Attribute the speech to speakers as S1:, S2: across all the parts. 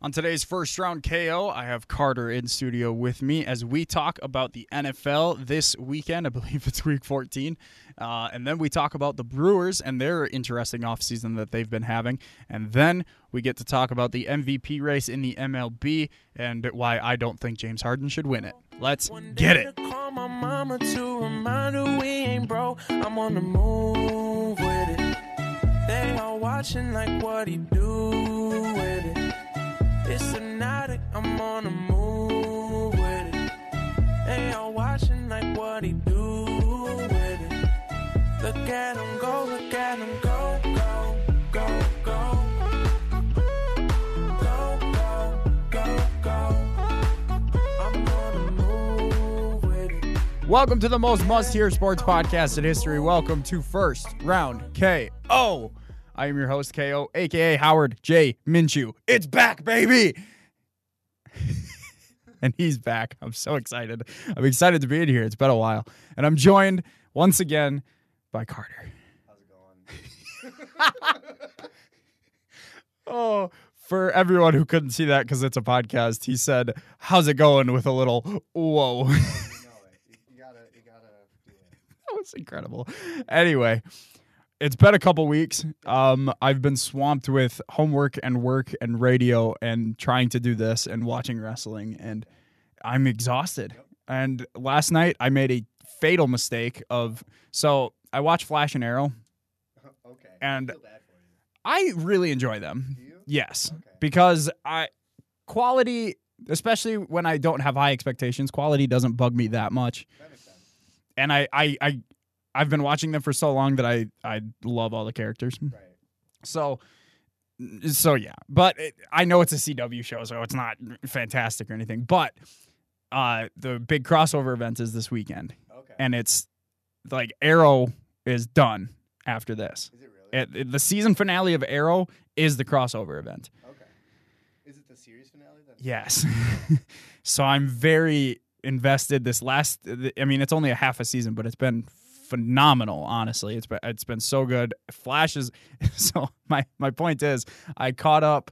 S1: On today's first round KO, I have Carter in studio with me as we talk about the NFL this weekend. I believe it's week 14. Uh, and then we talk about the Brewers and their interesting offseason that they've been having. And then we get to talk about the MVP race in the MLB and why I don't think James Harden should win it. Let's get it.
S2: Call my mama to remind her we ain't broke. I'm on the move with it. They all watching like what he do with it. It's hypnotic. I'm on the move with it. They all watching like what he do with it. Look at him go, look at him go, go, go, go. Go, go, go, go. I'm on the move with it.
S1: Welcome to the most must hear sports podcast in history. Welcome to First Round KO. I am your host, KO, aka Howard J. Minshew. It's back, baby. and he's back. I'm so excited. I'm excited to be in here. It's been a while. And I'm joined once again by Carter. Oh, for everyone who couldn't see that because it's a podcast, he said, How's it going? with a little whoa. that was incredible. Anyway, it's been a couple weeks. Um, I've been swamped with homework and work and radio and trying to do this and watching wrestling, and I'm exhausted. And last night I made a fatal mistake of so I watched Flash and Arrow,
S3: Okay.
S1: and
S3: I feel bad for you.
S1: I really enjoy them.
S3: Do you?
S1: Yes,
S3: Okay.
S1: because I quality, especially when I don't have high expectations, quality doesn't bug me that much.
S3: That makes sense.
S1: and I, I, I, I've been watching them for so long that I, I love all the characters.
S3: Right.
S1: So, so yeah. But it, I know it's a CW show, so it's not fantastic or anything. But uh, the big crossover event is this weekend,
S3: Okay.
S1: and it's like Arrow is done after this.
S3: is it really?
S1: It, it- the season finale of Arrow is the crossover event.
S3: okay. Is it the series finale then?
S1: Yes. so I'm very invested. This last, I mean, it's only a half a season, but it's been phenomenal. Honestly, it's been it's been so good. Flash is so my my point is I caught up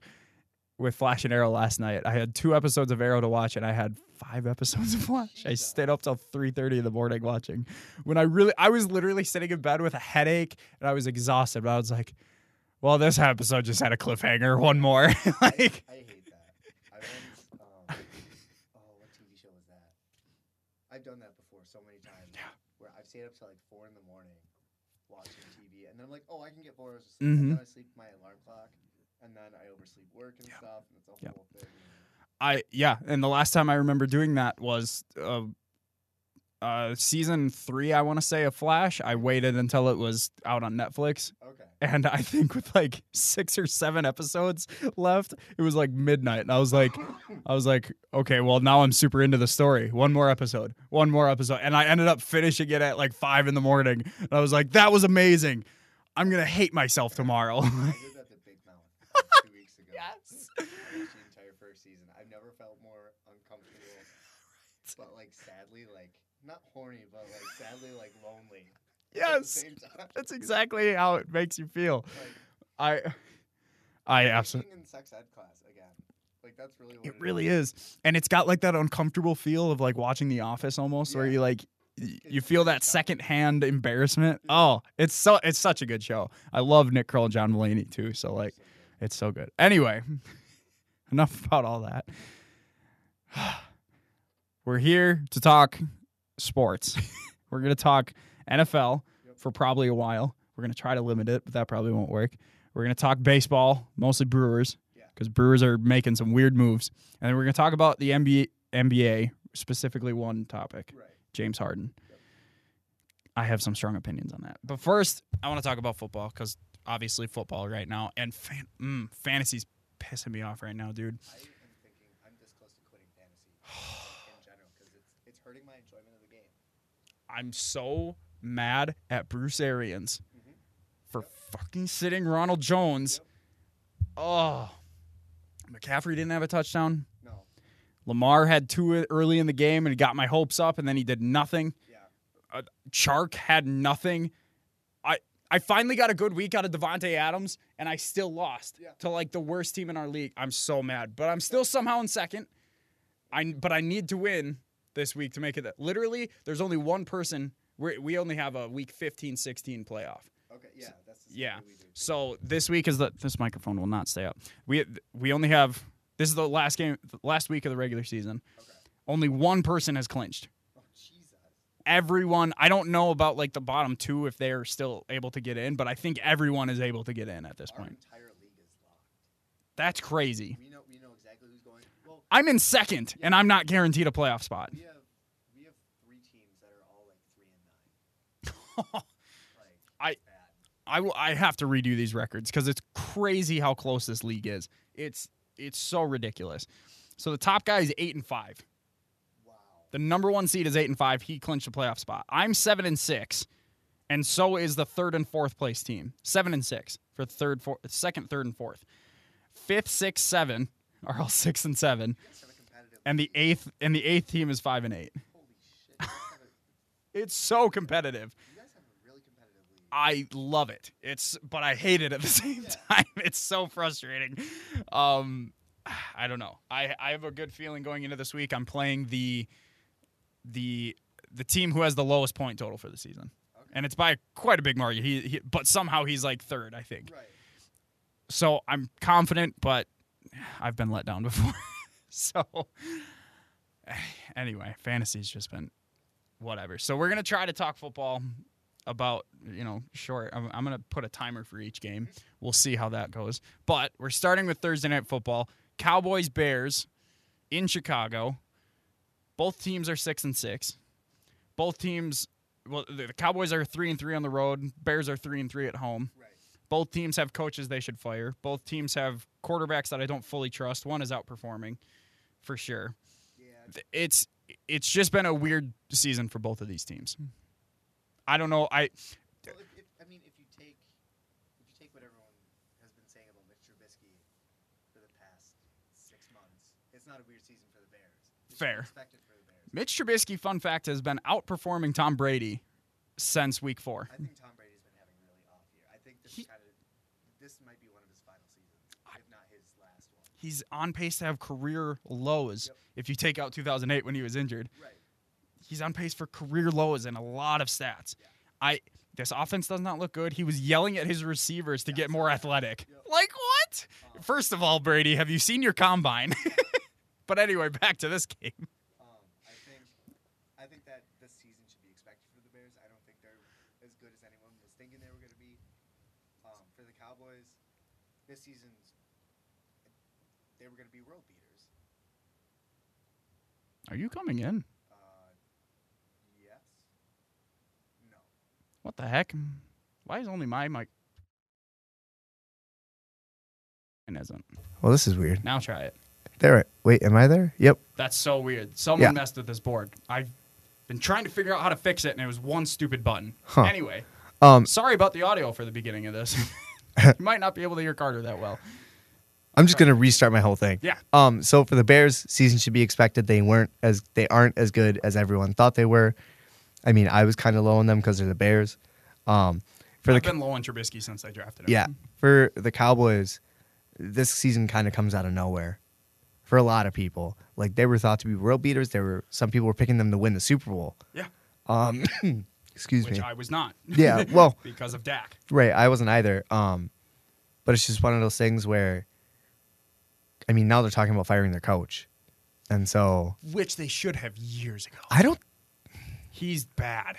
S1: with Flash and Arrow last night. I had two episodes of Arrow to watch, and I had five episodes of Flash. I stayed up till three thirty in the morning watching. When I really, I was literally sitting in bed with a headache, and I was exhausted. But I was like. Well, this episode just had a cliffhanger. One more, like
S3: I hate that. I once. Um, oh, what TV show was that? I've done that before so many times.
S1: Yeah.
S3: Where I've stayed up till like four in the morning watching TV, and then I'm like, oh, I can get four hours of sleep.
S1: Mm-hmm.
S3: And then I sleep my alarm clock, and then I oversleep work and stuff, and it's a
S1: Yeah.
S3: whole thing.
S1: I yeah, and the last time I remember doing that was uh, uh, season three, I want to say, of Flash. I waited until it was out on Netflix,
S3: Okay.
S1: and I think with like six or seven episodes left, it was like midnight, and I was like, I was like, okay, well now I'm super into the story. One more episode, one more episode, and I ended up finishing it at like five in the morning, and I was like, that was amazing. I'm gonna hate myself tomorrow.
S3: I did that to Big Mouth like, two weeks ago. watched the entire first season. I've never felt more uncomfortable, but like sadly, like not horny, but like sadly, like lonely. At the
S1: yes,
S3: same time,
S1: that's exactly how it makes you feel.
S3: like
S1: I I absolutely
S3: absolutely. In sex ed class again, like that's really what
S1: it really is. And it's got like that uncomfortable feel of like watching The Office almost where
S3: Yeah.
S1: you like y- you
S3: It's
S1: feel
S3: very
S1: that
S3: shocking. Mm.
S1: secondhand embarrassment.
S3: Yeah.
S1: Oh, it's so it's such a good show. I love Nick Kroll and John Mulaney too, so like
S3: So good.
S1: it's so good. Anyway, enough about all that. We're here to talk sports. We're going to talk NFL
S3: Yep.
S1: for probably a while. We're going to try to limit it, but that probably won't work. We're going to talk baseball, mostly Brewers,
S3: Yeah.
S1: because Brewers are making some weird moves. And then we're going to talk about the NBA, NBA, specifically one topic
S3: Right.
S1: James Harden.
S3: Yep.
S1: I have some strong opinions on that. But first, I want to talk about football because obviously football right now and fan- mm, fantasy's pissing me off right now, dude.
S3: I am thinking I'm this close to quitting fantasy in general because it's it's hurting my enjoyment of the game.
S1: I'm so mad at Bruce Arians
S3: Mhm.
S1: for fucking sitting Ronald Jones.
S3: Yep.
S1: Oh, McCaffrey didn't have a touchdown.
S3: No.
S1: Lamar had two early in the game and got my hopes up, and then he did nothing.
S3: Yeah.
S1: Chark had nothing. I I finally got a good week out of Devonte Adams, and I still lost
S3: Yeah.
S1: to like the worst team in our league. I'm so mad, but I'm still somehow in second. I but I need to win this week to make it. That literally, there's only one person. We we only have a week 15, 16 playoff.
S3: Okay, yeah, that's the same
S1: Yeah.
S3: way we do.
S1: So this week is the this microphone will not stay up. We we only have this is the last game, last week of the regular season.
S3: Okay.
S1: Only one person has clinched.
S3: Oh Jesus.
S1: Everyone, I don't know about like the bottom two if they are still able to get in, but I think everyone is able to get in at this
S3: Our
S1: point.
S3: entire league is locked.
S1: That's crazy.
S3: We know we know exactly who's going. Well,
S1: I'm in second, and I'm not guaranteed a playoff spot.
S3: we have we have three teams that are all like three and nine. Like
S1: I-
S3: it's bad.
S1: I, will- I have to redo these records because it's crazy how close this league is. It's it's so ridiculous. So the top guy is eight and five.
S3: Wow.
S1: The number one seed is eight and five. He clinched a playoff spot. I'm seven and six, and so is the third and fourth place team. Seven and six for third, four, second, third, and fourth. Fifth, sixth, seven are all six and seven,
S3: You guys have a competitive
S1: and the
S3: league.
S1: eighth and the eighth team is five and eight.
S3: Holy shit. You guys, have a,
S1: It's so competitive.
S3: you guys have a really competitive league.
S1: I love it. It's but I hate it at the same
S3: Yeah.
S1: time. It's so frustrating. Um I don't know. I I have a good feeling going into this week. I'm playing the the the team who has the lowest point total for the season.
S3: Okay.
S1: And it's by quite a big margin. He, he but somehow he's like third, I think.
S3: right.
S1: So I'm confident, but I've been let down before. so anyway, fantasy's just been whatever. So we're gonna try to talk football about you know short. I'm, I'm gonna put a timer for each game. We'll see how that goes. But we're starting with Thursday night football. Cowboys Bears in Chicago. Both teams are six and six. Both teams. Well, the the Cowboys are three and three on the road. Bears are three and three at home.
S3: Right.
S1: Both teams have coaches they should fire. Both teams have quarterbacks that I don't fully trust. One is outperforming for sure.
S3: Yeah.
S1: Th- It's it's just been a weird season for both of these teams.
S3: Hmm.
S1: I don't know. I
S3: Well, if, if, I mean, if you take if you take what everyone has been saying about Mitch Trubisky for the past six months, it's not a weird season for the Bears. It's
S1: Fair.
S3: Expected for the Bears.
S1: Mitch Trubisky, fun fact, has been outperforming Tom Brady since week four.
S3: I think Tom Brady's been having a really off year. I think this
S1: He-
S3: is kind of this might be one of his final seasons, if not his last one.
S1: He's on pace to have career lows.
S3: Yep.
S1: If you take out 2008 when he was injured,
S3: Right.
S1: he's on pace for career lows in a lot of stats.
S3: Yeah.
S1: I this offense does not look good. He was yelling at his receivers to
S3: Yeah, I
S1: get
S3: saw
S1: more
S3: that.
S1: athletic.
S3: Yep.
S1: Like what?
S3: Um,
S1: First of all, Brady, have you seen your combine? but anyway, back to this game.
S3: um, I think I think that this season should be expected for the Bears. I don't think they're as good as anyone was thinking they were going to be. Um, for the Cowboys, this season's they were going to be world beaters.
S1: Are you coming in?
S3: Uh, yes. No.
S1: What the heck? Why is only my mic? It isn't.
S3: Well, this is weird.
S1: Now try it.
S3: There. Wait, am I there? Yep.
S1: That's so weird. Someone
S3: Yeah.
S1: messed with this board. I've been trying to figure out how to fix it, and it was one stupid button.
S3: Huh.
S1: Anyway,
S3: Um,
S1: sorry about the audio for the beginning of this. you might not be able to hear Carter that well.
S4: I'm just gonna restart my whole thing.
S1: Yeah.
S4: Um. So for the Bears, season should be expected. They weren't as they aren't as good as everyone thought they were. I mean, I was kind of low on them because they're the Bears. Um. For the
S1: I've been low on Trubisky since I drafted him.
S4: yeah, for the Cowboys, this season kind of comes out of nowhere for a lot of people. Like they were thought to be world beaters. There were some people were picking them to win the Super Bowl.
S1: Yeah.
S4: Um. excuse
S1: Which
S4: me.
S1: I was not.
S4: yeah. Well.
S1: because of Dak.
S4: Right, I wasn't either. Um, but it's just one of those things where, I mean, now they're talking about firing their coach, and so
S1: Which they should have years ago.
S4: I don't,
S1: He's bad.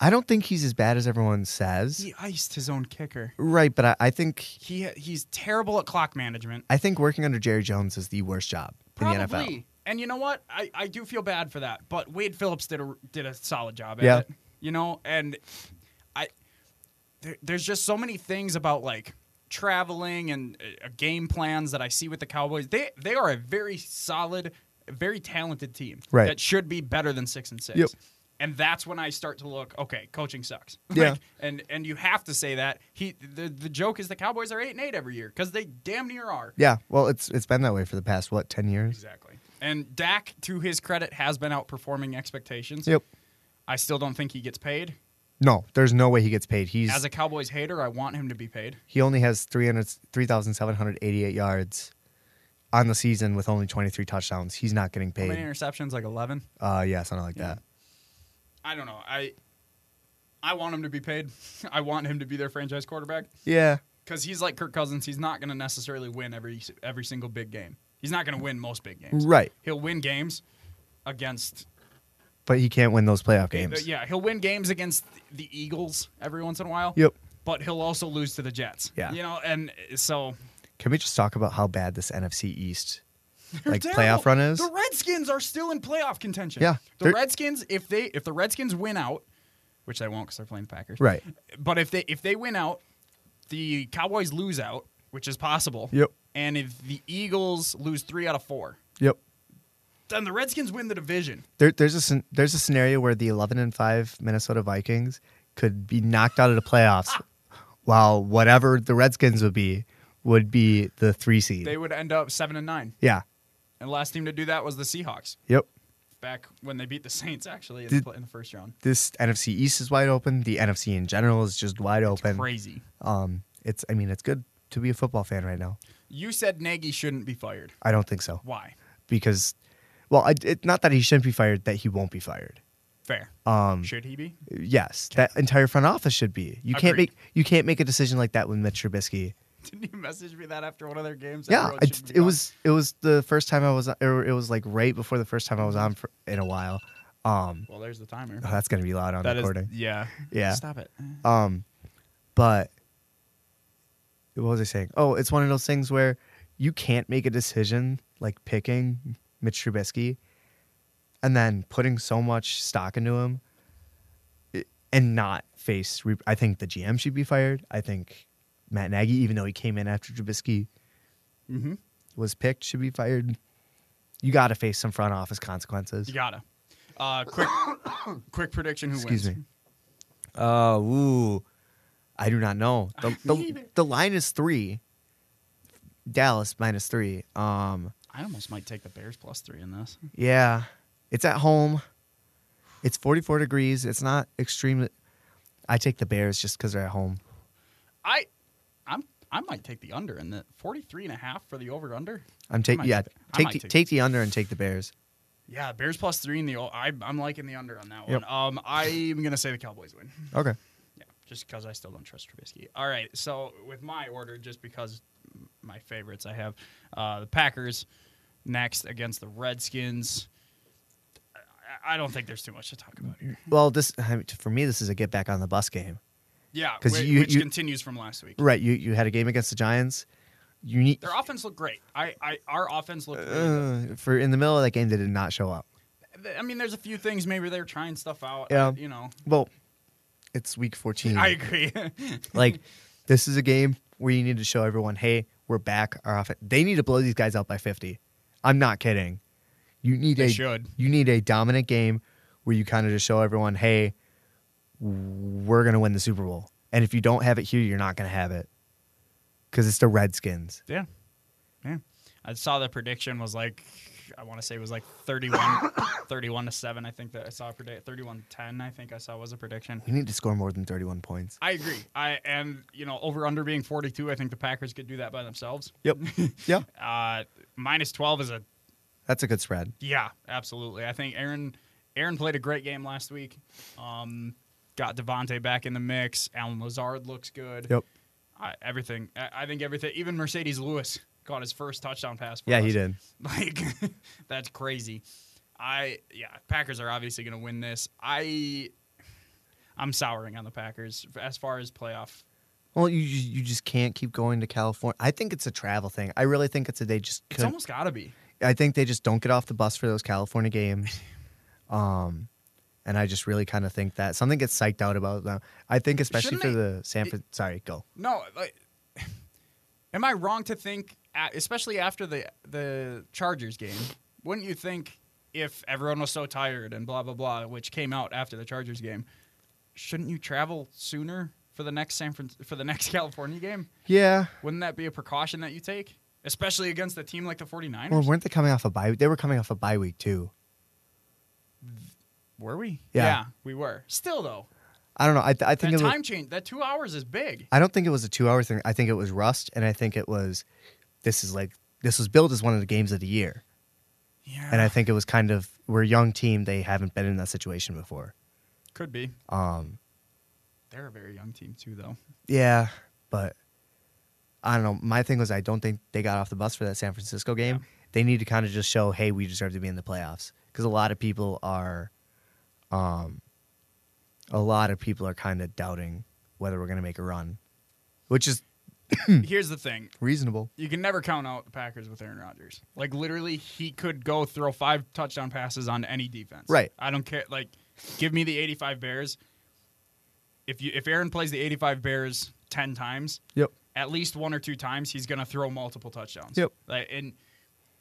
S4: I don't think he's as bad as everyone says.
S1: He iced his own kicker.
S4: Right, but I, I think
S1: He he's terrible at clock management.
S4: I think working under Jerry Jones is the worst job in the NFL.
S1: And you know what? I, I do feel bad for that. But Wade Phillips did a did a solid job at
S4: Yeah.
S1: it. You know, and I there, there's just so many things about like traveling and uh, game plans that I see with the Cowboys. They they are a very solid, very talented team
S4: Right.
S1: that should be better than six and six.
S4: Yep.
S1: And that's when I start to look. Okay, coaching sucks.
S4: Yeah.
S1: Like, and and you have to say that he the, the joke is the Cowboys are eight and eight every year because they damn near are.
S4: Yeah, well, it's it's been that way for the past what ten years.
S1: Exactly. And Dak, to his credit, has been outperforming expectations.
S4: Yep.
S1: I still don't think he gets paid.
S4: No, there's no way he gets paid. He's
S1: As a Cowboys hater, I want him to be paid.
S4: he only has 300 3,788 yards on the season with only 23 touchdowns. He's not getting
S1: How many
S4: paid.
S1: interceptions? Like eleven.
S4: Uh, yeah, something like
S1: Yeah.
S4: that.
S1: I don't know. I I want him to be paid. I want him to be their franchise quarterback
S4: Yeah,
S1: because he's like Kirk Cousins. He's not going to necessarily win every every single big game. He's not going to win most big games.
S4: right.
S1: He'll win games against.
S4: But he can't win those playoff games.
S1: Yeah, he'll win games against the Eagles every once in a while.
S4: Yep.
S1: But he'll also lose to the Jets.
S4: Yeah.
S1: You know, and so
S4: Can we just talk about how bad this NFC East
S1: They're
S4: like
S1: terrible.
S4: playoff run is?
S1: The Redskins are still in playoff contention.
S4: Yeah,
S1: the
S4: they're-
S1: Redskins. If they if the Redskins win out, which they won't because they're playing the Packers.
S4: Right.
S1: But if they if they win out, the Cowboys lose out, which is possible.
S4: Yep.
S1: And if the Eagles lose three out of four,
S4: Yep.
S1: then the Redskins win the division.
S4: There, there's a scen- there's a scenario where the 11 and 5 Minnesota Vikings could be knocked out of the
S1: Ah.
S4: playoffs, while whatever the Redskins would be would be the three seed.
S1: They would end up seven and nine.
S4: yeah.
S1: And the last team to do that was the Seahawks
S4: Yep.
S1: back when they beat the Saints actually in,
S4: Did-
S1: the, in the first round.
S4: This NFC East is wide open. The NFC in general is just wide open.
S1: Crazy.
S4: Um, it's I mean it's good to be a football fan right now.
S1: You said Nagy shouldn't be fired.
S4: I don't think so
S1: Why?
S4: because, well, I, it, not that he shouldn't be fired, that he won't be fired.
S1: Fair.
S4: Um,
S1: Should he be?
S4: Yes, that entire front office should be. You can't
S1: Agreed.
S4: make you can't make a decision like that with Mitch Trubisky.
S1: Didn't you message me that after one of their games?
S4: Yeah,
S1: Everyone
S4: I,
S1: should be
S4: it
S1: gone.
S4: was it was the first time I was or it was like right before the first time I was on for, in a while. Um,
S1: Well, there's the timer.
S4: oh, that's gonna be loud on
S1: That is,
S4: recording.
S1: yeah,
S4: Yeah.
S1: Stop it.
S4: Um, but what was I saying? Oh, it's one of those things where you can't make a decision like picking Mitch Trubisky and then putting so much stock into him i- and not face. Re- I think the GM should be fired. I think Matt Nagy, even though he came in after Trubisky
S1: Mm-hmm.
S4: was picked, should be fired. You got to face some front office consequences.
S1: You gotta. Uh, quick, quick prediction. Who
S4: Excuse
S1: wins?
S4: me. Uh, ooh, I do not know. The, the, the line is three. Dallas minus three. Um,
S1: I almost might take the Bears plus three in this.
S4: yeah, it's at home. It's 44 degrees. It's not extremely. I take the Bears just because they're at home.
S1: I, I'm, I might take the under in the 43 and a half for the over under.
S4: I'm taking
S1: might
S4: yeah.
S1: take the- I
S4: Take
S1: might
S4: the,
S1: take-
S4: take the under and take the Bears.
S1: Yeah, Bears plus three in the. o- I, I'm liking the under on that one.
S4: Yep.
S1: Um, I'm gonna say the Cowboys win.
S4: Okay.
S1: Yeah, just because I still don't trust Trubisky. All right, so with my order, just because my favorites, I have uh, the Packers next against the Redskins. I- I don't think there's too much to talk about here.
S4: Well, this I mean, for me, this is a get back on the bus game.
S1: Yeah,
S4: 'Cause
S1: whi-
S4: you-
S1: which
S4: you-
S1: continues from last week.
S4: Right. You you had a game against the Giants. You need
S1: Their offense looked great. I, I our offense looked. Really good.
S4: uh, for in the middle of that game they did not show up.
S1: I mean, there's a few things maybe they're trying stuff out.
S4: Yeah.
S1: uh, you know,
S4: Well, it's week 14.
S1: I agree.
S4: Like, this is a game where you need to show everyone, hey, we're back. Our off- they need to blow these guys out by 50. I'm not kidding. You need
S1: They
S4: a
S1: should.
S4: you need a dominant game where you kind of just show everyone, hey, we're gonna win the Super Bowl. And if you don't have it here, you're not gonna have it because it's the Redskins.
S1: yeah, yeah. I saw the prediction was like, I want to say it was like 31, 31 to seven. I think that I saw a predict 31 10. I think I saw was a prediction.
S4: We need to score more than 31 points.
S1: I agree. I and you know over under being 42. I think the Packers could do that by themselves.
S4: Yep. yeah.
S1: Uh, minus 12 is a
S4: That's a good spread.
S1: Yeah, absolutely. I think Aaron Aaron played a great game last week. Um, got Devontae back in the mix. Alan Lazard looks good.
S4: Yep.
S1: I, everything. I, I think everything. Even Mercedes Lewis got his first touchdown pass. For
S4: Yeah,
S1: us.
S4: he did.
S1: Like that's crazy. I yeah, Packers are obviously going to win this. I I'm souring on the Packers as far as playoff.
S4: Well, you ju- you just can't keep going to California. I think it's a travel thing. I really think it's a they just
S1: It's
S4: could-
S1: almost got to be.
S4: I think they just don't get off the bus for those California games. Um, and I just really kind of think that something gets psyched out about them. I think especially
S1: Shouldn't
S4: for
S1: they-
S4: the San Fran. Sorry, go.
S1: No, like, am I wrong to think, a- especially after the the Chargers game, wouldn't you think if everyone was so tired and blah blah blah, which came out after the Chargers game, shouldn't you travel sooner for the next San Fran- for the next California game?
S4: Yeah.
S1: Wouldn't that be a precaution that you take, especially against a team like the 49ers?
S4: Well, weren't they coming off a bye? They were coming off a bye week too.
S1: Were we?
S4: Yeah.
S1: we were. Still though,
S4: I don't know. I, th- I think
S1: That
S4: it was,
S1: time change, that two hours is big.
S4: I don't think it was a two hour thing. I think it was rust, and I think it was this is like this was billed as one of the games of the year,
S1: Yeah,
S4: and I think it was kind of we're a young team. They haven't been in that situation before.
S1: could be.
S4: Um,
S1: They're a very young team too, though.
S4: yeah, but I don't know. My thing was I don't think they got off the bus for that San Francisco game. They need to kind of just show, hey, we deserve to be in the playoffs because a lot of people are, um, a lot of people are kind of doubting whether we're going to make a run, which is Hmm.
S1: Here's the thing:
S4: reasonable.
S1: you can never count out the Packers with Aaron Rodgers. Like literally, he could go throw five touchdown passes on any defense.
S4: Right.
S1: I don't care. Like, give me the eighty-five Bears. If you if Aaron plays the eighty-five Bears ten times,
S4: Yep.
S1: at least one or two times, he's gonna throw multiple touchdowns.
S4: Yep.
S1: Like, and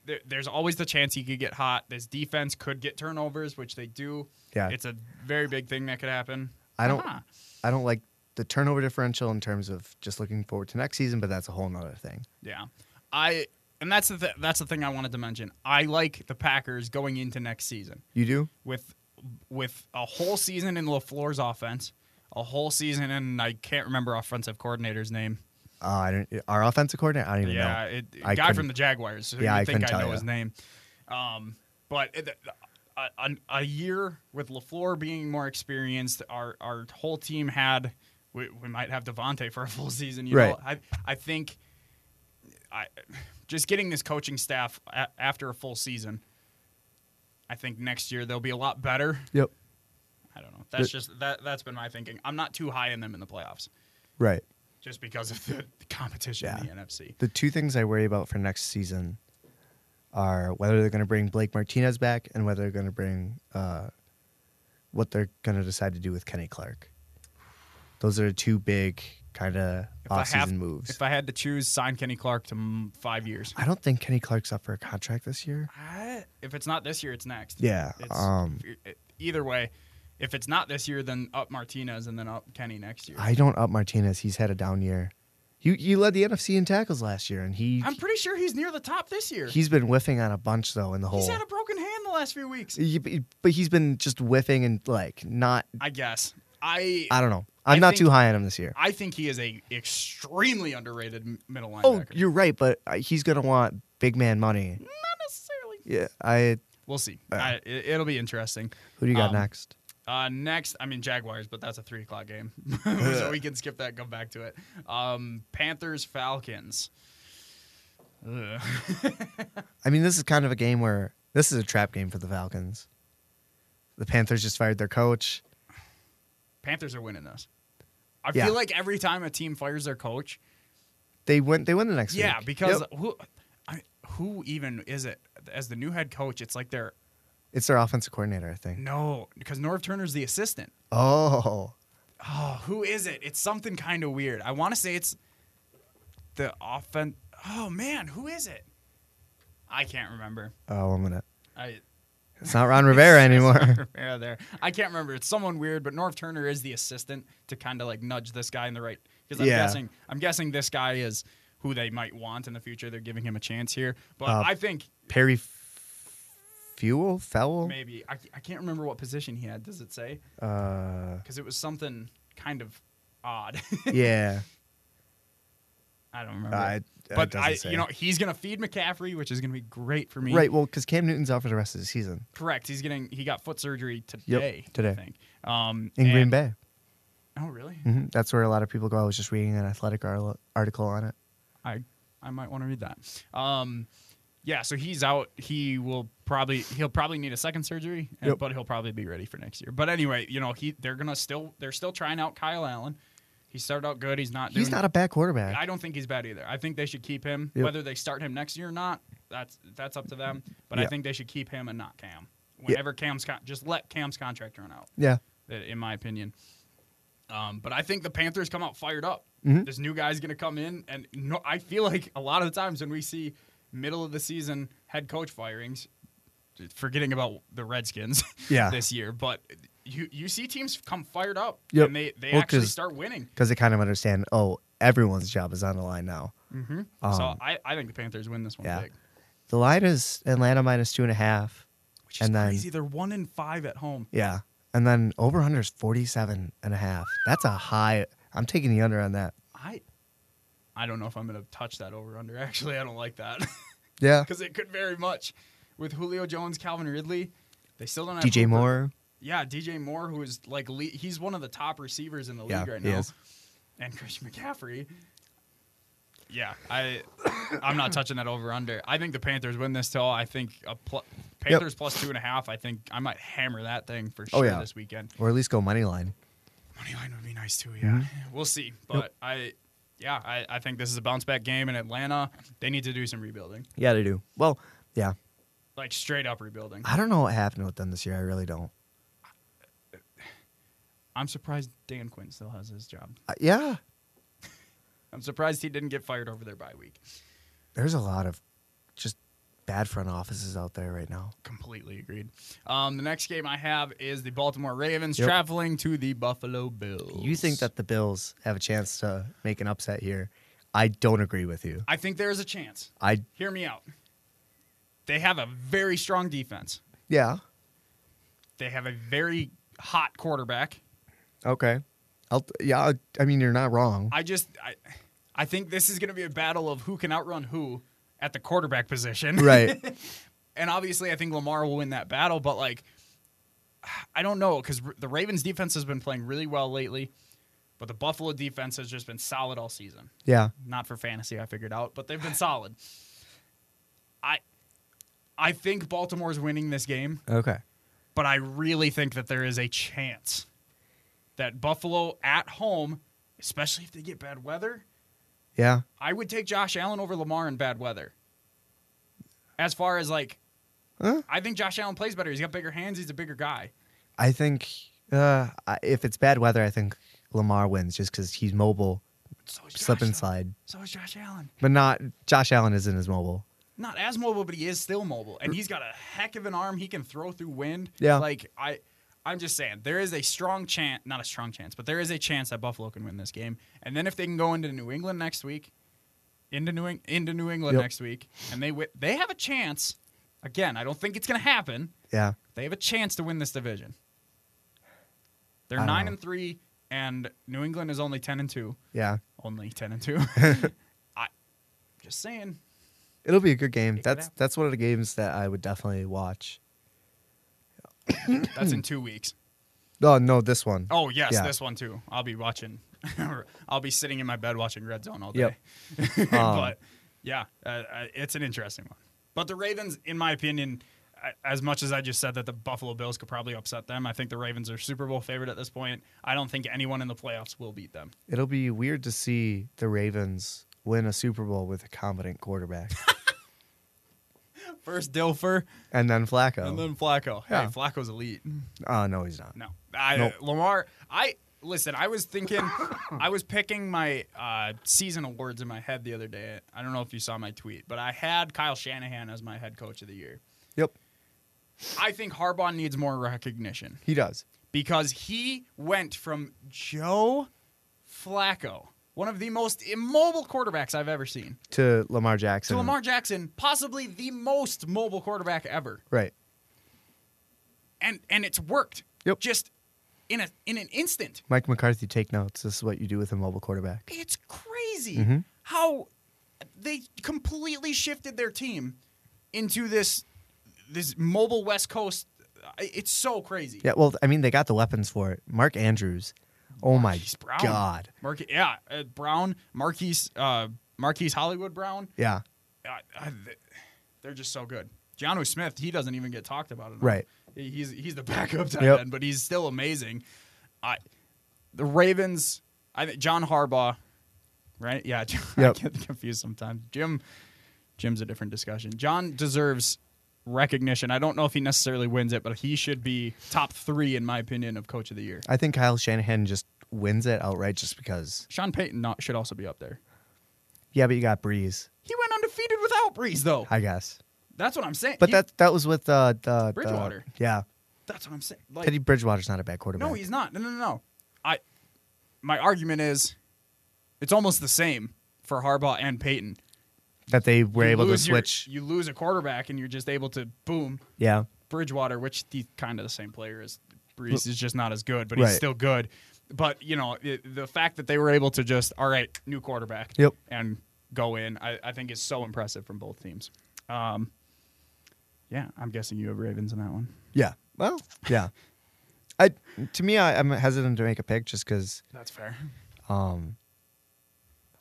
S1: there, there's always the chance he could get hot. This defense could get turnovers, which they do.
S4: Yeah.
S1: It's a very big thing that could happen.
S4: I don't.
S1: Uh-huh.
S4: I don't like the turnover differential in terms of just looking forward to next season, but that's a whole nother thing.
S1: Yeah, I and that's the th- that's the thing I wanted to mention. I like the Packers going into next season
S4: You do?
S1: with with a whole season in Lafleur's offense, a whole season in I can't remember offensive coordinator's name.
S4: Uh, I don't. Our offensive coordinator. I don't even
S1: yeah,
S4: know.
S1: it,
S4: I
S1: guy
S4: couldn't-
S1: from the Jaguars. who
S4: Yeah,
S1: you'd
S4: I
S1: think
S4: couldn't
S1: I
S4: tell
S1: know
S4: ya.
S1: his name. Um, but it, a, a, a year with Lafleur being more experienced, our our whole team had. We, we might have Devontae for a full season. You
S4: Right.
S1: know, I I think I just getting this coaching staff a, after a full season. I think next year they'll be a lot better.
S4: Yep.
S1: I don't know. That's just that that's been my thinking. I'm not too high in them in the playoffs
S4: Right.
S1: just because of the competition in
S4: Yeah.
S1: the NFC.
S4: The two things I worry about for next season are whether they're going to bring Blake Martinez back and whether they're going to bring uh, what they're going to decide to do with Kenny Clark. Those are the two big kind of
S1: If I
S4: offseason
S1: have-
S4: moves.
S1: If I had to choose, sign Kenny Clark to mm, five years.
S4: I don't think Kenny Clark's up for a contract this year.
S1: I- if it's not this year, it's next.
S4: Yeah.
S1: It's,
S4: Um,
S1: if you're- either way, if it's not this year, then up Martinez and then up Kenny next year.
S4: I don't up Martinez. He's had a down year. You you led the NFC in tackles last year, and he
S1: I'm pretty sure he's near the top this year.
S4: he's been whiffing on a bunch though in the whole.
S1: he's had a broken hand the last few weeks.
S4: He- but he's been just whiffing and like not.
S1: I guess. I
S4: I don't know. I'm
S1: I
S4: not
S1: think-
S4: too high on him this year.
S1: I think he is a extremely underrated m- middle linebacker.
S4: Oh, you're right, but uh, he's gonna want big man money.
S1: not necessarily.
S4: Yeah, I.
S1: We'll see.
S4: Uh.
S1: I, it, it'll be interesting.
S4: Who do you got
S1: Um,
S4: next?
S1: Uh, next, I mean Jaguars, but that's a three o'clock game, so we can skip that. and Come back to it. Um, Panthers, Falcons. Ugh.
S4: I mean, this is kind of a game where this is a trap game for the Falcons. The Panthers just fired their coach.
S1: Panthers are winning this. I
S4: Yeah.
S1: feel like every time a team fires their coach,
S4: They win. They win the next
S1: yeah,
S4: week.
S1: because
S4: Yep.
S1: who, I, who even is it as the new head coach? It's like they're
S4: it's their offensive coordinator, I think.
S1: no, because Norv Turner's the assistant.
S4: Oh,
S1: Oh, who is it? It's something kind of weird. I want to say it's the offense. Oh man, who is it? I can't remember.
S4: oh, I'm gonna.
S1: I
S4: It's not Ron Rivera anymore.
S1: Rivera there. I can't remember. It's someone weird, but Norv Turner is the assistant to kind of like nudge this guy in the right. Because I'm
S4: Yeah.
S1: guessing, I'm guessing this guy is who they might want in the future. They're giving him a chance here, but
S4: Uh,
S1: I think
S4: Perry F- Fuel Fowl.
S1: maybe I, I can't remember what position he had. Does it say?
S4: Uh,
S1: Because it was something kind of odd.
S4: yeah.
S1: I don't remember.
S4: Uh, it- it
S1: but
S4: doesn't
S1: I,
S4: say.
S1: you know, he's gonna feed McCaffrey, which is gonna be great for me.
S4: right? Well, because Cam Newton's out for the rest of the season
S1: Correct. He's getting he got foot surgery today.
S4: today.
S1: I think. Um,
S4: in Green
S1: and-
S4: Bay.
S1: Oh really?
S4: hmm That's where a lot of people go. I was just reading an athletic arl- article on it.
S1: I I might want to read that. Um, yeah, so he's out. He will probably he'll probably need a second surgery, and-
S4: Yep.
S1: but he'll probably be ready for next year. But anyway, you know he they're gonna still they're still trying out Kyle Allen. He started out good. He's not.
S4: He's
S1: doing,
S4: not a bad quarterback.
S1: I don't think he's bad either. I think they should keep him.
S4: Yep.
S1: Whether they start him next year or not, that's that's up to them. But I
S4: Yeah.
S1: think they should keep him and not Cam. Whenever Cam's con- just let Cam's contract run out
S4: yeah,
S1: i- in my opinion. Um, but I think the Panthers come out fired up.
S4: Mhm.
S1: This new guy's going to come in, and no, I feel like a lot of the times when we see middle of the season head coach firings, forgetting about the Redskins
S4: Yeah.
S1: this year, but you you see teams come fired up,
S4: Yep.
S1: and they they
S4: Well,
S1: actually
S4: 'cause-
S1: start winning.
S4: because they kind of understand. Oh, everyone's job is on the line now.
S1: Mm-hmm. so
S4: Um,
S1: I, I think the Panthers win this one
S4: yeah.
S1: big.
S4: The line is Atlanta minus two and a half.
S1: Which is
S4: And then-
S1: crazy. They're one in five at home.
S4: Yeah, And then over under is 47 and a half. That's a high. I'm taking the under on that.
S1: I I don't know if I'm going to touch that over under. Actually, I don't like that
S4: Yeah.
S1: because it could very much with Julio Jones, Calvin Ridley. They still don't have
S4: DJ
S1: Hooper.
S4: Moore.
S1: Yeah, DJ Moore, who is like le- he's one of the top receivers in the
S4: Yeah,
S1: league right
S4: he
S1: now,
S4: is.
S1: and Christian McCaffrey. Yeah, I I'm not touching that over under. I think the Panthers win this till I think a pl- Panthers plus two and a half. I think I might hammer that thing for
S4: Oh,
S1: sure
S4: yeah.
S1: this weekend.
S4: Or at least go money line.
S1: Money line would be nice too. Yeah,
S4: Mm-hmm.
S1: we'll see. But I, yeah, I, I think this is a bounce back game in Atlanta. They need to do some rebuilding,
S4: Yeah, they do. Well, yeah.
S1: like straight up rebuilding.
S4: I don't know what happened with them this year. I really don't.
S1: I'm surprised Dan Quinn still has his job.
S4: Uh, yeah.
S1: I'm surprised he didn't get fired over their bye week.
S4: There's a lot of just bad front offices out there right now.
S1: Completely agreed. Um, the next game I have is the Baltimore Ravens
S4: Yep.
S1: traveling to the Buffalo Bills.
S4: You think that the Bills have a chance to make an upset here? I don't agree with you.
S1: I think there is a chance.
S4: I
S1: Hear me out. They have a very strong defense.
S4: yeah.
S1: They have a very hot quarterback.
S4: Okay. I'll, yeah, I- I mean you're not wrong.
S1: I just I, I think this is going to be a battle of who can outrun who at the quarterback position.
S4: right.
S1: and obviously I think Lamar will win that battle, but like I don't know because the Ravens defense has been playing really well lately, but the Buffalo defense has just been solid all season.
S4: Yeah.
S1: Not for fantasy, I figured out, but they've been solid. I I think Baltimore's winning this game,
S4: Okay.
S1: but I really think that there is a chance that Buffalo at home, especially if they get bad weather,
S4: Yeah.
S1: I would take Josh Allen over Lamar in bad weather. As far as like,
S4: Huh?
S1: I think Josh Allen plays better. He's got bigger hands. He's a bigger guy.
S4: I think uh, I- if it's bad weather, I think Lamar wins just because he's mobile,
S1: But So is Josh,
S4: slip and
S1: though.
S4: slide.
S1: So is Josh Allen.
S4: But not Josh Allen isn't as mobile.
S1: Not as mobile, but he is still mobile, and he's got a heck of an arm. He can throw through wind.
S4: Yeah.
S1: Like I, I'm just saying there is a strong chance, not a strong chance, but there is a chance that Buffalo can win this game. And then if they can go into New England next week, into New Eng- into New England
S4: Yep.
S1: next week, and they wi- they have a chance. Again, I don't think it's going to happen.
S4: Yeah.
S1: They have a chance to win this division. They're
S4: I don't
S1: nine
S4: know.
S1: and three, and New England is only ten and two.
S4: Yeah.
S1: Only ten and two. I just saying.
S4: It'll be a good game.
S1: could
S4: That's
S1: happen.
S4: that's one of the games that I would definitely watch.
S1: That's in two weeks.
S4: No, no, this one.
S1: Oh yes,
S4: Yeah.
S1: this one too. I'll be watching. I'll be sitting in my bed watching Red Zone all day.
S4: Yep. Um,
S1: but yeah, uh, uh, it's an interesting one. But the Ravens, in my opinion, a- as much as I just said that the Buffalo Bills could probably upset them, I think the Ravens are Super Bowl favorite at this point. I don't think anyone in the playoffs will beat them.
S4: It'll be weird to see the Ravens win a Super Bowl with a competent quarterback,
S1: First Dilfer,
S4: and then Flacco.
S1: And then Flacco. Hey,
S4: Yeah.
S1: Flacco's elite.
S4: oh no, he's not.
S1: No. I,
S4: Nope.
S1: Lamar, I listen, I was thinking I was picking my uh, season awards in my head the other day. I don't know if you saw my tweet, but I had Kyle Shanahan as my head coach of the year.
S4: Yep,
S1: I think Harbaugh needs more recognition
S4: he does.
S1: because he went from Joe Flacco, one of the most immobile quarterbacks I've ever seen,
S4: To Lamar Jackson.
S1: to Lamar Jackson, possibly the most mobile quarterback ever.
S4: Right.
S1: And and it's worked.
S4: Yep.
S1: Just in a in an instant.
S4: Mike McCarthy, take notes. This is what you do with a mobile quarterback.
S1: It's crazy
S4: Mhm.
S1: how they completely shifted their team into this this mobile West Coast. I- It's so crazy.
S4: Yeah. Well, I mean, they got the weapons for it. Mark Andrews. Oh my
S1: Marquise Brown.
S4: God.
S1: Marque- yeah, uh, Brown, Marquise, uh, Marquise Hollywood Brown.
S4: Yeah.
S1: Uh, uh, th- they're just so good. Johnu Smith, he doesn't even get talked about enough.
S4: Right.
S1: He- He's he's the backup tight
S4: Yep.
S1: end, but he's still amazing. I the Ravens, I think John Harbaugh, right? Yeah, John,
S4: Yep.
S1: I get confused sometimes. Jim Jim's a different discussion. John deserves recognition. I don't know if he necessarily wins it, but he should be top 3 in my opinion of coach of the year.
S4: I think Kyle Shanahan just wins it outright just because.
S1: Sean Payton not, should also be up there.
S4: Yeah, but you got Breeze,
S1: He went undefeated without Breeze though.
S4: I guess.
S1: That's what I'm saying.
S4: But
S1: He-
S4: that that was with uh, the the-
S1: Bridgewater.
S4: yeah.
S1: that's what I'm saying. Like,
S4: Teddy Bridgewater's not a bad quarterback.
S1: No, he's not. No, no, no, no. I my argument is it's almost the same for Harbaugh and Peyton.
S4: that they were
S1: You
S4: able to
S1: lose your-
S4: switch.
S1: you lose a quarterback and you're just able to boom
S4: yeah.
S1: Bridgewater, which he's kind of the same player as Brees is just not as good, but
S4: Right.
S1: he's still good. But you know, it, the fact that they were able to just all right, new quarterback,
S4: Yep.
S1: and go in, I, I think is so impressive from both teams. Um, yeah, I'm guessing you have Ravens in that one.
S4: Yeah. Well, yeah. I to me, I, I'm hesitant to make a pick just because
S1: That's fair.
S4: um,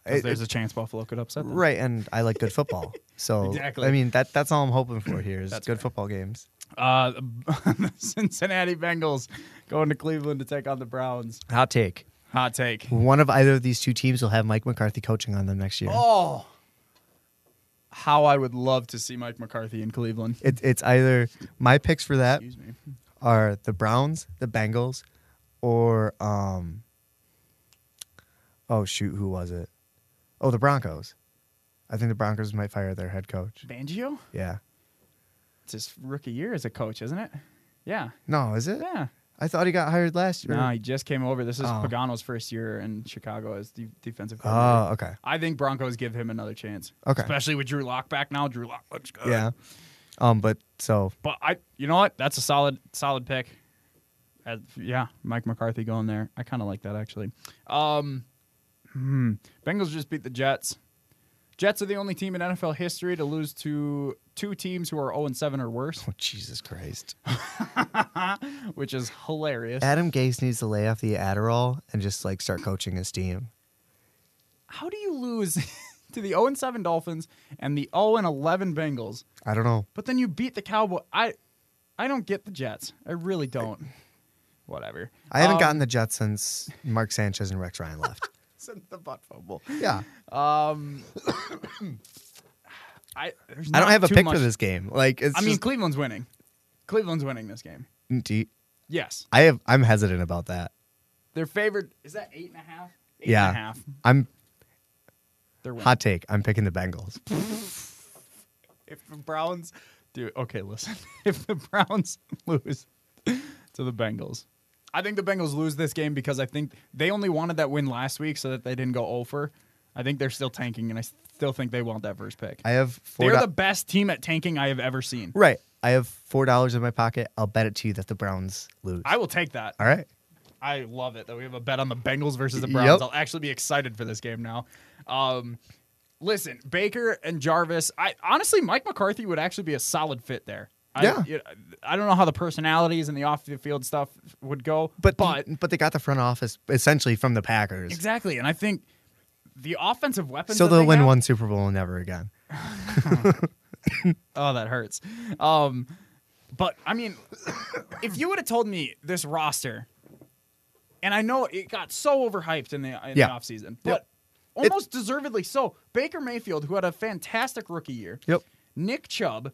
S4: it-
S1: there's a chance Buffalo could upset them.
S4: right, and I like good football. So
S1: Exactly.
S4: I mean, that that's all I'm hoping for here is
S1: That's
S4: good
S1: fair.
S4: football games.
S1: Uh, the Cincinnati Bengals going to Cleveland to take on the Browns.
S4: Hot take:
S1: Hot take.
S4: one of either of these two teams will have Mike McCarthy coaching on them next year.
S1: Oh, how I would love to see Mike McCarthy in Cleveland.
S4: It, it's either my picks for that
S1: Excuse me.
S4: are the Browns, the Bengals, or um. Oh shoot, who was it? Oh, the Broncos. I think the Broncos might fire their head coach.
S1: Bangio?
S4: Yeah.
S1: It's his rookie year as a coach, isn't it? Yeah.
S4: No, is it?
S1: Yeah.
S4: I thought he got hired last year.
S1: No, he just came over. This is
S4: Oh.
S1: Pagano's first year in Chicago as the defensive coordinator.
S4: Oh, okay.
S1: I think Broncos give him another chance.
S4: Okay.
S1: Especially with Drew Lock back now. Drew Lock looks good.
S4: yeah. Um, but so
S1: But I, you know what? That's a solid, solid pick. Uh, yeah, Mike McCarthy going there. I kind of like that actually. Um, hmm. Bengals just beat the Jets. Jets are the only team in NFL history to lose to two teams who are 0 and 7 or worse,
S4: Oh, Jesus Christ.
S1: which is hilarious.
S4: Adam Gase needs to lay off the Adderall and just like start coaching his team.
S1: How do you lose to the 0 and 7 Dolphins and the 0 and 11 Bengals,
S4: I don't know.
S1: but then you beat the Cowboy? I, I don't get the Jets. I really don't. Whatever.
S4: I haven't
S1: Um,
S4: gotten the Jets since Mark Sanchez and Rex Ryan left.
S1: since the butt fumble.
S4: yeah.
S1: Um, I there's
S4: I don't
S1: not
S4: have a
S1: too
S4: pick
S1: much-
S4: for this game. Like it's
S1: I mean,
S4: just-
S1: Cleveland's winning. Cleveland's winning this game.
S4: do you-
S1: Yes,
S4: I have I'm hesitant about that.
S1: they're favored. Is that eight and a half? Eight
S4: Yeah.
S1: and a half.
S4: I'm
S1: They're winning.
S4: hot take. I'm picking the Bengals.
S1: If the Browns, dude. Okay, listen. If the Browns lose to the Bengals, I think the Bengals lose this game because I think they only wanted that win last week so that they didn't go over. I think they're still tanking, and I still think they want that first pick.
S4: I have four
S1: They're
S4: do-
S1: the best team at tanking I have ever seen.
S4: Right. I have four dollars in my pocket. I'll bet it to you that the Browns lose.
S1: I will take that.
S4: All right.
S1: I love it that we have a bet on the Bengals versus the
S4: Yep.
S1: Browns. I'll actually be excited for this game now. Um, listen, Baker and Jarvis. I honestly, Mike McCarthy would actually be a solid fit there. I,
S4: Yeah.
S1: you- I don't know how the personalities and the off the field stuff would go,
S4: But
S1: but
S4: but, they got the front office essentially from the Packers.
S1: exactly. And I think the offensive weapons.
S4: So
S1: that
S4: they'll
S1: they
S4: win
S1: have-
S4: one Super Bowl and never again.
S1: Oh, that hurts. Um, but I mean, if you would have told me this roster, and I know it got so overhyped in the in
S4: Yeah.
S1: the offseason, but
S4: Yep.
S1: almost deservedly so. Baker Mayfield, who had a fantastic rookie year,
S4: Yep.
S1: Nick Chubb,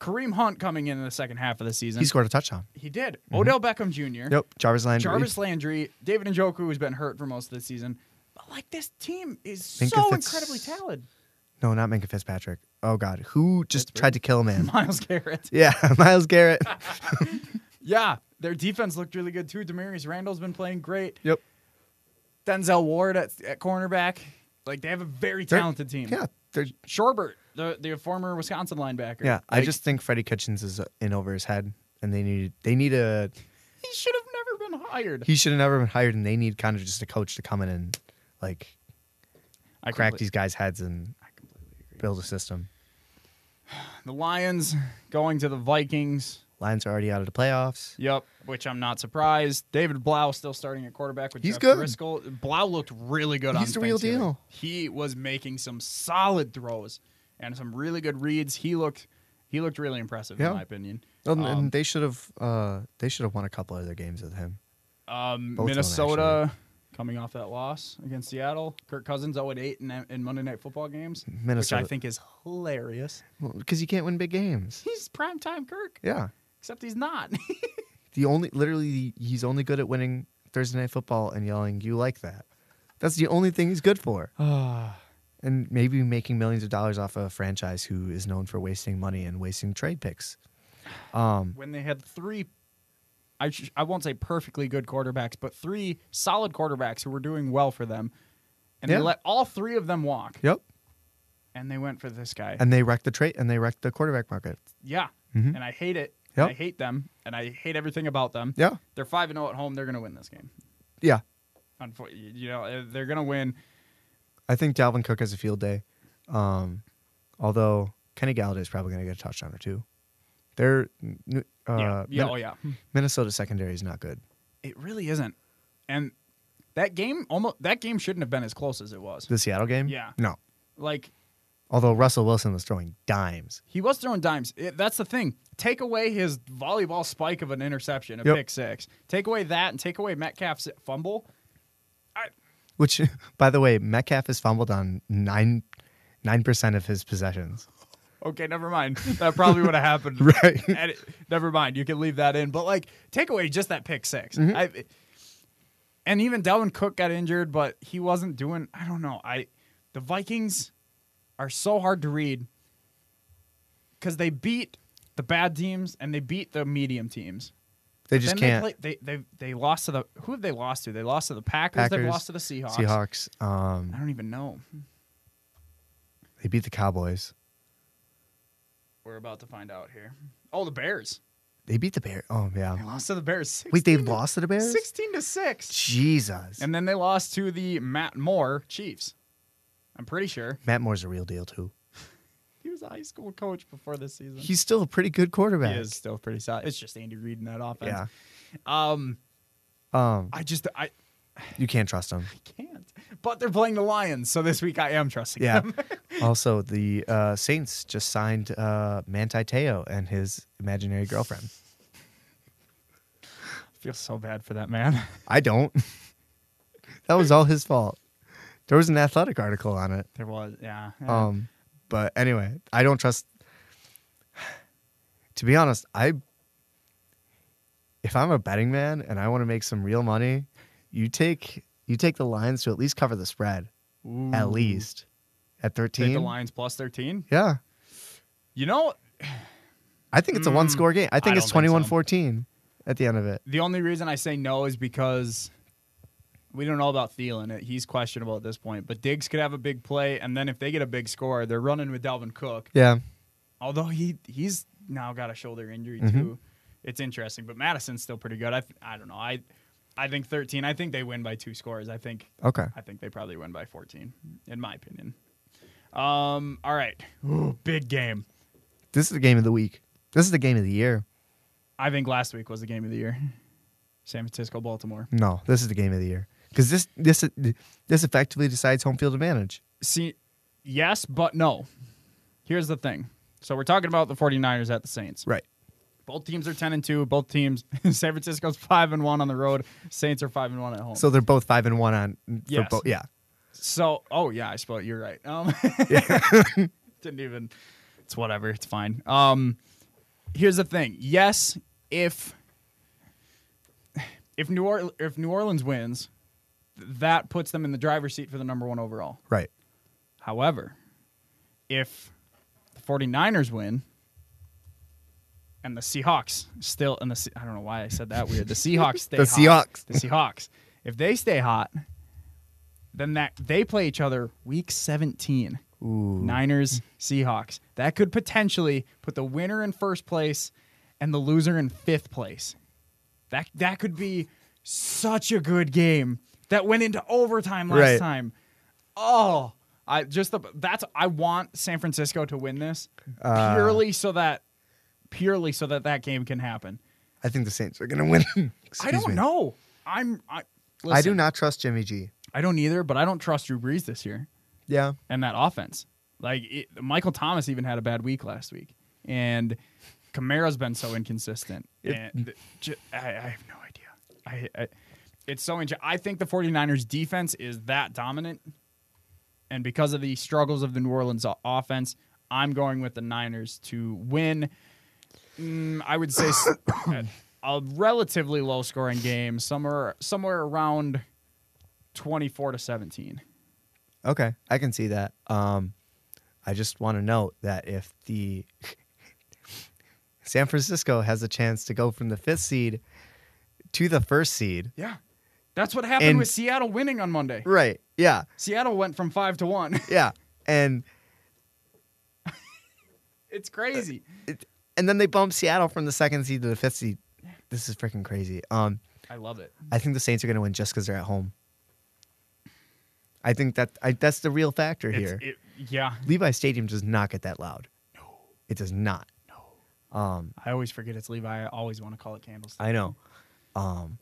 S1: Kareem Hunt coming in in the second half of the season.
S4: He scored a touchdown.
S1: He did. Odell Beckham Jr.
S4: Yep. Jarvis Landry.
S1: Jarvis Landry, David Njoku, who's been hurt for most of the season. But like this team is
S4: Minka
S1: so
S4: Fitz-
S1: incredibly talented.
S4: No, not Minka Fitzpatrick. Oh God, who just tried to kill a man?
S1: Miles Garrett.
S4: yeah, Miles Garrett.
S1: Yeah, their defense looked really good too. Demarius Randall's been playing great.
S4: yep.
S1: Denzel Ward at, at cornerback. Like they have a very
S4: They're-
S1: talented team.
S4: Yeah, they're,
S1: Shorbert, the the former Wisconsin linebacker.
S4: yeah. I
S1: Like,
S4: just think Freddie Kitchens is in over his head, and they need they need a.
S1: he should have never been hired.
S4: He should have never been hired, and they need kind of just a coach to come in and like
S1: I
S4: crack
S1: completely-
S4: these guys' heads and
S1: I completely agree.
S4: build a system.
S1: The Lions going to the Vikings.
S4: Lions are already out of the playoffs.
S1: Yep, which I'm not surprised. David Blau still starting at quarterback with
S4: He's
S1: Jeff
S4: good.
S1: Driscoll. Blau looked really good on
S4: He's the real
S1: Thanksgiving.
S4: deal.
S1: He was making some solid throws and some really good reads. He looked he looked really impressive
S4: Yeah.
S1: in my opinion.
S4: And,
S1: Um,
S4: and they should have uh, they should have won a couple other games with him.
S1: Um,
S4: Both of them,
S1: Minnesota coming off that loss against Seattle. Kirk Cousins 0 8 in, in Monday Night Football games,
S4: Minnesota.
S1: which I think is hilarious.
S4: because you can't win big games.
S1: He's primetime Kirk,
S4: Yeah.
S1: except he's not.
S4: the only literally he's only good at winning Thursday night football and yelling you like that. That's the only thing he's good for. Ah. And maybe making millions of dollars off a franchise who is known for wasting money and wasting trade picks. Um,
S1: when they had three, I, sh- I won't say perfectly good quarterbacks, but three solid quarterbacks who were doing well for them. And
S4: Yeah.
S1: they let all three of them walk,
S4: yep.
S1: and they went for this guy.
S4: And they wrecked the trade and they wrecked the quarterback market.
S1: yeah,
S4: Mhm.
S1: and I hate it. and
S4: Yep.
S1: I hate them, and I hate everything about them.
S4: Yeah.
S1: They're five and zero at home. They're going to win this game.
S4: Yeah.
S1: Unfor- you know uh, they're going to win.
S4: I think Dalvin Cook has a field day. Um, although Kenny Galladay is probably going to get a touchdown or two. They're n- uh,
S1: yeah. Yeah.
S4: Min-
S1: oh yeah.
S4: Minnesota secondary is not good.
S1: It really isn't. And that game almost that game shouldn't have been as close as it was.
S4: The Seattle game?
S1: Yeah.
S4: No.
S1: Like
S4: Although Russell Wilson was throwing dimes.
S1: he was throwing dimes. It, that's the thing. Take away his volleyball spike of an interception, a
S4: Yep.
S1: pick six. Take away that, and take away Metcalf's fumble.
S4: Which, by the way, Metcalf has fumbled on nine nine percent of his possessions.
S1: Okay, never mind. That probably would have happened.
S4: Right.
S1: And it- never mind. You can leave that in. But like, take away just that pick 6
S4: Mm-hmm.
S1: I, and even Delvin Cook got injured, but he wasn't doing. I don't know. I the Vikings are so hard to read because they beat the bad teams and they beat the medium teams.
S4: They just
S1: then
S4: can't.
S1: They, play, they they they lost to the who have they lost to? They lost to the Packers. They've
S4: Packers,
S1: lost to the Seahawks.
S4: Seahawks.
S1: I
S4: Um,
S1: don't even know.
S4: they beat the Cowboys.
S1: We're about to find out here. Oh, the Bears.
S4: They beat the Bears. Oh yeah.
S1: They lost to the Bears.
S4: Wait, they
S1: 16 to-
S4: lost to the Bears.
S1: 16 to 6.
S4: Jesus.
S1: And then they lost to the Matt Moore Chiefs. I'm pretty sure.
S4: Matt Moore's a real deal too.
S1: He was a high school coach before this season.
S4: He's still a pretty good
S1: he
S4: quarterback.
S1: is still pretty solid. It's just Andy Reid in that
S4: Yeah.
S1: offense. Um
S4: Um,
S1: I just I
S4: you can't trust him.
S1: can't. But they're playing the Lions, so this week I am trusting
S4: Yeah.
S1: them.
S4: also, the uh, Saints just signed uh, Manti Te'o and his imaginary girlfriend.
S1: I feel so bad for that man.
S4: I don't. that was all his fault. There was an athletic article on it.
S1: There was yeah. yeah.
S4: Um, but anyway, I don't trust. To be honest, I if I'm a betting man and I want to make some real money, you take you take the Lions to at least cover the spread at
S1: Ooh.
S4: least at
S1: Mm. Take the
S4: 13.
S1: Lions plus 13.
S4: yeah,
S1: You know,
S4: I think it's a one score game. I think
S1: Mm. I
S4: it's
S1: don't think so.
S4: 21-14 at the end of it.
S1: the only reason I say no is because we don't know about Thielen. He's questionable at this point. But Diggs could have a big play, and then if they get a big score, they're running with Dalvin Cook.
S4: Yeah,
S1: Although he he's now got a shoulder injury
S4: Mhm.
S1: too. It's interesting, but Madison's still pretty good. I th- I don't know. I I think 13. I think they win by two scores. I think
S4: okay.
S1: I think they probably win by 14 in my opinion. Um all right. Ooh, big game.
S4: This is the game of the week. This is the game of the year.
S1: I think last week was the game of the year. San Francisco Baltimore.
S4: No, this is the game of the year because this this this effectively decides home field advantage.
S1: See, yes, but no. Here's the thing. So we're talking about the 49ers at the Saints.
S4: Right.
S1: Both teams are 10 and 2. Both teams San Francisco's 5 and 1 on the road. Saints are 5 and 1 at home.
S4: So they're both five and one on. For
S1: Yes.
S4: both, yeah.
S1: So, oh yeah, I suppose you're right. Um, didn't even. It's whatever. It's fine. Um, here's the thing. Yes, if if New or- if New Orleans wins, th- that puts them in the driver's seat for the number one overall.
S4: Right.
S1: However, if the 49ers win and the Seahawks still and the Se- I don't know why I said that weird. The Seahawks stay
S4: The
S1: hot.
S4: Seahawks.
S1: The Seahawks. If they stay hot, then that they play each other week 17.
S4: Ooh.
S1: Niners, Seahawks. That could potentially put the winner in first place and the loser in fifth place. That that could be such a good game that went into overtime last
S4: Right.
S1: time. Oh, I just the that's I want San Francisco to win this
S4: Uh,
S1: purely so that purely so that that game can happen.
S4: I think the Saints are going to win.
S1: I
S4: Excuse
S1: don't
S4: me.
S1: know. I'm I,
S4: I do
S1: listen,
S4: not trust Jimmy G.
S1: I don't either, but I don't trust Drew Brees this year.
S4: Yeah.
S1: and that offense. Like it, Michael Thomas even had a bad week last week, and Kamara's been so inconsistent. and ju- I, I have no idea. I, I it's so inter- I think the 49ers defense is that dominant, and because of the struggles of the New Orleans o- offense, I'm going with the Niners to win. Mm, I would say s- a- a relatively low scoring game, somewhere somewhere around 24 to 17.
S4: Okay. I can see that. Um, I just want to note that if the San Francisco has a chance to go from the fifth seed to the first seed.
S1: Yeah. That's what happened
S4: And-
S1: with Seattle winning on Monday.
S4: Right. Yeah.
S1: Seattle went from five to one.
S4: Yeah. And
S1: it's crazy.
S4: and then they bumped Seattle from the second seed to the fifth seed. This is freaking crazy. Um,
S1: I love it.
S4: I think the Saints are going to win just because they're at home. I think that I, that's the real factor
S1: It's-
S4: here.
S1: it- yeah,
S4: Levi Stadium does not get that loud. No, it does not. No. Um,
S1: I always forget it's Levi. I always want to call it Candlestick.
S4: I know. Um,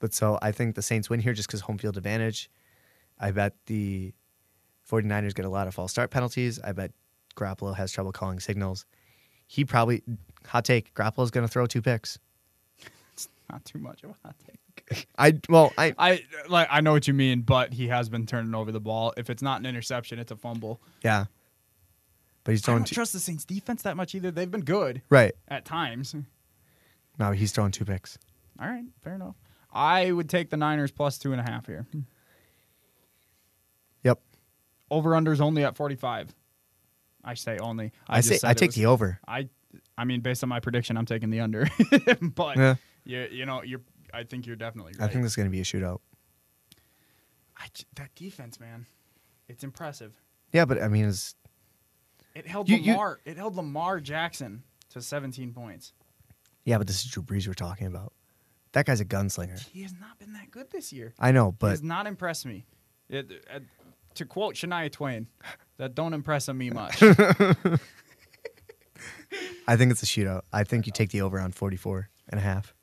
S4: but so I think the Saints win here just because home field advantage. I bet the 49ers get a lot of false start penalties. I bet Garoppolo has trouble calling signals. He probably, hot take, Garoppolo's going to throw two picks.
S1: It's not too much of a hot take.
S4: I, well, I,
S1: I like I know what you mean, but he has been turning over the ball. If it's not an interception, it's a fumble.
S4: yeah. But
S1: I
S4: he's throwing
S1: don't
S4: two,
S1: trust the Saints defense that much either. They've been good
S4: right.
S1: at times.
S4: No, he's throwing two picks.
S1: All right, fair enough. I would take the Niners plus two and a half here.
S4: Yep.
S1: Over unders only at forty five. I say only. I,
S4: I,
S1: just
S4: say,
S1: said
S4: I
S1: it
S4: take
S1: was-
S4: the over.
S1: I I mean, based on my prediction, I'm taking the under. but
S4: Yeah.
S1: you, you know, you're. I think you're definitely.
S4: I
S1: Right.
S4: think this is going to be a shootout.
S1: I j- that defense, man, it's impressive.
S4: Yeah, but I mean, it's,
S1: It held
S4: You- you-
S1: Lamar. It held Lamar Jackson to 17 points.
S4: yeah, but this is Drew Brees we're talking about. That guy's a gunslinger.
S1: He has not been that good this year.
S4: I know,
S1: He
S4: but
S1: has not impressed me. It- uh, to quote Shania Twain, that don't impress me much.
S4: I think it's a shootout. I think you take the over on 44 and a half.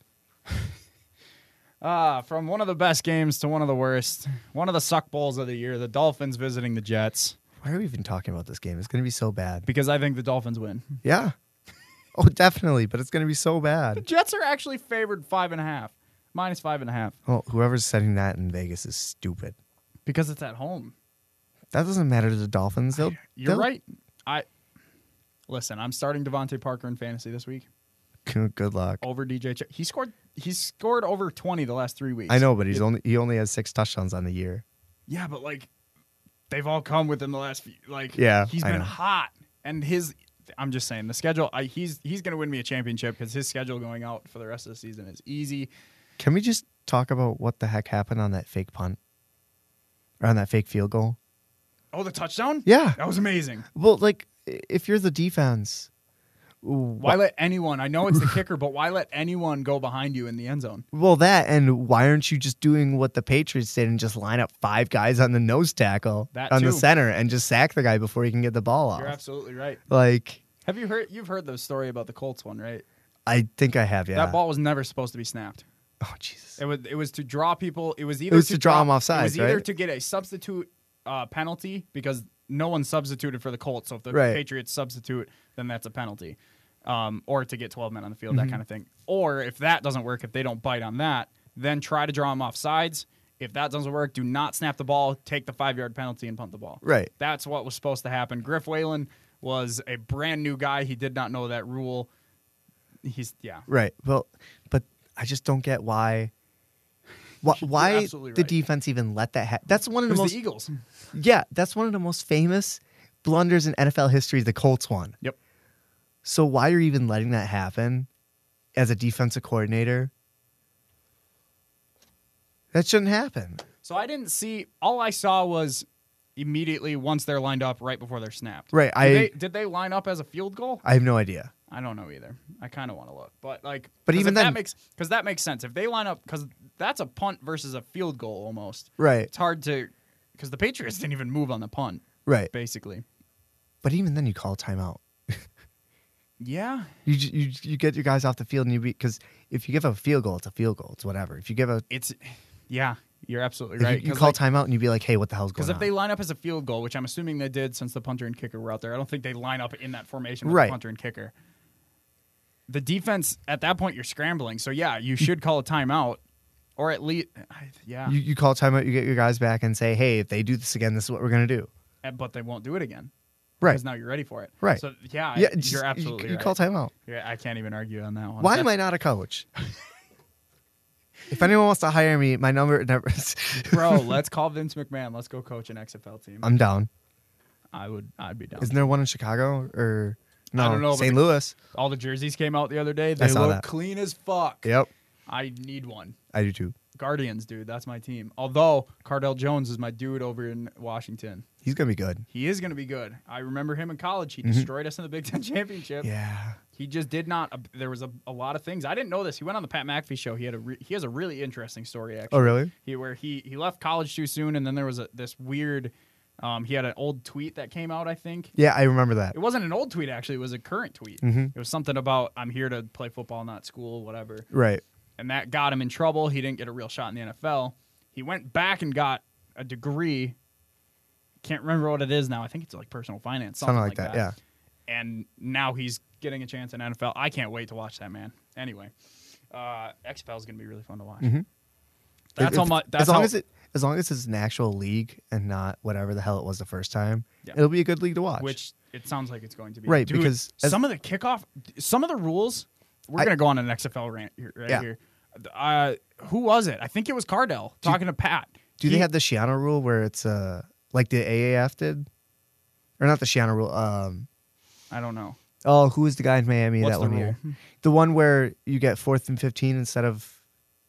S1: Ah, from one of the best games to one of the worst, one of the suck bowls of the year, the Dolphins visiting the Jets
S4: Why are we even talking about this game? It's going to be so bad.
S1: because I think the Dolphins win.
S4: Yeah. Oh, definitely, but it's going to be so
S1: The
S4: bad.
S1: Jets are actually favored five and a half, minus five and a half,
S4: Well, Oh, whoever's setting that in Vegas is stupid.
S1: because it's at home.
S4: That doesn't matter to the Dolphins. They'll,
S1: You're
S4: they'll-
S1: right. I listen. I'm starting Devontae Parker in fantasy this week.
S4: Good luck.
S1: over DJ. Ch- he scored. He's scored over twenty the last three weeks.
S4: I know, but he's only he only has six touchdowns on the year.
S1: Yeah, but like, they've all come within the last few. Like,
S4: Yeah,
S1: he's
S4: I
S1: been
S4: know.
S1: hot, and his. I'm just saying the schedule. I, he's he's gonna win me a championship because his schedule going out for the rest of the season is easy.
S4: Can we just talk about what the heck happened on that fake punt or on that fake field goal?
S1: Oh, the touchdown.
S4: Yeah.
S1: that was amazing.
S4: Well, like i- if you're the defense,
S1: Why let anyone? I know it's the kicker, but why let anyone go behind you in the end zone?
S4: Well, that and why aren't you just doing what the Patriots did and just line up five guys on the nose tackle
S1: That
S4: on the
S1: too.
S4: center and just sack the guy before he can get the ball off?
S1: You're absolutely right.
S4: like
S1: Have you heard? You've heard the story about the Colts one, right?
S4: I think I have. Yeah.
S1: That ball was never supposed to be snapped.
S4: Oh Jesus.
S1: It was it was to draw people. It was either
S4: was to draw 'em off
S1: It
S4: sides,
S1: was either
S4: right?
S1: to get a substitute uh, penalty because no one substituted for the Colts. So if the
S4: Right.
S1: Patriots substitute, then that's a penalty, um, or to get 12 men on the field,
S4: Mm-hmm.
S1: that kind of thing. Or if that doesn't work, if they don't bite on that, then try to draw them off sides. If that doesn't work, do not snap the ball. Take the five yard penalty and punt the ball.
S4: Right.
S1: That's what was supposed to happen. Griff Whalen was a brand new guy. He did not know that rule. He's yeah.
S4: Right. Well, but I just don't get why. Why, why the
S1: absolutely right.
S4: defense even let that happen? That's one of
S1: It was
S4: the most.
S1: the Eagles.
S4: yeah, that's one of the most famous blunders in NFL history. The Colts one.
S1: Yep.
S4: So why you're even letting that happen as a defensive coordinator? That shouldn't happen.
S1: So I didn't see. All I saw was immediately once they're lined up right before they're snapped.
S4: Right.
S1: Did,
S4: I
S1: they, did they line up as a field goal?
S4: I have no idea.
S1: I don't know either. I kind of want to look, but like,
S4: But
S1: 'cause
S4: even
S1: if
S4: then-
S1: that makes because that makes sense. If they line up, because that's a punt versus a field goal almost.
S4: Right.
S1: It's hard to because the Patriots didn't even move on the punt
S4: Right.
S1: basically.
S4: But even then, you call a timeout.
S1: Yeah,
S4: You ju- you you get your guys off the field and you beat because if you give up a field goal, it's a field goal. It's whatever. If you give a
S1: it's yeah. You're absolutely
S4: if you-
S1: right.
S4: you,
S1: 'cause,
S4: call
S1: like,
S4: timeout and you be like, hey, what the hell's
S1: Because
S4: going
S1: if
S4: on?
S1: they line up as a field goal, which I'm assuming they did since the punter and kicker were out there, I don't think they line up in that formation with
S4: Right.
S1: the punter and kicker. The defense at that point you're scrambling, so yeah, you should call a timeout, or at least yeah.
S4: you you call timeout, you get your guys back and say, hey, if they do this again, this is what we're gonna do.
S1: Uh, but they won't do it again
S4: Right.
S1: because now you're ready for it.
S4: Right.
S1: So yeah, I-
S4: yeah. just-
S1: you're
S4: you-
S1: absolutely
S4: You,
S1: right.
S4: call timeout.
S1: yeah, I can't even argue on that one.
S4: Why am I not a coach? if anyone wants to hire me, my number never.
S1: bro? let's call Vince McMahon. Let's go coach an XFL team.
S4: I'm down.
S1: I would. I'd be down.
S4: Isn't there one in Chicago or no?
S1: don't know, but
S4: St.
S1: the-
S4: Louis.
S1: All the jerseys came out the other day. They
S4: saw
S1: look
S4: that.
S1: clean as fuck.
S4: Yep,
S1: I need one.
S4: I do too.
S1: Guardians, dude. That's my team. Although Cardell Jones is my dude over in Washington.
S4: He's gonna be good.
S1: He is going to be good. I remember him in college. He destroyed us in the Big Ten championship.
S4: Mm-hmm. Yeah.
S1: He just did not. uh, there was a, a lot of things I didn't know this. He went on the Pat McAfee show. He had a re, he has a really interesting story actually.
S4: Oh, really?
S1: He where he he left college too soon, and then there was a, this weird. Um, he had an old tweet that came out. I think
S4: Yeah, I remember that.
S1: it wasn't an old tweet actually. It was a current tweet.
S4: Mhm.
S1: It was something about I'm here to play football, not school, whatever.
S4: Right.
S1: And that got him in trouble. He didn't get a real shot in the NFL. He went back and got a degree. Can't remember what it is now. I think it's like personal finance, something,
S4: Something like that. Yeah.
S1: and now he's getting a chance in NFL. I can't wait to watch that man. Anyway, uh, XFL is going to be really fun to watch.
S4: Mhm.
S1: That's
S4: If-
S1: how
S4: if-
S1: much. That's
S4: as long
S1: how,
S4: as it as long as it's an actual league and not whatever the hell it was the first time,
S1: Yeah.
S4: it'll be a good league to watch.
S1: which it sounds like it's going to be
S4: Right,
S1: Dude,
S4: because as-
S1: some of the kickoff, some of the rules. We're
S4: I-
S1: going to go on an XFL rant here, right
S4: Yeah.
S1: here. Uh, who was it? I think it was Cardell talking to Pat.
S4: do
S1: He-
S4: they have the Shiano rule where it's uh like the AAF did, or not the Shiano rule? Um,
S1: I don't know.
S4: oh, who was the guy in Miami
S1: What's
S4: that
S1: the
S4: one
S1: rule?
S4: year? The one where you get fourth and fifteen instead of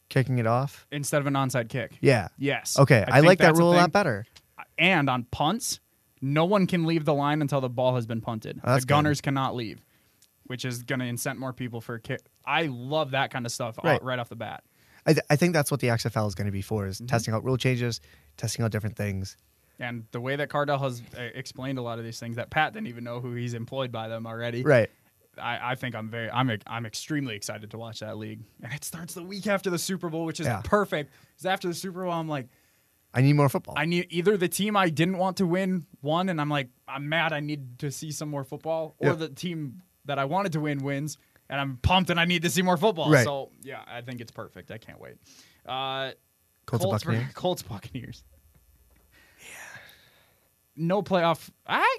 S4: kicking it off.
S1: Instead of an onside kick.
S4: Yeah.
S1: Yes.
S4: Okay, I,
S1: think
S4: like that
S1: that's
S4: rule a, lot
S1: thing.
S4: better.
S1: and on punts, no one can leave the line until the ball has been punted.
S4: Oh, that's
S1: the Gunners cannot leave, which is going to incent more people for a kick. I love that kind of stuff right,
S4: Right.
S1: right off the bat.
S4: I, th- I think that's what the XFL is going to be for:
S1: Mm-hmm.
S4: is testing out rule changes, testing out different things.
S1: And the way that Cardell has uh, explained a lot of these things that Pat didn't even know who he's employed by them already.
S4: Right.
S1: I, I think I'm very I'm I'm extremely excited to watch that league. And it starts the week after the Super Bowl, which is
S4: Yeah.
S1: perfect. Because after the Super Bowl, I'm like,
S4: I need more football.
S1: I need either the team I didn't want to win won, and I'm like, I'm mad. I need to see some more football, or
S4: Yeah.
S1: the team that I wanted to win wins, and I'm pumped, and I need to see more football.
S4: Right.
S1: So yeah, I think it's perfect. I can't wait. Uh,
S4: Colts, and
S1: ver-
S4: Buccaneers.
S1: Colts Buccaneers. Yeah. No playoff. I,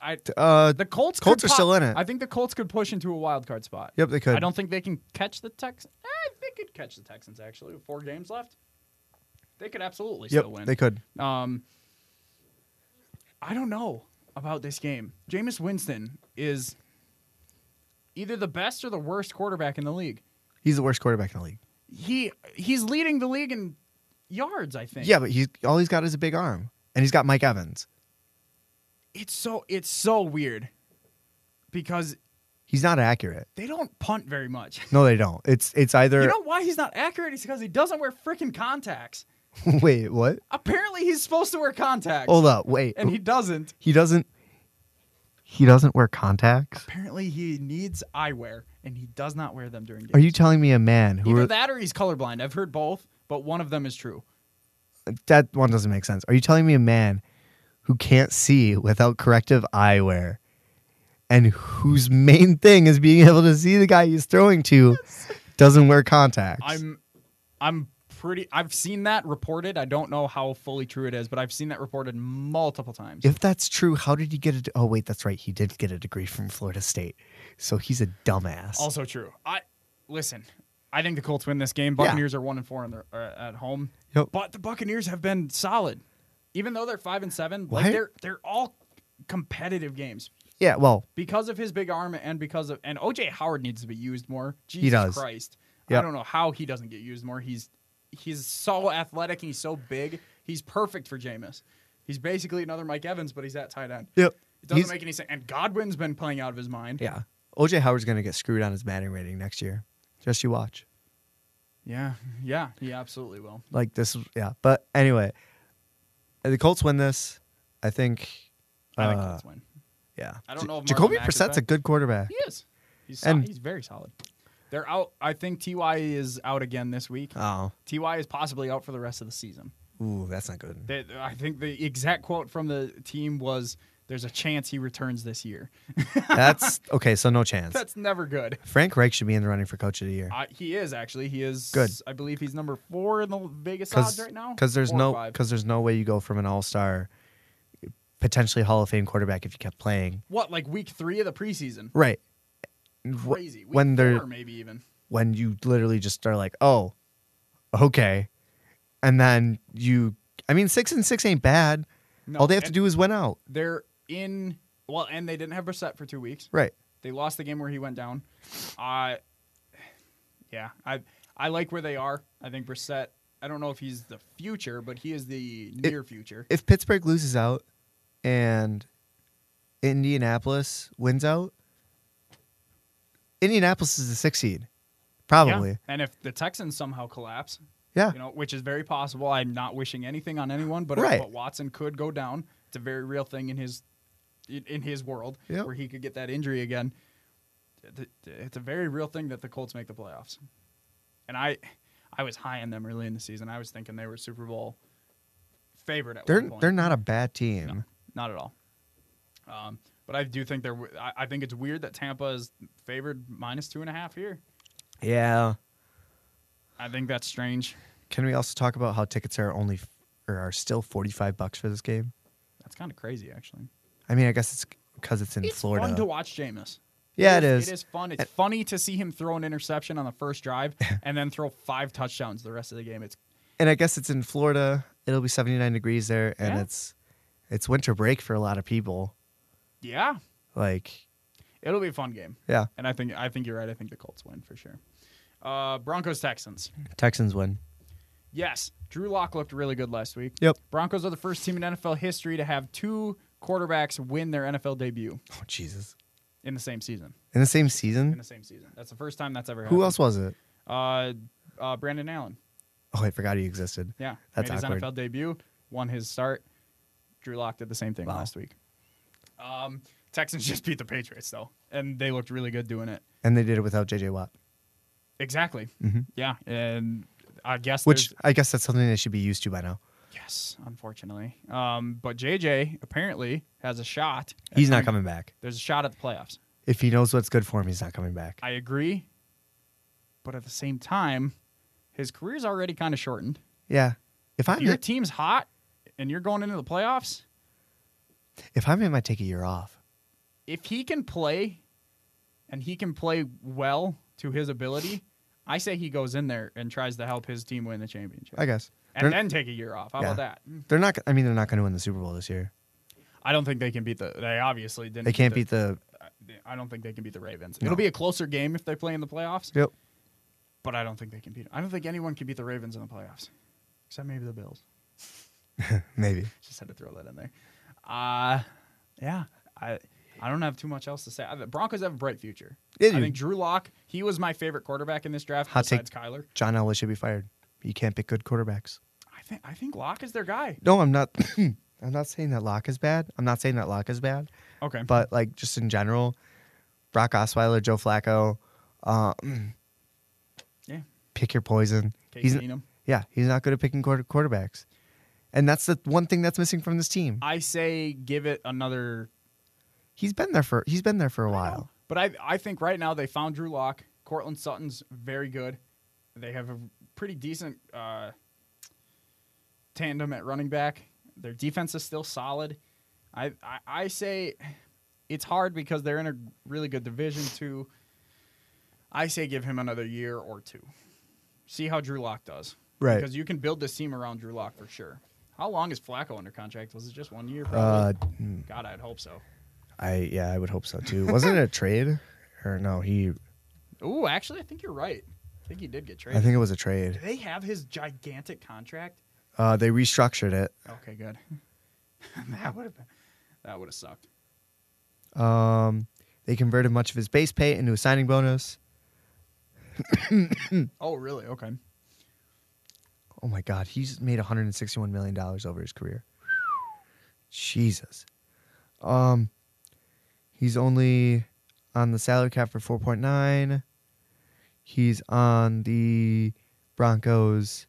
S1: I
S4: Uh,
S1: the Colts.
S4: Colts
S1: could
S4: are still in it.
S1: I think the Colts could push into a wild card spot.
S4: yep, they could.
S1: I don't think they can catch the Texans. I think could catch the Texans actually. With four games left, they could absolutely
S4: Yep,
S1: still win.
S4: they could.
S1: Um, I don't know about this game. Jameis Winston is either the best or the worst quarterback in the league.
S4: He's the worst quarterback in the league.
S1: He he's leading the league in yards. I think.
S4: Yeah, but he's all he's got is a big arm, and he's got Mike Evans.
S1: It's so it's so weird because
S4: He's not accurate.
S1: they don't punt very much.
S4: No, they don't. It's it's either
S1: You know why he's not accurate? It's because he doesn't wear freaking contacts.
S4: wait what?
S1: Apparently, he's supposed to wear contacts,
S4: Hold up, wait.
S1: and
S4: he,
S1: he doesn't.
S4: doesn't. He doesn't wear contacts.
S1: Apparently, he needs eyewear, and he does not wear them during games.
S4: Are you telling me a man who
S1: Either
S4: re-
S1: that or he's colorblind. I've heard both, but one of them is true.
S4: that one doesn't make sense? Are you telling me a man who can't see without corrective eyewear, and whose main thing is being able to see the guy he's throwing to, doesn't wear contacts?
S1: I'm I'm pretty I've seen that reported. I don't know how fully true it is, but I've seen that reported multiple times.
S4: If that's true, how did he get a? d- Oh wait, that's right. He did get a degree from Florida State, so he's a dumbass.
S1: Also true. I listen. I think the Colts win this game. Buccaneers are one and four in their, uh, at home,
S4: Yep.
S1: but the Buccaneers have been solid, even though they're five and seven.
S4: Why-
S1: Like they're they're all competitive games
S4: yeah, well,
S1: because of his big arm and because of and OJ Howard needs to be used more. Jesus
S4: does.
S1: Christ, I
S4: Yep.
S1: don't know how he doesn't get used more. He's he's so athletic and he's so big. He's perfect for Jameis. He's basically another Mike Evans, but he's at tight end.
S4: yep.
S1: It doesn't
S4: He's-
S1: make any sense. And Godwin's been playing out of his mind.
S4: Yeah, OJ Howard's gonna get screwed on his batting rating next year. Just you watch.
S1: yeah, yeah. He absolutely will.
S4: Like this, yeah. But anyway, the Colts win this. I think.
S1: I think
S4: uh,
S1: Colts win.
S4: Yeah.
S1: I don't know if
S4: Jacoby
S1: Marlon Mack is
S4: Brissett's a
S1: back.
S4: good quarterback.
S1: He is. He's sol-
S4: and-
S1: he's very solid. They're out. I think Ty is out again this week.
S4: Oh,
S1: Ty is possibly out for the rest of the season.
S4: ooh, that's not good.
S1: They, I think the exact quote from the team was, "There's a chance he returns this year."
S4: That's okay. So no chance.
S1: That's never good.
S4: Frank Reich should be in the running for coach of the year.
S1: I, he is actually. He is
S4: Good.
S1: I believe he's number four in the Vegas odds
S4: because
S1: right now.
S4: there's
S1: Four or
S4: no
S1: five.
S4: because there's no way you go from an all star, potentially Hall of Fame quarterback if you kept playing.
S1: what like week three of the preseason.
S4: Right. Wh-
S1: Crazy. Week
S4: when they're
S1: four, maybe even
S4: when you literally just are like, oh, okay, and then you. I mean, six and six ain't bad.
S1: No,
S4: all they have to
S1: and
S4: do is win out.
S1: They're in. Well, and they didn't have Brissett for two weeks.
S4: Right.
S1: They lost the game where he went down. I, yeah, I I like where they are. I think Brissett. I don't know if he's the future, but he is the near future.
S4: If Pittsburgh loses out, and Indianapolis wins out, Indianapolis is the sixth seed, probably.
S1: Yeah. And if the Texans somehow collapse,
S4: Yeah.
S1: you know, which is very possible. I'm not wishing anything on anyone, but,
S4: Right.
S1: but Watson could go down. It's a very real thing in his in, in his world
S4: Yep.
S1: where he could get that injury again. Th- th- It's a very real thing that the Colts make the playoffs. And I I was high on them early in the season. I was thinking they were Super Bowl favorite at
S4: They're
S1: one point.
S4: they're not a bad team.
S1: Not at all. Um, but I do think they're. w- I, I think it's weird that Tampa is favored minus two and a half here.
S4: Yeah.
S1: I think that's strange.
S4: Can we also talk about how tickets are only f- or are still forty five bucks for this game?
S1: That's kind of crazy, actually.
S4: I mean, I guess it's because it's in
S1: it's
S4: Florida.
S1: fun to watch Jameis.
S4: yeah,
S1: it is.
S4: it
S1: It
S4: is.
S1: is fun. It's funny to see him throw an interception on the first drive and then throw five touchdowns the rest of the game. It's
S4: And I guess it's in Florida. It'll be seventy nine degrees there, and
S1: Yeah.
S4: it's it's winter break for a lot of people.
S1: yeah,
S4: Like,
S1: it'll be a fun game.
S4: yeah,
S1: And I think I think you're right. I think the Colts win for sure. Uh, Broncos Texans.
S4: Texans win.
S1: Yes, Drew Lock looked really good last week.
S4: Yep.
S1: Broncos are the first team in NFL history to have two quarterbacks win their NFL debut
S4: Oh Jesus!
S1: in the same season.
S4: In the same
S1: In
S4: season,
S1: the same season. That's the first time that's ever happened.
S4: who else was it?
S1: Uh, uh, Brandon Allen.
S4: Oh, I forgot he existed.
S1: Yeah,
S4: That's
S1: made his
S4: awkward.
S1: NFL debut, won his start. Drew Lock did the same thing
S4: Wow.
S1: last week. Um, Texans just beat the Patriots though, and they looked really good doing it.
S4: And they did it without J.J. Watt,
S1: Exactly. Yeah, and I guess
S4: Mm-hmm. which
S1: there's-
S4: I guess that's something they should be used to by now.
S1: yes, unfortunately. Um, but JJ apparently has a shot. at
S4: He's not coming back.
S1: There's a shot at the playoffs.
S4: If he knows what's good for him, he's not coming back.
S1: I agree, but at the same time, his career's already kind of shortened.
S4: Yeah. If I'm
S1: Your team's hot, and you're going into the playoffs.
S4: if I'm him, I take a year off.
S1: if he can play and he can play well to his ability, I say he goes in there and tries to help his team win the championship.
S4: I guess.
S1: and
S4: they're,
S1: then take a year off. How
S4: Yeah.
S1: about that?
S4: they're not. I mean, they're not going to win the Super Bowl this year.
S1: I don't think they can beat the. They obviously didn't.
S4: They can't beat the.
S1: I don't think they can beat the Ravens.
S4: No.
S1: It'll be a closer game if they play in the playoffs,
S4: Yep.
S1: but I don't think they can beat. I don't think anyone can beat the Ravens in the playoffs, except maybe the Bills.
S4: Maybe.
S1: Just had to throw that in there. Uh yeah. I I don't have too much else to say. The Broncos have a bright future.
S4: They
S1: I
S4: do.
S1: think Drew Lock. he was my favorite quarterback in this draft
S4: Hot take.
S1: besides Kyler.
S4: John Elway should be fired. You can't pick good quarterbacks.
S1: I think I think Locke is their guy.
S4: No, I'm not. I'm not saying that Locke is bad. I'm not saying that Locke is bad.
S1: Okay.
S4: But like just in general, Brock Osweiler, Joe Flacco, uh,
S1: yeah.
S4: pick your poison. He's
S1: Case Keenum.
S4: yeah, he's not good at picking quarter- quarterbacks, and that's the one thing that's missing from this team.
S1: I say give it another
S4: He's been there for he's been there for a while.
S1: But I I think right now they found Drew Lock. Cortland Sutton's very good. They have a pretty decent uh, tandem at running back. Their defense is still solid. I, I I say it's hard because they're in a really good division too. I say give him another year or two. See how Drew Lock does.
S4: Right.
S1: Because you can build this team around Drew Lock for sure. How long is Flacco under contract? Was it just one year?
S4: Uh,
S1: Probably? God, I'd hope so.
S4: I yeah, I would hope so too. Wasn't it a trade? Or no, he.
S1: Ooh, actually, I think you're right. I think he did get traded.
S4: I think it was a trade.
S1: Do they have his gigantic contract?
S4: Uh, they restructured it.
S1: Okay, good. that would have been, that would have sucked.
S4: Um, they converted much of his base pay into a signing bonus.
S1: Oh, really? Okay.
S4: Oh my God, he's made 161 million dollars over his career. Jesus. Um, he's only on the salary cap for 4.9. He's on the Broncos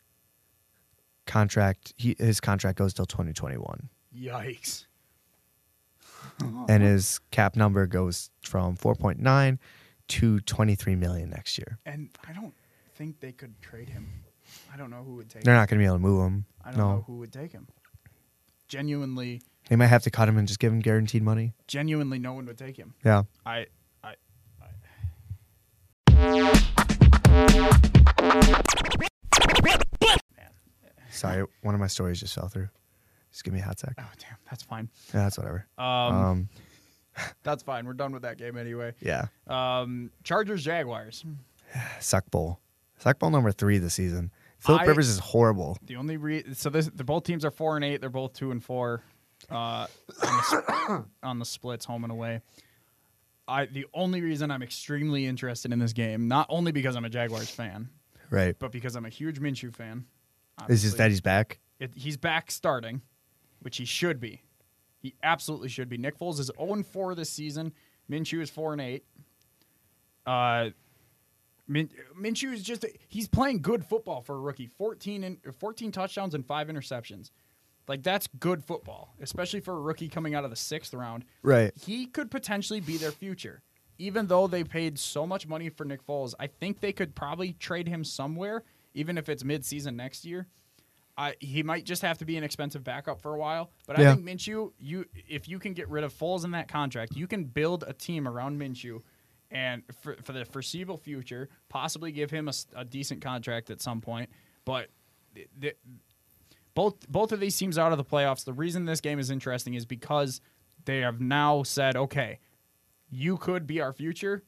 S4: contract. He his contract goes till 2021,
S1: Yikes.
S4: and
S1: Uh-huh.
S4: his cap number goes from 4.9 to 23 million next year.
S1: And I don't think they could trade him. I don't know who would take
S4: They're
S1: him.
S4: not going to be able to move him.
S1: I don't
S4: no,
S1: know who would take him. Genuinely,
S4: they might have to cut him and just give him guaranteed money.
S1: genuinely, no one would take him.
S4: Yeah.
S1: I, I, I.
S4: Sorry, one of my stories just fell through. Just give me a hot sec.
S1: Oh damn, that's fine.
S4: Yeah, that's whatever.
S1: Um,
S4: Um,
S1: that's fine. We're done with that game anyway.
S4: yeah,
S1: Um, Chargers Jaguars.
S4: suck bowl, suck bowl number three this season. Philip
S1: I-
S4: Rivers is horrible.
S1: The only re- so this the both teams are four and eight. They're both two and four uh, on, the, sp- on the splits, home and away. I the only reason I'm extremely interested in this game, not only because I'm a Jaguars fan,
S4: Right.
S1: but because I'm a huge Minshew fan.
S4: Is his
S1: obviously.
S4: that he's back?
S1: It, he's back starting, which he should be. He absolutely should be. Nick Foles is 0 4 this season. Minshew is 4 and 8. Uh, Min, Minshew is just, he's playing good football for a rookie 14, and 14 touchdowns and five interceptions. Like, that's good football, especially for a rookie coming out of the sixth round.
S4: Right.
S1: He could potentially be their future. Even though they paid so much money for Nick Foles, I think they could probably trade him somewhere, even if it's midseason next year. I, he might just have to be an expensive backup for a while, but
S4: Yeah.
S1: I think Minshew, you if you can get rid of Foles in that contract, you can build a team around Minshew, and for, for the foreseeable future, possibly give him a, s- a decent contract at some point. But th- th- both both of these teams out of the playoffs. The reason this game is interesting is because they have now said, okay, you could be our future.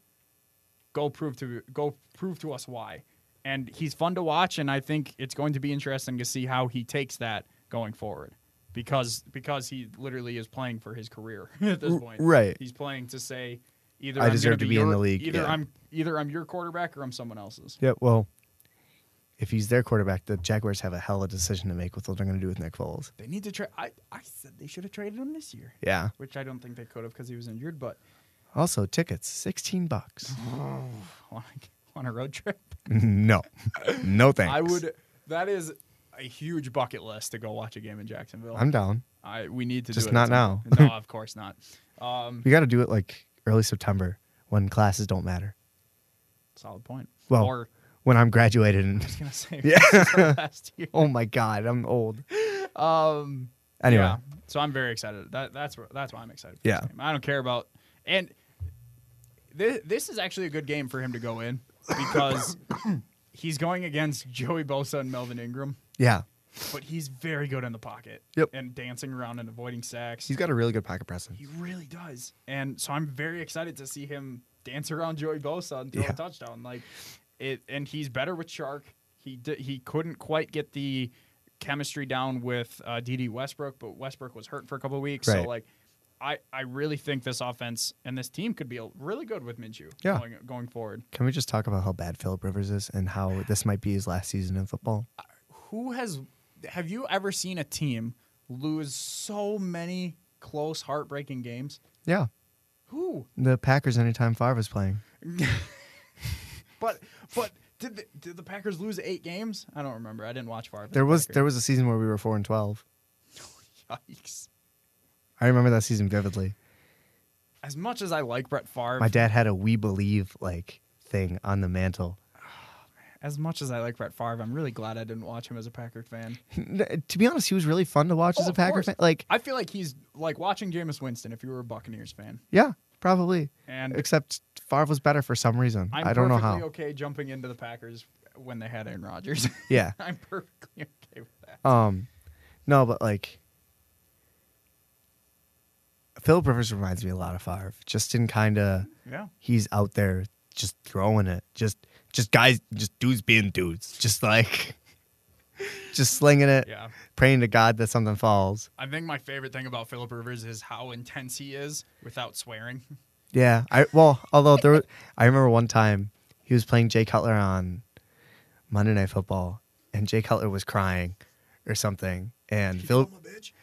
S1: Go prove to go prove to us why. And he's fun to watch, and I think it's going to be interesting to see how he takes that going forward, because because he literally is playing for his career at this
S4: R-
S1: point.
S4: right.
S1: He's playing to say either
S4: I
S1: I'm
S4: deserve
S1: gonna
S4: to be in
S1: your-
S4: the league,
S1: Either
S4: yeah.
S1: I'm either I'm your quarterback or I'm someone else's.
S4: Yeah. Well, if he's their quarterback, the Jaguars have a hell of a decision to make with what they're going to do with Nick Foles.
S1: They need to trade. I I said they should have traded him this year.
S4: Yeah.
S1: which I don't think they could have because he was injured. But
S4: Also, tickets, sixteen bucks.
S1: on a, on a road trip,
S4: no, no thanks.
S1: I would. uh, That is a huge bucket list to go watch a game in Jacksonville.
S4: I'm down.
S1: I we need to
S4: Just
S1: do it
S4: not
S1: at some- no, of course not. Um,
S4: We got to do it like early September when classes don't matter.
S1: solid point.
S4: Well-
S1: or
S4: When I'm graduated and
S1: I was gonna say
S4: Yeah.
S1: last year.
S4: oh my god, I'm old.
S1: Um,
S4: Anyway,
S1: yeah. so I'm very excited. That that's wh- that's why I'm excited. For
S4: Yeah.
S1: this game. I don't care about and this this is actually a good game for him to go in because he's going against Joey Bosa and Melvin Ingram.
S4: yeah,
S1: but he's very good in the pocket.
S4: Yep.
S1: And dancing around and avoiding sacks.
S4: he's got a really good pocket presence.
S1: he really does. And so I'm very excited to see him dance around Joey Bosa and throw
S4: Yeah.
S1: a touchdown. Like it and he's better with Shark. He did, he couldn't quite get the chemistry down with uh, DD Westbrook, but Westbrook was hurt for a couple of weeks.
S4: Right.
S1: So like I, I really think this offense and this team could be really good with Minshew
S4: Yeah.
S1: going, going forward.
S4: Can we just talk about how bad Philip Rivers is and how this might be his last season in football?
S1: who has have you ever seen a team lose so many close heartbreaking games
S4: Yeah,
S1: who
S4: the Packers anytime Favre was playing.
S1: but but did the, did the packers lose eight games i don't remember i didn't watch far
S4: There was there was a season where we were four and twelve.
S1: yikes
S4: I remember that season vividly.
S1: as much as i like brett Favre,
S4: My dad had a "We Believe" like thing on the mantle.
S1: as much as i like brett Favre, i'm really glad i didn't watch him as a packer fan
S4: to be honest, he was really fun to watch
S1: Oh,
S4: as a
S1: of
S4: Packer
S1: course.
S4: fan. Like,
S1: i feel like he's like watching Jameis winston if you were a buccaneers fan
S4: yeah, probably.
S1: and
S4: Except Favre was better for some reason.
S1: i'm
S4: I don't know
S1: perfectly
S4: how.
S1: okay jumping into the packers when they had aaron rodgers
S4: Yeah.
S1: i'm perfectly okay with that
S4: Um, no, but like, Philip Rivers reminds me a lot of Favre, just in kind of
S1: yeah
S4: he's out there just throwing it, just just guys, just dudes being dudes, just like, just slinging it,
S1: yeah
S4: praying to God that something falls.
S1: I think my favorite thing about Philip Rivers is how intense he is without swearing.
S4: Yeah, I well, although there, were, I remember one time he was playing Jay Cutler on Monday Night Football, and Jay Cutler was crying or something, and Phil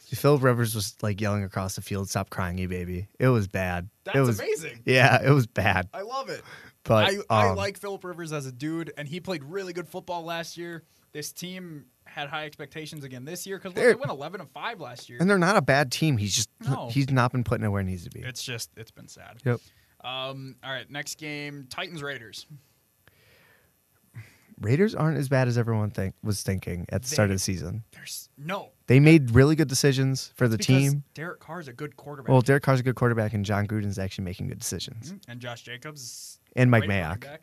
S4: Phil Rivers was like yelling across the field, "Stop crying, you baby!" It was bad.
S1: That's
S4: it was
S1: amazing.
S4: yeah, it was bad.
S1: I love it.
S4: But
S1: I, I
S4: um,
S1: like Philip Rivers as a dude, and he played really good football last year. This team had high expectations again this year because they
S4: They're-
S1: went 11 and 5 last year.
S4: and they're not a bad team. He's just
S1: No.
S4: he's not been putting it where it needs to be.
S1: It's just, it's been sad.
S4: Yep.
S1: Um, all right, next game Titans Raiders.
S4: Raiders aren't as bad as everyone think was thinking at the start of the season.
S1: There's no.
S4: They made really good decisions for the
S1: because
S4: team.
S1: Derek Carr's a good quarterback. Mm-hmm.
S4: Well, Derek Carr's a good quarterback, and John Gruden's actually making good decisions.
S1: and Josh Jacobs
S4: And Mike
S1: great running
S4: Mayock.
S1: back.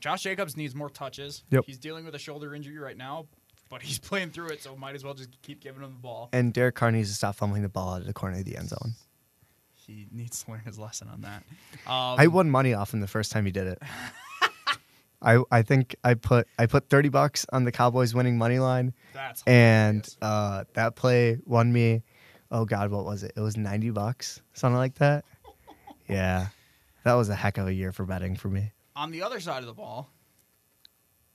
S1: Josh Jacobs needs more touches.
S4: Yep.
S1: He's dealing with a shoulder injury right now, but he's playing through it, so might as well just keep giving him the ball.
S4: And Derek Carr needs to stop fumbling the ball out of the corner of the end zone.
S1: He needs to learn his lesson on that. Um,
S4: I won money off him the first time he did it. I I think I put I put thirty bucks on the Cowboys winning money line,
S1: that's
S4: and
S1: hilarious.
S4: uh, that play won me. Oh God, what was it? It was ninety bucks, something like that. Yeah, That was a heck of a year for betting for me.
S1: On the other side of the ball,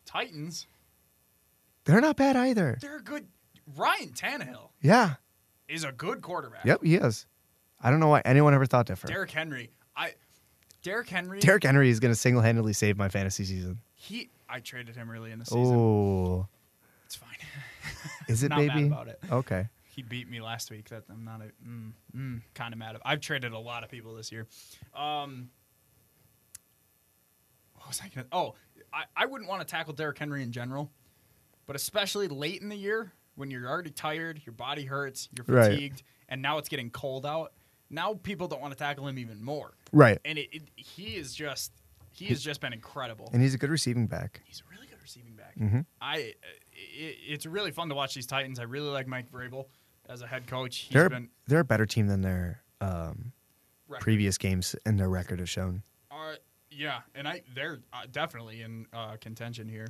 S1: Titans,
S4: They're not bad either.
S1: they're good. Ryan Tannehill
S4: Yeah.
S1: is a good quarterback.
S4: Yep, he is. I don't know why anyone ever thought different. Derrick,
S1: Derrick Henry. I Derrick Henry
S4: Henry is going to single handedly save my fantasy season.
S1: he I traded him early in the season.
S4: Oh,
S1: It's fine.
S4: is it,
S1: Not
S4: baby?
S1: mad about it.
S4: Okay.
S1: He beat me last week. That I'm not a, mm, mm, kind of mad. At, I've traded a lot of people this year. Um, what was I gonna? Oh, I, I wouldn't want to tackle Derrick Henry in general, but especially late in the year when you're already tired, your body hurts, you're
S4: Right.
S1: fatigued, and now it's getting cold out. Now people don't want to tackle him even more,
S4: Right.
S1: and it, it he is just he has just been incredible.
S4: And he's a good receiving back.
S1: He's a really good receiving back.
S4: Mhm.
S1: I uh, it, it's really fun to watch these Titans. I really like Mike Vrabel as a head coach. He's
S4: They're,
S1: been
S4: they're a better team than their um,
S1: record-
S4: previous games and their record have shown.
S1: Uh, yeah, and I they're uh, definitely in uh, contention here,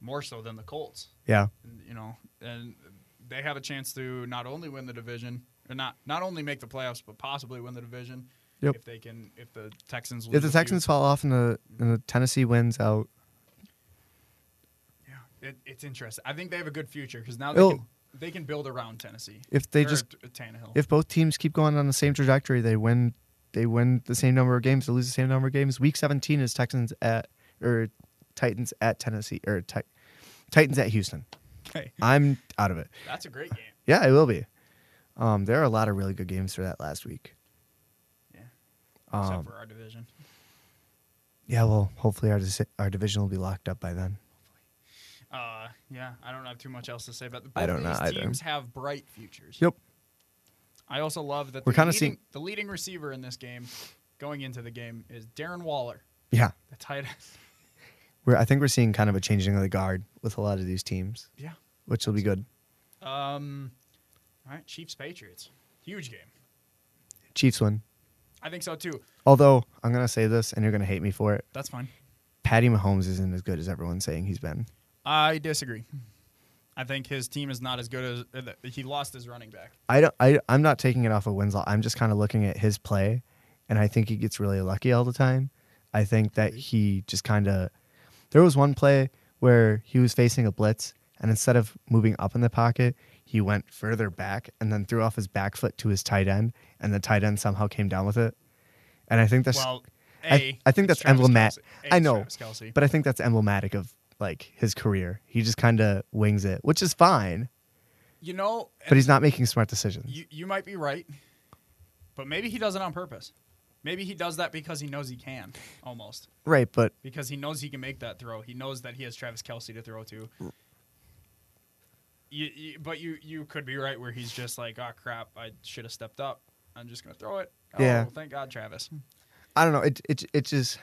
S1: more so than the Colts.
S4: Yeah.
S1: And, You know, and they have a chance to not only win the division, or not not only make the playoffs, but possibly win the division
S4: Yep.
S1: if they can. If the Texans lose
S4: If
S1: a
S4: the
S1: few-
S4: Texans fall off and the, and the Tennessee wins out,
S1: yeah, it, it's interesting. I think they have a good future because now they
S4: It'll-
S1: can, they can build around Tennessee.
S4: if they
S1: Or
S4: just
S1: T- Tannehill.
S4: if both teams keep going on the same trajectory, they win they win the same number of games, they lose the same number of games. Week 17 is Texans at or Titans at Tennessee or Ti- Titans at Houston.
S1: okay,
S4: I'm out of it.
S1: that's a great game.
S4: Yeah, it will be. Um, there are a lot of really good games for that last week.
S1: Yeah. except
S4: Um,
S1: for our division.
S4: yeah, well, hopefully our dis- our division will be locked up by then.
S1: Uh, yeah, I don't have too much else to say about the.
S4: I don't
S1: both
S4: know
S1: these
S4: either.
S1: Teams have bright futures.
S4: Yep.
S1: I also love that
S4: We're
S1: the
S4: kinda
S1: leading-
S4: seeing-
S1: the leading receiver in this game, going into the game, is Darren Waller,
S4: Yeah.
S1: the tight end.
S4: We're I think we're seeing kind of a changing of the guard with a lot of these teams,
S1: yeah.
S4: which will be good.
S1: Um, all right, Chiefs Patriots, huge game.
S4: Chiefs win.
S1: I think so too.
S4: Although I'm gonna say this and you're gonna hate me for it.
S1: That's fine.
S4: Patty Mahomes isn't as good as everyone's saying he's been.
S1: I disagree. I think his team is not as good as uh, the- he lost his running back.
S4: I don't. I, I'm not taking it off of Winslow. I'm just kind of looking at his play, and I think he gets really lucky all the time. I think that he just kind of. There was one play where he was facing a blitz, and instead of moving up in the pocket, he went further back and then threw off his back foot to his tight end, and the tight end somehow came down with it. And I think that's.
S1: Well, a
S4: I- I think
S1: it's
S4: that's
S1: Travis Kelce.
S4: emblemat-
S1: A,
S4: I know,
S1: Travis Kelce.
S4: but I think that's emblematic of like his career. He just kind of wings it, which is fine,
S1: you know,
S4: but he's not making smart decisions.
S1: You you might be right, but maybe he does it on purpose. Maybe he does that because he knows he can, almost
S4: right, but
S1: because he knows he can make that throw. He knows that he has Travis Kelsey to throw to. You, you, but you you could be right where he's just like, oh crap, I should have stepped up. I'm just gonna throw it. Oh,
S4: Yeah.
S1: thank God, Travis.
S4: I don't know. It it it just.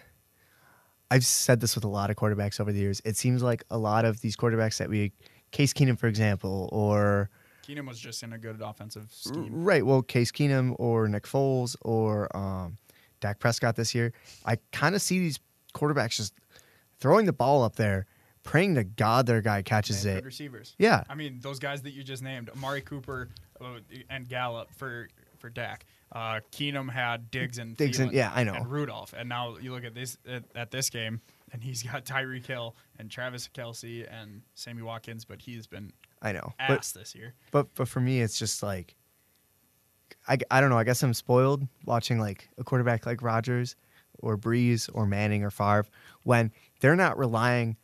S4: I've said this with a lot of quarterbacks over the years. It seems like a lot of these quarterbacks that we, Case Keenum, for example, or
S1: Keenum was just in a good offensive scheme.
S4: right, well, Case Keenum or Nick Foles or um, Dak Prescott this year. I kind of see these quarterbacks just throwing the ball up there, praying to God their guy catches
S1: They have
S4: it.
S1: Good receivers.
S4: Yeah,
S1: I mean, those guys that you just named, Amari Cooper uh, and Gallup for for Dak. Uh, Keenum had Diggs and
S4: Diggs and-
S1: Thielen
S4: yeah, I know.
S1: and Rudolph, and now you look at this at, at this game, and he's got Tyreek Hill and Travis Kelsey and Sammy Watkins, but he's been
S4: I know. But
S1: ass this year.
S4: but but for me, it's just like, I, I don't know. I guess I'm spoiled watching like a quarterback like Rodgers or Breeze or Manning or Favre when they're not relying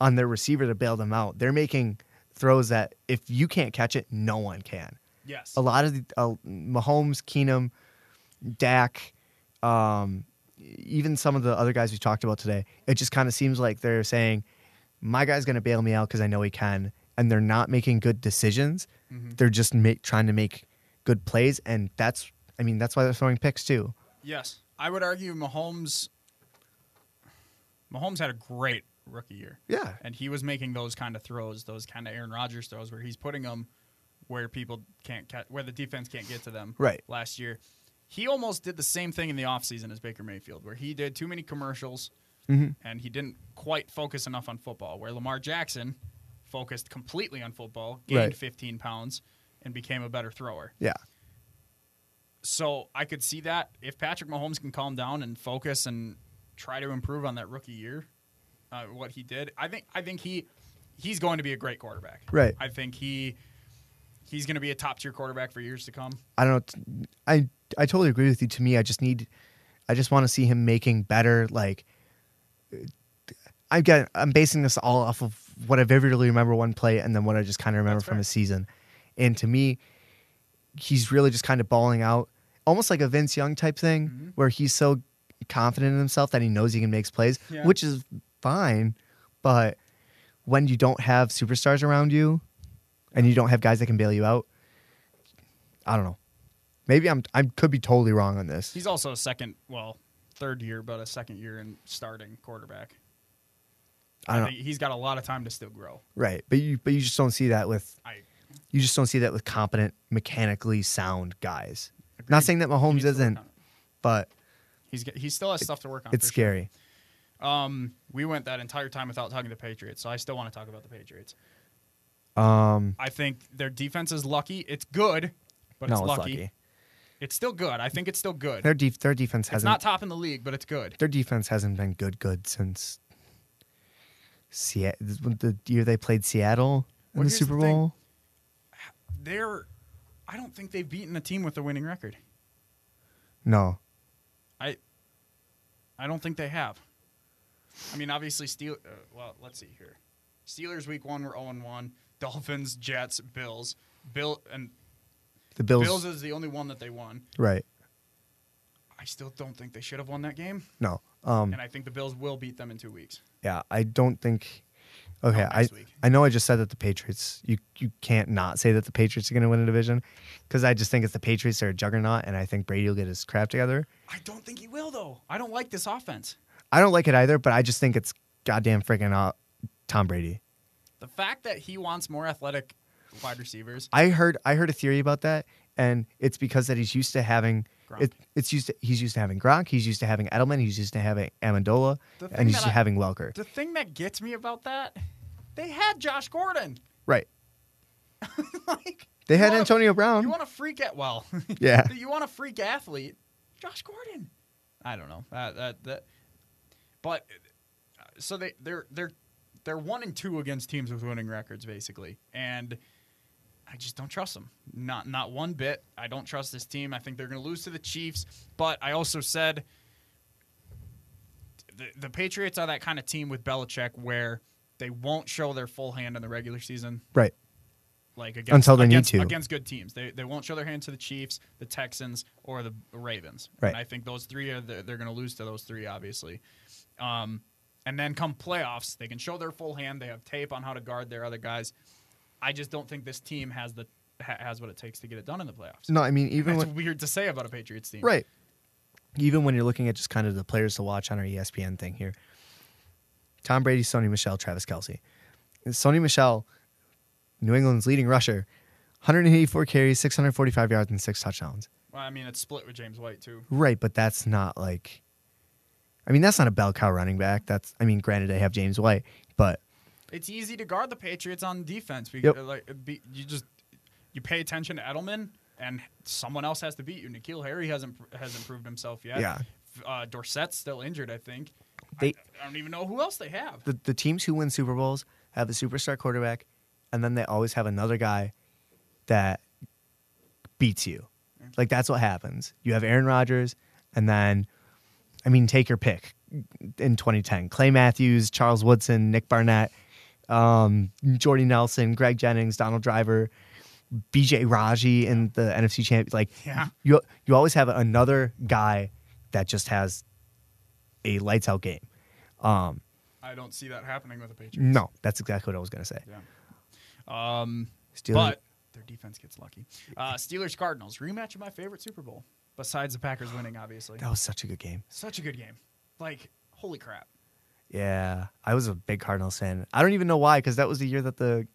S4: on their receiver to bail them out. They're making throws that if you can't catch it, no one can.
S1: Yes,
S4: A lot of the, uh, Mahomes, Keenum, Dak, um, even some of the other guys we talked about today, it just kind of seems like they're saying, "My guy's going to bail me out because I know he can," and they're not making good decisions.
S1: Mhm.
S4: They're just make, trying to make good plays, and that's, I mean, that's why they're throwing picks too.
S1: yes. I would argue Mahomes. Mahomes had a great rookie year.
S4: Yeah,
S1: and he was making those kind of throws, those kind of Aaron Rodgers throws, where he's putting them where people can't catch, where the defense can't get to them.
S4: Right.
S1: Last year, he almost did the same thing in the offseason as Baker Mayfield, where he did too many commercials
S4: Mhm.
S1: and he didn't quite focus enough on football. Where Lamar Jackson focused completely on football, gained
S4: Right.
S1: 15 pounds, and became a better thrower.
S4: yeah,
S1: So I could see that if Patrick Mahomes can calm down and focus and try to improve on that rookie year, uh, what he did, I think I think he he's going to be a great quarterback.
S4: Right.
S1: I think he he's going to be a top tier quarterback for years to come.
S4: I don't. know. I I totally agree with you. To me, I just need, I just want to see him making better. Like, I got. I'm basing this all off of what I vividly remember one play, and then what I just kind of remember
S1: That's
S4: from
S1: fair.
S4: his season. And to me, he's really just kind of balling out, almost like a Vince Young type thing,
S1: Mhm.
S4: where he's so confident in himself that he knows he can make plays,
S1: Yeah.
S4: which is fine. But when you don't have superstars around you, and you don't have guys that can bail you out, I don't know. Maybe I'm I could be totally wrong on this.
S1: He's also a second, well, third year, but a second year in starting quarterback.
S4: I don't know.
S1: think he's got a lot of time to still grow.
S4: Right, but you but you just don't see that with
S1: I
S4: you just don't see that with competent, mechanically sound guys.
S1: agree.
S4: Not saying that
S1: He needs
S4: Mahomes
S1: to work
S4: isn't,
S1: on it.
S4: but
S1: He's get- he still has stuff to work on.
S4: it's
S1: for sure.
S4: scary.
S1: Um, we went that entire time without talking to the Patriots, so I still want to talk about the Patriots.
S4: Um,
S1: I think their defense is lucky. It's good, but
S4: no,
S1: it's,
S4: it's
S1: lucky.
S4: lucky.
S1: It's still good. I think it's still good.
S4: Their def- their defense
S1: it's
S4: hasn't
S1: not top in the league, but it's good.
S4: their defense hasn't been good good since Seattle the year they played Seattle in
S1: Well,
S4: the
S1: here's the
S4: Super
S1: thing.
S4: Bowl.
S1: They're, I don't think they've beaten a team with a winning record.
S4: No,
S1: I, I don't think they have. I mean, obviously, Steel. Uh, well, let's see here. Steelers week one were zero and one. Dolphins, Jets, Bills, Bill, and
S4: the Bills,
S1: Bills is the only one that they won.
S4: right?
S1: I still don't think they should have won that game,
S4: No, um,
S1: and I think the Bills will beat them in two weeks.
S4: yeah, I don't think. Okay,
S1: Not
S4: I
S1: next week.
S4: I know I just said that the Patriots. You you can't not say that the Patriots are going to win a division because I just think it's the Patriots are a juggernaut, and I think Brady will get his crap together.
S1: I don't think he will though. I don't like this offense.
S4: I don't like it either, but I just think it's goddamn freaking uh, Tom Brady.
S1: The fact that he wants more athletic wide receivers.
S4: I heard I heard a theory about that, and it's because that he's used to having
S1: Gronk.
S4: it, it's used to, he's used to having Gronk, he's used to having Edelman, he's used to having Amendola,
S1: The thing
S4: and he's
S1: that
S4: used to
S1: I-
S4: having Welker.
S1: The thing that gets me about that, they had Josh Gordon.
S4: right.
S1: like
S4: They
S1: you
S4: had
S1: wanna-
S4: Antonio Brown.
S1: You want a freak at well,
S4: Yeah.
S1: you want a freak athlete, Josh Gordon. I don't know that that that, but uh, so they they're they're they're one and two against teams with winning records basically, and I just don't trust them. Not not one bit. I don't trust this team. I think they're going to lose to the Chiefs. But I also said the the Patriots are that kind of team with Belichick where they won't show their full hand in the regular season
S4: right.
S1: like against,
S4: Until they need
S1: against,
S4: to.
S1: against good teams. They they won't show their hand to the Chiefs, the Texans, or the Ravens.
S4: Right.
S1: And I think those three are the, they're going to lose to those three, obviously. Um, and then come playoffs, they can show their full hand. They have tape on how to guard their other guys. I just don't think this team has the ha- has what it takes to get it done in the playoffs.
S4: No, I mean
S1: Even
S4: even
S1: That's
S4: when,
S1: weird to say about a Patriots team,
S4: right. Even when you're looking at just kind of the players to watch on our E ESPN thing here, Tom Brady, Sony Michelle, Travis Kelsey. Sony Michelle, New England's leading rusher, 184 carries, 645 yards, and six touchdowns.
S1: Well, I mean, it's split with James White too.
S4: Right, but that's not like I mean, that's not a bell cow running back. That's I mean, granted they have James White, but
S1: It's easy to guard the Patriots on defense because uh,
S4: Yep.
S1: like be, you just you pay attention to Edelman and someone else has to beat you. Nikhil Harry hasn't has improved himself yet.
S4: Yeah.
S1: Uh, Dorsett's still injured, I think.
S4: They-
S1: I, I don't even know who else they have.
S4: the, the teams who win Super Bowls have a superstar quarterback and then they always have another guy that beats you.
S1: Mm.
S4: Like that's what happens. You have Aaron Rodgers and then I mean, take your pick in 2010. Clay Matthews, Charles Woodson, Nick Barnett, um, Jordy Nelson, Greg Jennings, Donald Driver, BJ Raji in the NFC champ. Like
S1: Yeah.
S4: you you always have another guy that just has a lights out game. Um,
S1: I don't see that happening with the Patriots.
S4: no, that's exactly what I was gonna say.
S1: Yeah. Um,
S4: Steelers,
S1: but their defense gets lucky. Uh, Steelers Cardinals rematch of my favorite Super Bowl besides the Packers winning, obviously.
S4: that was such a good game.
S1: Such a good game. Like holy crap.
S4: Yeah, I was a big Cardinals fan. I don't even know why, because that was the year that the.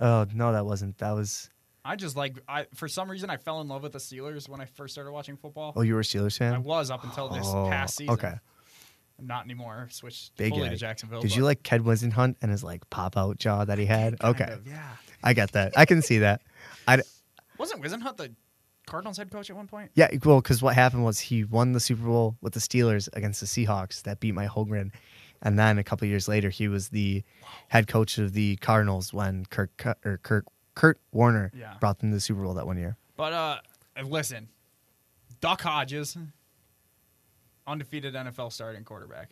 S4: Oh no, that wasn't. That was.
S1: I just like I for some reason I fell in love with the Steelers when I first started watching football.
S4: Oh, you were a Steelers fan.
S1: I was up until this
S4: Oh,
S1: past season.
S4: Okay.
S1: Not anymore. I Switched
S4: Big
S1: fully to
S4: egg.
S1: Jacksonville.
S4: Did
S1: but-
S4: you like Ked Winston Hunt and his like pop out jaw that he had?
S1: Kind
S4: Okay,
S1: of, yeah.
S4: I got that. I can see that. I
S1: Wasn't Wisenhunt the Cardinals head coach at one point?
S4: Yeah, e, well, because what happened was he won the Super Bowl with the Steelers against the Seahawks that beat my Holmgren, and then a couple years later he was the head coach of the Cardinals when Kirk Cu- or Kirk Kurt Warner
S1: Yeah.
S4: brought them to the Super Bowl that one year.
S1: But uh, listen, Doc Hodges, undefeated NFL starting quarterback.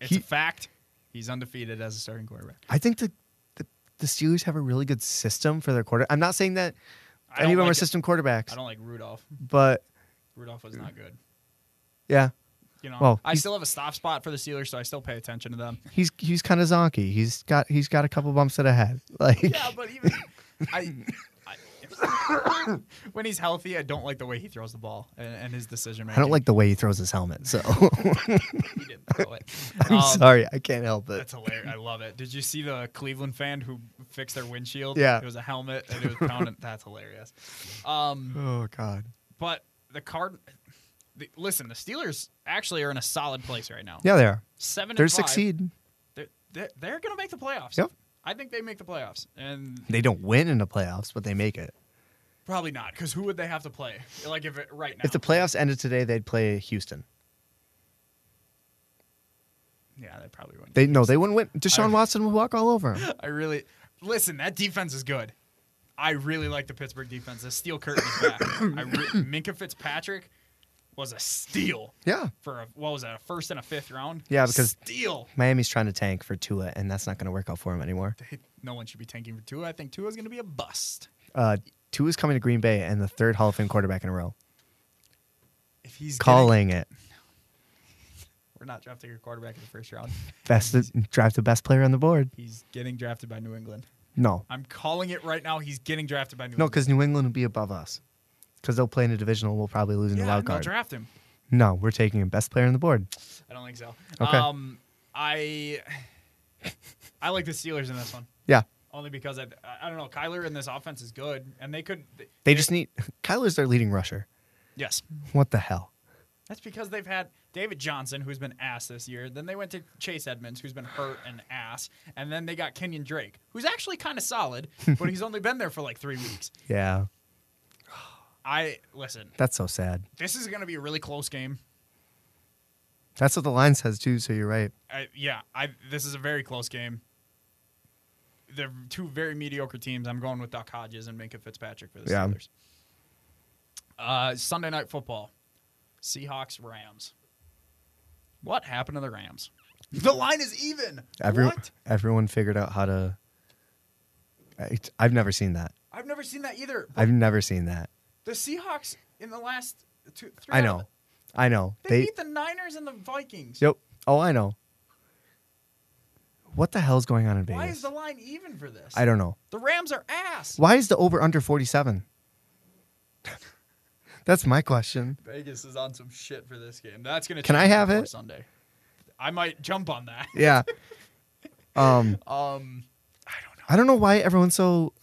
S1: it's
S4: He-
S1: a fact. He's undefeated as a starting quarterback.
S4: I think the, the the Steelers have a really good system for their quarter. I'm not saying that
S1: I
S4: any
S1: don't
S4: of them
S1: like
S4: are
S1: it.
S4: system quarterbacks,
S1: I don't like Rudolph.
S4: but
S1: Rudolph was not good.
S4: yeah,
S1: You know,
S4: Well,
S1: I
S4: he's-
S1: still have a stop spot for the Steelers, so I still pay attention to them.
S4: he's he's kind of zonky. He's got he's got a couple bumps to the head. Like
S1: yeah, but even I, I when he's healthy, I don't like the way he throws the ball and, and his decision making.
S4: I don't like the way he throws his helmet. So
S1: he didn't throw it.
S4: I'm
S1: Um,
S4: sorry, I can't help it.
S1: That's hilarious. I love it. Did you see the Cleveland fan who fixed their windshield?
S4: Yeah.
S1: It was a helmet and it was pounding. That's hilarious. Um,
S4: Oh God.
S1: but the card. The, listen, the Steelers actually are in a solid place right now.
S4: Yeah, they are.
S1: Seven.
S4: They're
S1: and five.
S4: six seed.
S1: They're, they're, they're going to make the playoffs.
S4: Yep.
S1: I think they make the playoffs, and
S4: They don't win in the playoffs, but they make it.
S1: probably not because who would they have to play? Like if it, right now.
S4: If the playoffs ended today, they'd play Houston.
S1: yeah, they probably wouldn't.
S4: They no, they wouldn't win. Deshaun
S1: I-
S4: Watson would walk all over them.
S1: I really listen. That defense is good. I really like the Pittsburgh defense. The steel curtain is back. I re- Minka Fitzpatrick was a steal
S4: Yeah,
S1: for a, what was that? A first and a fifth round.
S4: Yeah, because-
S1: steal.
S4: Miami's trying to tank for Tua, and that's not going to work out for him anymore.
S1: No one should be tanking for Tua. I think Tua is going to be a bust
S4: Uh, Tua's coming to Green Bay and the third Hall of Fame quarterback in a row.
S1: if he's getting-
S4: Calling it
S1: we're not drafting a quarterback in the first round.
S4: best draft the best player on the board.
S1: He's getting drafted by New England.
S4: No,
S1: I'm calling it right now. He's getting drafted by New
S4: no,
S1: England.
S4: because New England will be above us because they'll play in a divisional. We'll probably lose in the
S1: yeah,
S4: wild
S1: and they'll
S4: card.
S1: draft him.
S4: no, we're taking him best player on the board.
S1: I don't think so.
S4: Okay.
S1: Um, I I like the Steelers in this one.
S4: Yeah,
S1: only because I, I don't know Kyler in this offense is good, and they could.
S4: they just need Kyler's their leading rusher.
S1: yes,
S4: What the hell?
S1: that's because they've had David Johnson, who's been ass this year. Then they went to Chase Edmonds, who's been hurt and ass, and then they got Kenyon Drake, who's actually kind of solid, but he's only been there for like three weeks.
S4: Yeah,
S1: I listen.
S4: that's so sad.
S1: This is going to be a really close game.
S4: That's what the line says too. So you're right.
S1: I, yeah, I this is a very close game. They're two very mediocre teams. I'm going with Doc Hodges and Minka Fitzpatrick for the
S4: Yeah.
S1: Steelers. Uh, Sunday night football, Seahawks Rams. What happened to the Rams? The line is even.
S4: Everyone,
S1: what?
S4: everyone figured out how to. I, I've never seen that.
S1: I've never seen that either.
S4: I've never seen that.
S1: The Seahawks in the last two. Three
S4: I
S1: out
S4: know,
S1: of-
S4: I know.
S1: They,
S4: They.
S1: beat the Niners and the Vikings.
S4: yep. Oh, I know. What the hell's going on in
S1: Why
S4: Vegas?
S1: is the line even for this?
S4: I don't know.
S1: The Rams are ass.
S4: Why is the over under forty seven? That's my question.
S1: Vegas is on some shit for this game. That's gonna.
S4: Can I
S1: change
S4: have
S1: before
S4: it?
S1: Sunday? I might jump on that.
S4: Yeah. Um,
S1: Um, I don't know.
S4: I don't know why everyone's so.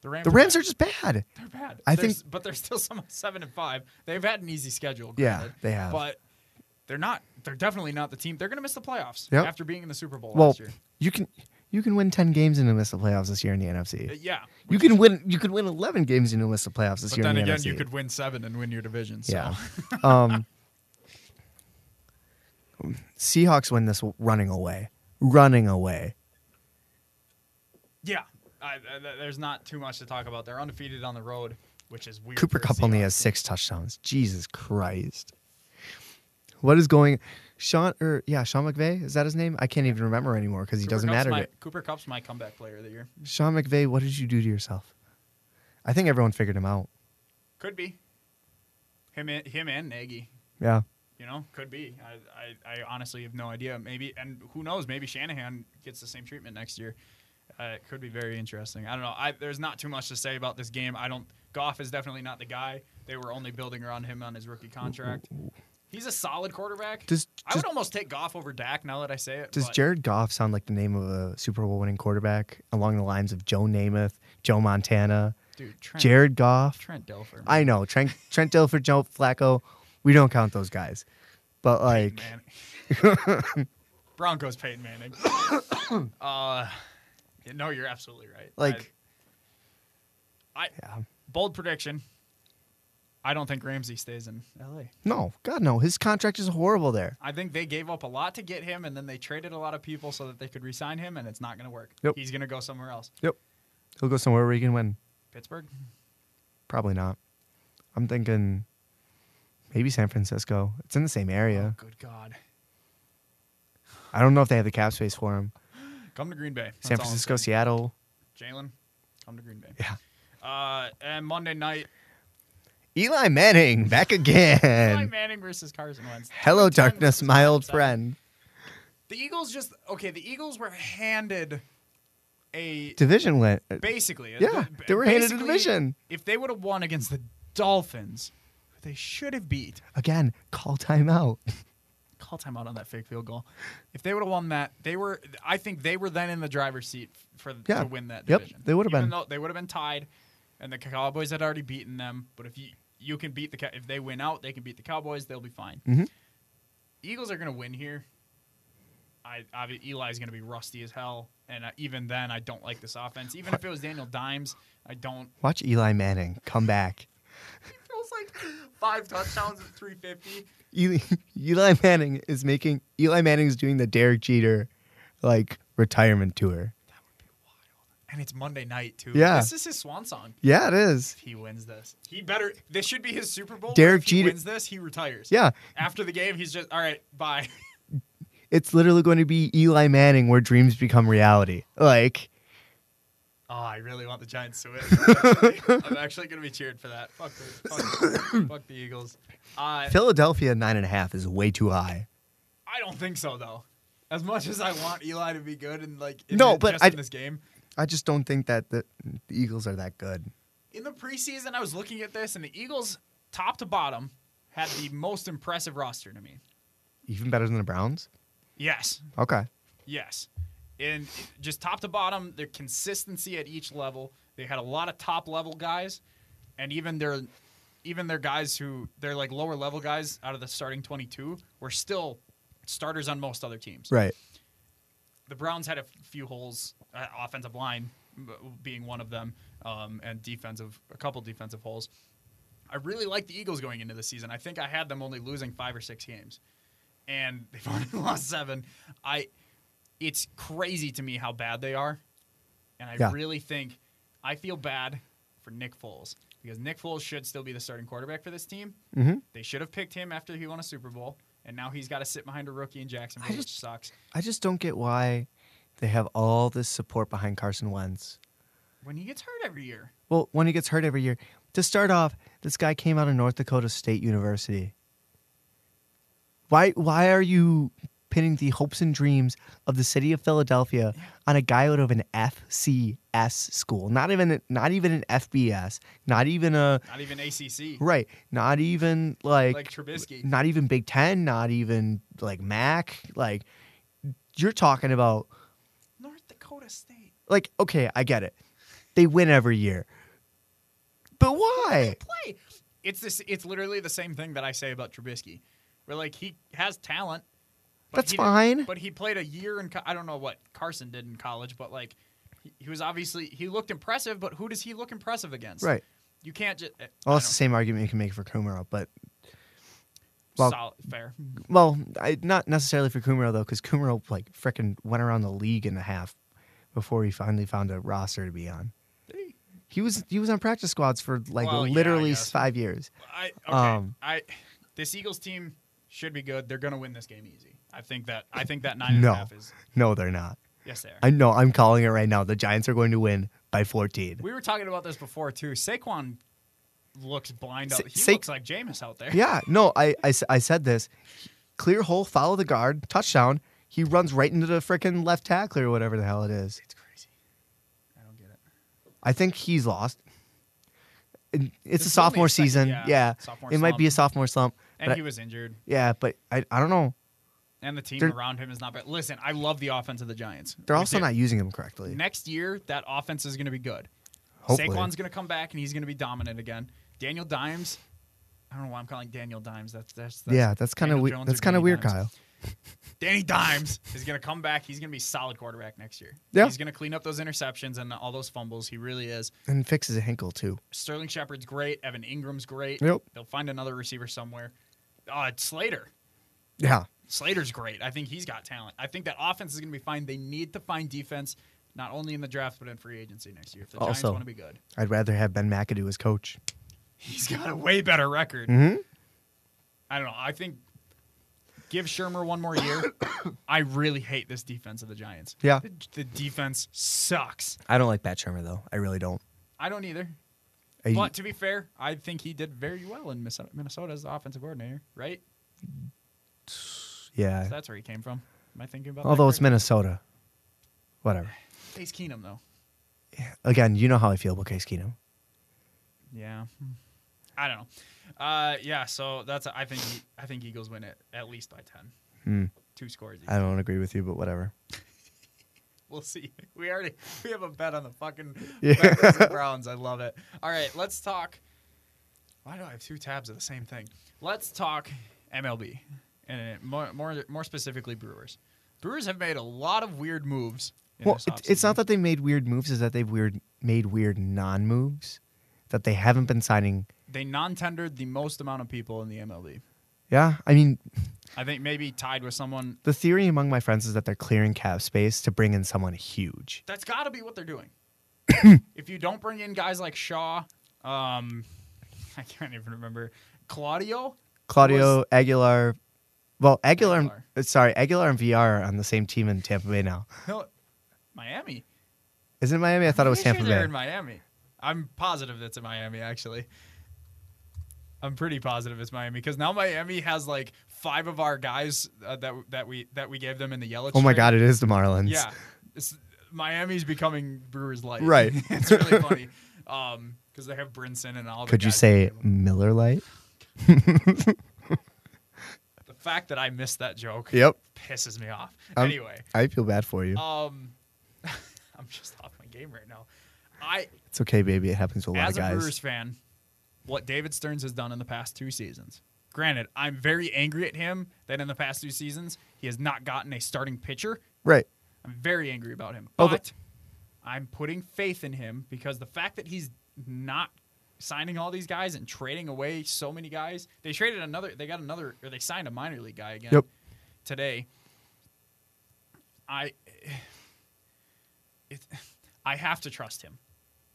S1: The Rams.
S4: The Rams are just bad.
S1: They're bad.
S4: I
S1: There's-
S4: think-
S1: but they're still somehow seven and five. They've had an easy schedule.
S4: Yeah,
S1: granted,
S4: they have.
S1: But they're not. They're definitely not the team. They're gonna miss the playoffs
S4: Yep.
S1: after being in the Super Bowl
S4: Well,
S1: last year.
S4: you can you can win ten games and miss the playoffs this year in the
S1: Uh,
S4: NFC.
S1: Yeah.
S4: You can win you could win eleven games and miss the playoffs this
S1: But
S4: year.
S1: then
S4: in the
S1: again,
S4: NFC.
S1: you could win seven and win your division. So.
S4: Yeah. Um, Seahawks win this running away, running away.
S1: Yeah. I, I, there's not too much to talk about. They're undefeated on the road, which is weird. for
S4: Cooper
S1: a
S4: Cup only
S1: Seahawks
S4: has six touchdowns. Jesus Christ! What is going? Sean or yeah, Sean McVay is that his name? I can't even remember anymore because he
S1: Cooper
S4: doesn't
S1: Kupp's
S4: matter.
S1: My,
S4: to-
S1: Cooper Cup's my comeback player of the year.
S4: Sean McVay, what did you do to yourself? I think everyone figured him out.
S1: Could be. Him and him and Nagy.
S4: Yeah,
S1: You know, could be. I, I, I honestly have no idea. Maybe, and who knows? Maybe Shanahan gets the same treatment next year. Uh, it could be very interesting. I don't know. I, there's not too much to say about this game. I don't. Goff is definitely not the guy. They were only building around him on his rookie contract. He's a solid quarterback.
S4: Does-
S1: I
S4: does-
S1: would almost take Goff over Dak now that I say it.
S4: Does
S1: but
S4: Jared Goff sound like the name of a Super Bowl winning quarterback along the lines of Joe Namath, Joe Montana,
S1: dude, Trent,
S4: Jared Goff?
S1: Trent Delfer?
S4: I know Trent Trent Dilfer, Joe Flacco. We don't count those guys, but like
S1: Manning. Broncos Peyton Manning. uh, no, you're absolutely right. I-
S4: like
S1: I
S4: Yeah.
S1: bold prediction. I don't think Ramsey stays in LA.
S4: No, God, no. His contract is horrible there.
S1: I think they gave up a lot to get him, and then they traded a lot of people so that they could re-sign him, and it's not going to work.
S4: Yep.
S1: He's going to go somewhere else.
S4: He'll go somewhere where he can win.
S1: Pittsburgh.
S4: Probably not. I'm thinking maybe San Francisco. It's in the same area.
S1: Oh, good God.
S4: I don't know if they have the cap space for him.
S1: Come to Green Bay. That's
S4: San
S1: all I'm
S4: Francisco,
S1: saying.
S4: Seattle.
S1: Jalen, come to Green Bay.
S4: Yeah.
S1: Uh, and Monday night,
S4: Eli Manning back
S1: Eli
S4: again.
S1: Manning versus Carson Wentz.
S4: Hello,
S1: Ten
S4: darkness,
S1: versus
S4: my old
S1: seven.
S4: friend.
S1: The Eagles just okay. The Eagles were handed a
S4: Division win.
S1: basically.
S4: Yeah,
S1: b-
S4: they were handed a
S1: basically,
S4: division.
S1: If they would have won against the Dolphins, who they should have beat.
S4: Again, call timeout.
S1: call timeout on that fake field goal. If they would have won that, they were. I think they were then in the driver's seat for
S4: Yeah.
S1: to win that
S4: Yep.
S1: division.
S4: They would've
S1: Even
S4: been.
S1: though They would have been tied, and the Cowboys had already beaten them. But if you you can beat the Cow- if they win out, they can beat the Cowboys. They'll be fine.
S4: Mhm.
S1: Eagles are going to win here. I, I Eli's going to be rusty as hell, and uh, even then, I don't like this offense. Even if it was Daniel Dimes, I don't.
S4: Watch Eli Manning come back.
S1: He throws like five touchdowns at 350.
S4: Eli, Eli Manning is making Eli Manning is doing the Derek Jeter like retirement tour.
S1: And it's Monday night too.
S4: Yeah.
S1: this is his swan song.
S4: Yeah, it is.
S1: if he wins this. He better. This should be his Super Bowl. Derek
S4: Derek
S1: if he
S4: Jeter-
S1: wins this, he retires.
S4: Yeah,
S1: After the game, he's just all right. Bye.
S4: it's literally going to be Eli Manning where dreams become reality. Like,
S1: Oh, I really want the Giants to win. I'm actually gonna be cheered for that. Fuck the, fuck, fuck the Eagles. Uh,
S4: Philadelphia nine and a half is way too high.
S1: I don't think so though. As much as I want Eli to be good and like in
S4: No,
S1: the-
S4: but
S1: just
S4: I-
S1: in this game
S4: I just don't think that the, the Eagles are that good.
S1: in the preseason, I was looking at this and the Eagles, top to bottom, had the most impressive roster to me.
S4: Even better than the Browns.
S1: Yes,
S4: Okay.
S1: Yes. And just top to bottom, their consistency at each level. They had a lot of top level guys, and even their even their guys who they're like lower level guys out of the starting twenty two were still starters on most other teams.
S4: Right.
S1: The Browns had a few holes, uh, offensive line being one of them, um, and defensive a couple defensive holes. I really like the Eagles going into the season. I think I had them only losing five or six games, and they've already lost seven. I, it's crazy to me how bad they are, and I
S4: Yeah.
S1: really think I feel bad for Nick Foles because Nick Foles should still be the starting quarterback for this team.
S4: Mhm.
S1: They should have picked him after he won a Super Bowl, and now he's got to sit behind a rookie in Jacksonville,
S4: I
S1: which
S4: just-
S1: sucks.
S4: I just don't get why they have all this support behind Carson Wentz.
S1: When he gets hurt every year,
S4: Well, when he gets hurt every year. To start off, this guy came out of North Dakota State University. Why why are you pinning the hopes and dreams of the city of Philadelphia on a guy out of an FCS school? Not even not even an FBS, not even a
S1: not even ACC,
S4: right, not even like,
S1: like Trubisky.
S4: not even Big 10, not even like MAC, like you're talking about
S1: North Dakota State.
S4: like okay, I get it. They win every year. But why?
S1: play. It's this. It's literally the same thing that I say about Trubisky. Where like he has talent. but
S4: That's
S1: he didn't-
S4: fine.
S1: But he played a year in. co- I don't know what Carson did in college, but like he, he was obviously he looked impressive. But who does he look impressive against?
S4: Right.
S1: You can't eh, just.
S4: Well, it's the same argument you can make for Kumaro, but well-
S1: solid, fair.
S4: well, I, not necessarily for Kumaro though, because Kumaro like frickin' went around the league and a half before he finally found a roster to be on. He was he was on practice squads for like
S1: Well, yeah, I
S4: literally
S1: guess.
S4: five years.
S1: I okay.
S4: Um,
S1: I this Eagles team should be good. They're gonna win this game easy. I think that. I think that nine and
S4: No.
S1: a half is.
S4: No, they're not.
S1: Yes, they are.
S4: I know. I'm calling it right now. The Giants are going to win by 14.
S1: We were talking about this before too. Saquon looks blind out.
S4: Sa-
S1: He
S4: Sa-
S1: looks like Jameis out there.
S4: yeah. No, I, I s- I said this. Clear hole, follow the guard, touchdown. He runs right into the frickin' left tackle or whatever the hell it is.
S1: It's crazy. I don't get it.
S4: I think he's lost. And It's
S1: This
S4: a
S1: is only
S4: sophomore
S1: his second-
S4: season.
S1: yeah,
S4: Yeah.
S1: sophomore
S4: it might be a
S1: slump.
S4: sophomore slump.
S1: And
S4: but
S1: he
S4: I-
S1: was injured.
S4: yeah, but I, I don't know.
S1: And the team
S4: They're-
S1: around him is not bad. Listen, I love the offense of the Giants.
S4: They're
S1: We
S4: also
S1: do.
S4: not using him correctly.
S1: Next year, that offense is going to be good.
S4: Hopefully.
S1: Saquon's going to come back and he's going to be dominant again. Daniel Dimes. I don't know why I'm calling Daniel Dimes. That's that's, that's
S4: yeah, that's kind of
S1: Daniel
S4: we-
S1: Jones or
S4: that's kind of
S1: Danny
S4: weird,
S1: Dimes.
S4: Kyle.
S1: Danny Dimes is going to come back. He's going to be solid quarterback next year.
S4: Yeah.
S1: He's going to clean up those interceptions and all those fumbles. He really is.
S4: and fixes a hinkle too.
S1: Sterling Shepard's great. Evan Ingram's great.
S4: Yep.
S1: They'll find another receiver somewhere. Uh, Slater.
S4: Yeah.
S1: Slater's great. I think he's got talent. I think that offense is going to be fine. They need to find defense, not only in the draft but in free agency next year. If the Giants
S4: Also-
S1: want to be good,
S4: I'd rather have Ben McAdoo as coach.
S1: he's got a way better record.
S4: Mm-hmm.
S1: I don't know. I think give Shermer one more year. I really hate this defense of the Giants.
S4: Yeah.
S1: The, the defense sucks.
S4: I don't like Pat Shermer though. I really don't.
S1: I don't either.
S4: I-
S1: But to be fair, I think he did very well in Minnesota, Minnesota as the offensive coordinator, right? So
S4: yeah.
S1: that's where he came from. Am I thinking about that
S4: Although it's
S1: correctly?
S4: Minnesota. Whatever.
S1: Case Keenum though.
S4: Again, you know how I feel about Case Keenum.
S1: Yeah. I don't know. Uh, yeah, so that's I think I think Eagles win it at least by ten.
S4: Hmm.
S1: Two scores. each.
S4: I don't agree with you, but whatever.
S1: We'll see. We already we have a bet on the fucking
S4: Yeah.
S1: Packers and Browns. I love it. All right, let's talk. Why do I have two tabs of the same thing? Let's talk MLB and uh, more more more specifically Brewers. Brewers have made a lot of weird moves. In
S4: well,
S1: this
S4: it, it's
S1: offseason.
S4: not that they made weird moves; is that they've weird made weird non moves that they haven't been signing.
S1: they non-tendered the most amount of people in the MLB.
S4: Yeah, I mean,
S1: I think maybe tied with someone.
S4: the theory among my friends is that they're clearing cap space to bring in someone huge.
S1: That's got to be what they're doing. if you don't bring in guys like Shaw, um, I can't even remember Claudio.
S4: Claudio Aguilar, well, Aguilar,
S1: Aguilar.
S4: uh, sorry, Aguilar and VR are on the same team in Tampa Bay now.
S1: No, Miami.
S4: Is it Miami? I thought it was
S1: Pretty
S4: Tampa
S1: sure They're
S4: Bay.
S1: in Miami. I'm positive that's in Miami. Actually, I'm pretty positive it's Miami because now Miami has like five of our guys uh, that that we that we gave them in the yellow.
S4: oh my
S1: shirt.
S4: God, it is the Marlins.
S1: Yeah, it's, Miami's becoming Brewers Light.
S4: Right.
S1: it's really funny because they have Brinson and all. the
S4: Could you
S1: guys.
S4: say Miller Light?
S1: the fact that I missed that joke?
S4: Yep.
S1: pisses me off.
S4: Um,
S1: anyway,
S4: I feel bad for you.
S1: um, I'm just off my game right now. I
S4: it's okay, baby. It happens to a lot
S1: as
S4: of
S1: a
S4: guys.
S1: Brewers fan, what David Stearns has done in the past two seasons. Granted, I'm very angry at him that in the past two seasons he has not gotten a starting pitcher.
S4: right.
S1: I'm very angry about him.
S4: Oh, the-
S1: But I'm putting faith in him because the fact that he's not signing all these guys and trading away so many guys. They traded another they got another or they signed a minor league guy again
S4: Yep.
S1: today. I it, I have to trust him.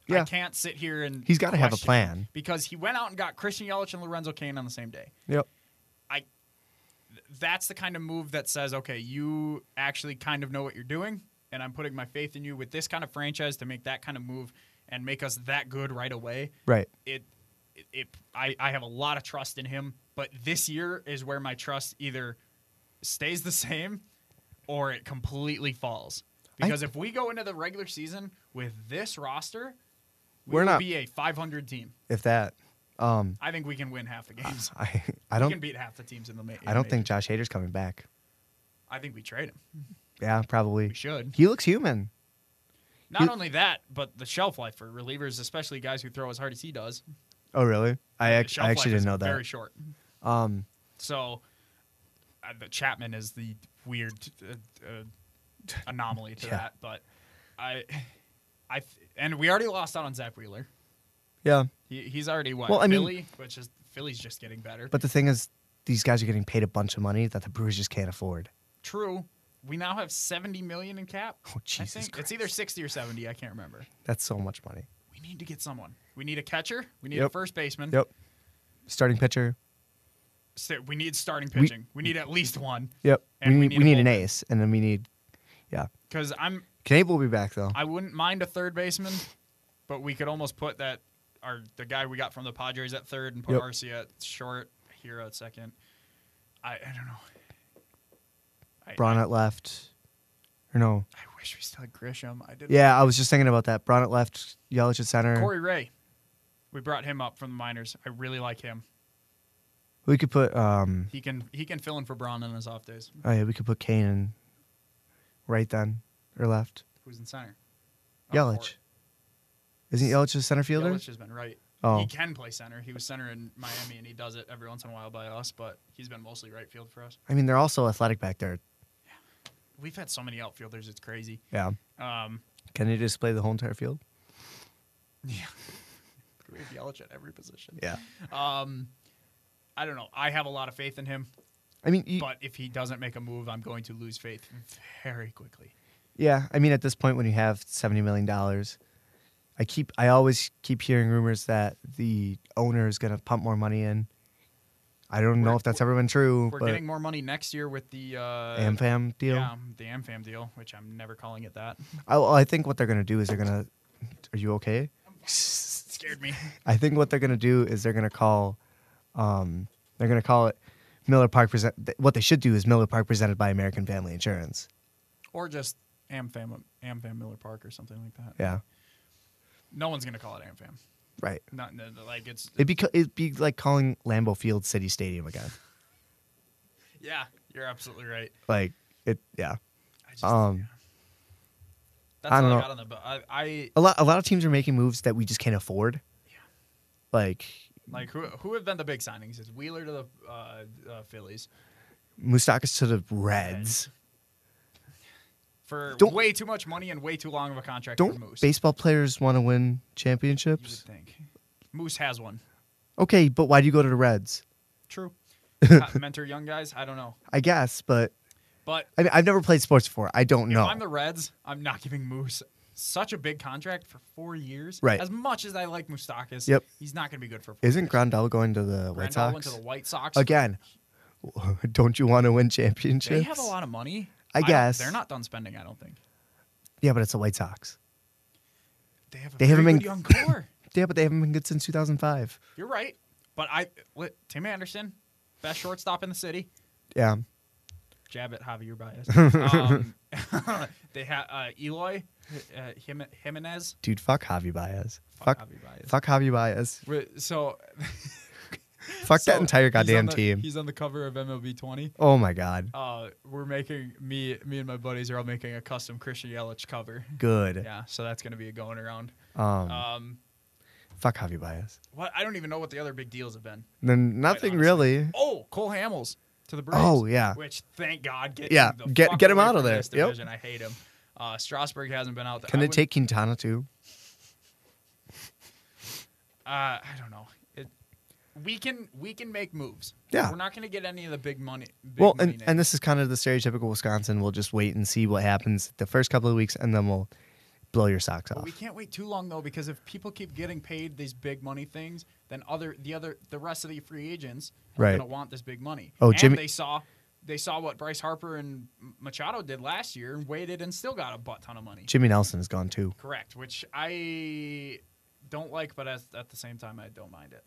S1: I
S4: Yeah.
S1: can't sit here and
S4: He's got to have a
S1: question
S4: plan.
S1: because he went out and got Christian Yelich and Lorenzo Kane on the same day.
S4: Yep.
S1: I th- that's the kind of move that says, okay, you actually kind of know what you're doing, and I'm putting my faith in you with this kind of franchise to make that kind of move and make us that good right away.
S4: Right.
S1: It, it, it I, I have a lot of trust in him, but this year is where my trust either stays the same or it completely falls.
S4: I-
S1: Because if we go into the regular season with this roster, we
S4: We're
S1: will
S4: not-
S1: be a 500 team.
S4: If that, um,
S1: I think we can win half the games.
S4: I, Uh, I
S1: we can
S4: don't,
S1: beat half the teams in the. Ma- in
S4: I
S1: the
S4: don't think
S1: majors.
S4: Josh Hader's coming back.
S1: I think we trade him.
S4: Yeah, probably.
S1: We should.
S4: He looks human.
S1: Not
S4: he-
S1: only that, but the shelf life for relievers, especially guys who throw as hard as he does,
S4: Oh, really? I,
S1: the
S4: ac-
S1: shelf
S4: I
S1: life
S4: actually
S1: is
S4: didn't know that.
S1: Very short.
S4: um,
S1: So, uh, the Chapman is the weird uh, uh, anomaly to
S4: Yeah.
S1: that. But I, I, th- and we already lost out on Zach Wheeler.
S4: yeah,
S1: He, he's already what
S4: Well, I mean-
S1: Philly, which is Philly's just getting better.
S4: but the thing is, these guys are getting paid a bunch of money that the Brewers just can't afford.
S1: True, we now have seventy million in cap.
S4: Oh, Jesus
S1: I think it's
S4: Christ.
S1: either sixty or seventy. I can't remember.
S4: That's so much money.
S1: we need to get someone. We need a catcher. We need a
S4: Yep.
S1: first baseman.
S4: Yep. Starting pitcher.
S1: So we need starting
S4: We-
S1: pitching. We, need at least one.
S4: Yep.
S1: And
S4: we
S1: we
S4: need,
S1: need
S4: we
S1: a
S4: need an
S1: bullpen.
S4: ace, and then we need, yeah.
S1: Because I'm
S4: Knabe will be back though.
S1: I wouldn't mind a third baseman, but we could almost put that our the guy we got from the Padres at third and put
S4: Yep.
S1: Arcia at short, Hero at second. I, I don't know. I,
S4: Braun
S1: I,
S4: at left, or no?
S1: I wish we still had Grisham. I did.
S4: Yeah, I was just thinking about that. Braun at left, Yelich at center.
S1: Corey Ray. We brought him up from the minors. I really like him.
S4: We could put um.
S1: He can he can fill in for Braun on his off days.
S4: Oh yeah, we could put Kane in right then or left.
S1: Who's in center? Oh,
S4: Yelich. Isn't Yelich a center fielder?
S1: Yelich has been right.
S4: Oh,
S1: He can play center. He was center in Miami, and he does it every once in a while by us. But he's been mostly right field for us.
S4: I mean, they're also athletic back there.
S1: We've had so many outfielders; it's crazy.
S4: Yeah.
S1: Um,
S4: Can they just play the whole entire field?
S1: yeah, we have Yelich at every position.
S4: Yeah.
S1: Um, I don't know. I have a lot of faith in him,
S4: I mean, you,
S1: but if he doesn't make a move, I'm going to lose faith very quickly.
S4: yeah. I mean, at this point, when you have seventy million dollars, I keep, I always keep hearing rumors that the owner is going to pump more money in. I don't know
S1: We're-
S4: if that's ever been true,
S1: We're
S4: but
S1: getting more money next year with the uh,
S4: AmFam deal.
S1: Yeah, the AmFam deal, which I'm never calling it that.
S4: I, well, I think what they're going to do is they're going to. Are you okay?
S1: scared me.
S4: I think what they're going to do is they're going to call, um, they're going to call it Miller Park present. th- What they should do is Miller Park presented by American Family Insurance.
S1: Or just AmFam, AmFam Miller Park or something like that.
S4: Yeah,
S1: No one's gonna call it AmFam.
S4: right.
S1: Not no, no, like it's
S4: It'd be co- it'd be like calling Lambeau Field City Stadium again.
S1: yeah. You're absolutely right.
S4: Like it, yeah.
S1: I just,
S4: Um,
S1: that's
S4: I
S1: all
S4: don't
S1: I
S4: know.
S1: got on the. bu- I, I
S4: a lot a lot of teams are making moves that we just can't afford.
S1: Yeah.
S4: Like
S1: like who who have been the big signings? Is Wheeler to the uh, uh, Phillies
S4: Mustakas to the Reds.
S1: for
S4: Don't-
S1: way too much money and way too long of a contract for
S4: Don't
S1: Moose.
S4: baseball players want to win
S1: you would
S4: championships?
S1: think Moose has one.
S4: Okay, but why do you go to the Reds?
S1: True. Not mentor young guys. I don't know,
S4: I guess, but
S1: but
S4: I mean, I've never played sports before. I don't know.
S1: If I'm the Reds, I'm not giving Moose such a big contract for four years.
S4: Right.
S1: As much as I like Mustakis,
S4: Yep.
S1: he's not going to be good for four
S4: Isn't
S1: years.
S4: Grandal going to the White
S1: Grandal went
S4: Sox?
S1: to the White Sox.
S4: Again, don't you want to win championships?
S1: They have a lot of money.
S4: I
S1: don't-
S4: guess.
S1: They're not done spending, I don't think.
S4: Yeah, but it's the White Sox.
S1: They have a
S4: They
S1: very
S4: haven't
S1: good
S4: been-
S1: young core.
S4: Yeah, but they haven't been good since 2005.
S1: You're right. But I li- Tim Anderson, best shortstop in the city.
S4: Yeah.
S1: Jab at Javier Baez. Um, they have uh, Eloy uh, Jim- Jimenez.
S4: Dude, fuck Javi Baez.
S1: Fuck
S4: Fuck,
S1: Javi Baez.
S4: fuck Javi Baez.
S1: Wi- So
S4: Fuck
S1: so
S4: that entire
S1: he's on
S4: goddamn
S1: the-
S4: team.
S1: He's on the cover of MLB 20.
S4: Oh my god.
S1: uh, we're making me me and my buddies are all making a custom Christian Yelich cover.
S4: Good.
S1: Yeah, so that's gonna be a going around.
S4: Um,
S1: Um,
S4: fuck Javi Baez.
S1: what I don't even know what the other big deals have been.
S4: Then nothing
S1: honestly.
S4: really.
S1: Oh, Cole Hamels to the Braves.
S4: Oh, yeah.
S1: which thank God get
S4: Yeah,
S1: the
S4: get-
S1: fuck
S4: get him
S1: away
S4: out of
S1: from
S4: there.
S1: This
S4: Yep.
S1: division, I hate him. Uh, Strasburg hasn't been out. There.
S4: Can
S1: I
S4: they
S1: would-
S4: take Quintana too?
S1: Uh, I don't know. It, we can we can make moves.
S4: Yeah.
S1: we're not gonna get any of the big money. Big
S4: Well,
S1: money
S4: and, and this is kind of the stereotypical Wisconsin. We'll just wait and see what happens the first couple of weeks, and then we'll blow your socks
S1: But
S4: off.
S1: we can't wait too long though, because if people keep getting paid these big money things, then other the other the rest of the free agents are
S4: Right.
S1: going to want this big money.
S4: Oh,
S1: and
S4: Jimmy-
S1: they saw they saw what Bryce Harper and Machado did last year and waited and still got a butt ton of money.
S4: Jimmy Nelson is gone too.
S1: Correct, which I don't like, but at, at the same time I don't mind it.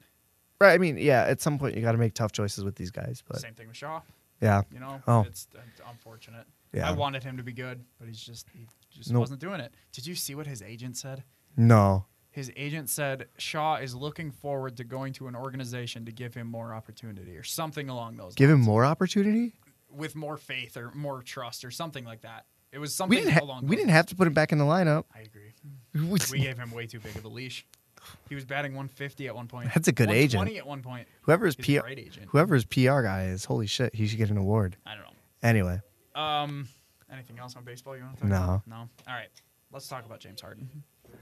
S4: Right. I mean, yeah. At some point, you got to make tough choices with these guys. But
S1: Same thing with Shaw.
S4: yeah,
S1: You know,
S4: Oh.
S1: it's, it's unfortunate.
S4: Yeah.
S1: I wanted him to be good, but he's just he just
S4: Nope.
S1: wasn't doing it. Did you see what his agent said?
S4: no.
S1: His agent said Shaw is looking forward to going to an organization to give him more opportunity or something along those
S4: Give him more opportunity.
S1: lines, with more faith or more trust or something like that. It was
S4: We
S1: something
S4: didn't. Ha-
S1: along
S4: we
S1: those
S4: didn't have to put him back in the lineup.
S1: lines. I agree.
S4: We-
S1: We gave him way too big of a leash. He was batting 150 at one point.
S4: That's a good agent.
S1: 120 at one point.
S4: whoever his
S1: He's
S4: PR,
S1: a great agent.
S4: whoever his PR guy is, holy shit, he should get an award.
S1: I don't
S4: Anyway,
S1: know. Um, anything else on baseball you want to talk
S4: No.
S1: about? No. No. All right. Let's talk about James Harden. I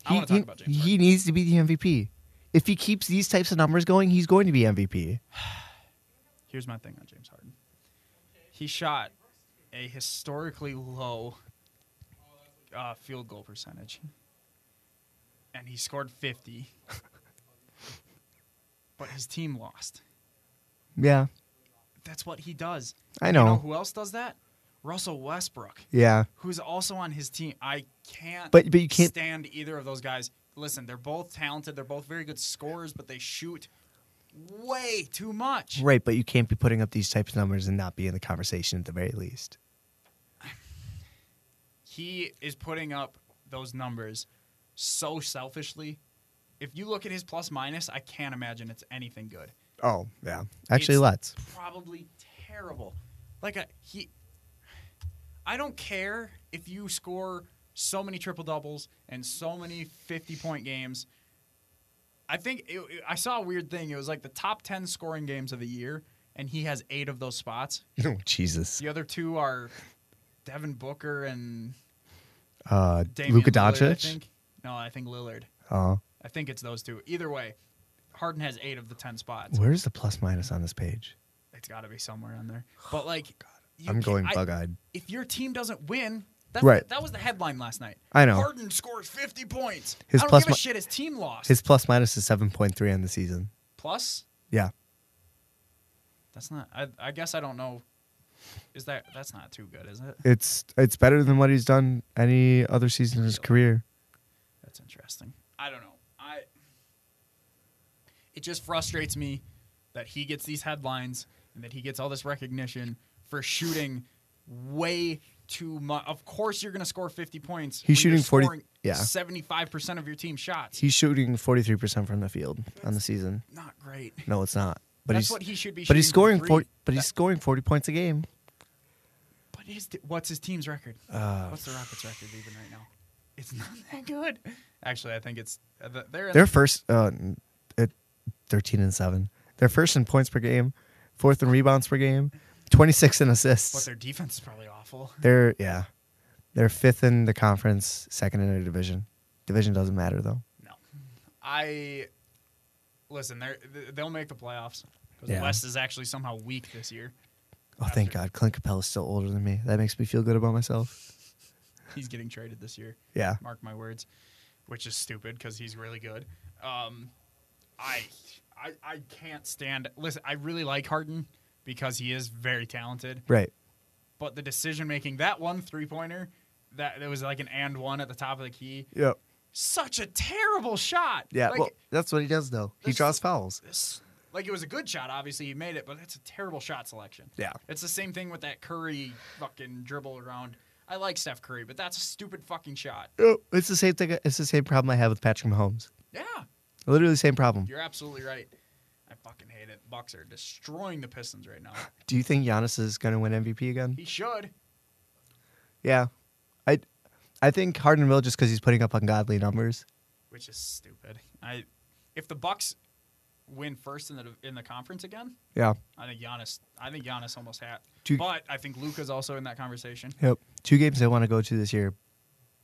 S4: Mm-hmm. he,
S1: want to talk
S4: he-
S1: about James
S4: he
S1: Harden.
S4: needs to be the MVP. If he keeps these types of numbers going, he's going to be MVP.
S1: Here's my thing on James Harden. He shot a historically low uh, field goal percentage, and he scored 50, but his team lost.
S4: Yeah,
S1: That's what he does.
S4: I
S1: You know
S4: know.
S1: who else does that? Russell Westbrook,
S4: Yeah,
S1: who's also on his team. I can't.
S4: but but you can't.
S1: stand either of those guys. Listen, they're both talented. They're both very good scorers, but they shoot way too much.
S4: Right, but you can't be putting up these types of numbers and not be in the conversation at the very least.
S1: he is putting up those numbers so selfishly. If you look at his plus minus, I can't imagine it's anything good.
S4: Oh yeah, actually,
S1: It's-
S4: let's.
S1: Probably terrible. Like a he I don't care if you score so many triple doubles and so many 50 point games. I think it, it- I saw a weird thing. It was like the top ten scoring games of the year, and he has eight of those spots.
S4: Oh Jesus.
S1: The other two are Devin Booker and
S4: Uh,
S1: Damian
S4: Luka
S1: Lillard, I
S4: Doncic.
S1: think. No, I think Lillard.
S4: Uh,
S1: I think it's those two. Either way, Harden has eight of the ten spots.
S4: where's the plus minus on this page?
S1: It's got to be somewhere on there. But like, you
S4: Oh, I'm
S1: can't-
S4: going
S1: I-
S4: bug eyed.
S1: if your team doesn't win, that's
S4: Right.
S1: that was the headline last night.
S4: I know.
S1: Harden scores 50 points.
S4: His
S1: I don't
S4: plus
S1: give a
S4: mi-
S1: shit. His team lost.
S4: His plus minus is seven point three on the season.
S1: plus.
S4: Yeah.
S1: That's not. I, I guess I don't know. Is that that's not too good, is it?
S4: It's it's better than what he's done any other season in his career.
S1: That's interesting. I don't know. I. It just frustrates me that he gets these headlines and that he gets all this recognition for shooting way too much. Of course, you're going to score 50 points.
S4: He's
S1: when you're
S4: shooting 40
S1: scoring
S4: yeah.
S1: 75% of your team shots.
S4: He's shooting forty three percent from the field on the season.
S1: not great.
S4: No, it's not. But
S1: That's
S4: he's
S1: what he should be.
S4: but he's
S1: shooting from
S4: scoring
S1: three.
S4: forty. But he's
S1: That-
S4: scoring forty points a game.
S1: But his, what's his team's record?
S4: Uh,
S1: what's the Rockets' record even right now? It's not that good. Actually, I think it's uh, th- they're in
S4: They're first uh, at 13 and 7. They're first in points per game, fourth in rebounds per game, 26 in
S1: but
S4: assists.
S1: their defense is probably awful.
S4: They're, yeah. They're fifth in the conference, second in their division. Division doesn't matter though.
S1: No, I listen. They're th- they'll make the playoffs because
S4: Yeah.
S1: the West is actually somehow weak this year.
S4: Oh, thank God. Clint Capella's still older than me. That makes me feel good about myself.
S1: He's getting traded this year.
S4: Yeah.
S1: Mark my words, which is stupid because he's really good. Um, I, I I can't stand. Listen, I really like Harden because he is very talented.
S4: Right.
S1: but the decision making that one three pointer that it was like an and one at the top of the key
S4: Yep.
S1: such a terrible shot
S4: Yeah.
S1: like,
S4: well, that's what he does though. He
S1: this-
S4: draws fouls.
S1: this- like it was a good shot obviously he made it but it's a terrible shot selection
S4: Yeah.
S1: it's the same thing with that curry fucking dribble around i like steph curry but that's a stupid fucking shot
S4: Yep. It's the same thing. It's the same problem I have with Patrick Mahomes.
S1: yeah
S4: Literally the same problem.
S1: you're absolutely right i fucking hate it bucks are destroying the pistons right now
S4: Do you think Giannis is going to win MVP again?
S1: he should
S4: Yeah, I, I think Harden will just because he's putting up ungodly numbers.
S1: which is stupid i if the bucks win first in the in the conference again
S4: Yeah.
S1: I think Giannis. I think Giannis almost had.
S4: Two-
S1: but I think Luca's also in that conversation.
S4: Yep. Two games I want to go to this year: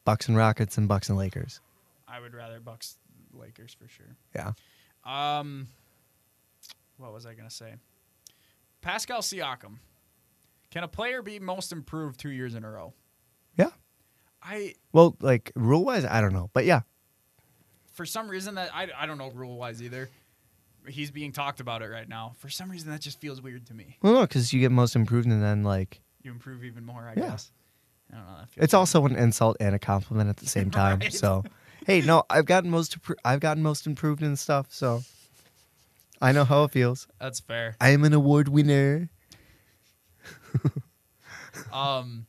S4: Bucks and Rockets and Bucks and Lakers.
S1: I would rather Bucks Lakers for sure.
S4: Yeah.
S1: Um, what was I gonna say? Pascal Siakam. Can a player be most improved two years in a row?
S4: Yeah.
S1: I
S4: Well, like rule wise, I don't know, but yeah,
S1: for some reason that I I don't know rule wise either. He's being talked about it right now. For some reason that just feels weird to me.
S4: well, no, because you get most improved, and then like
S1: You improve even more, I
S4: Yeah.
S1: guess. I don't know. That feels
S4: it's also an insult and a compliment at the same time.
S1: Right.
S4: So, hey, no, I've gotten most appro- I've gotten most improved and stuff. So, I know how it feels.
S1: that's fair.
S4: I am an award winner.
S1: Um,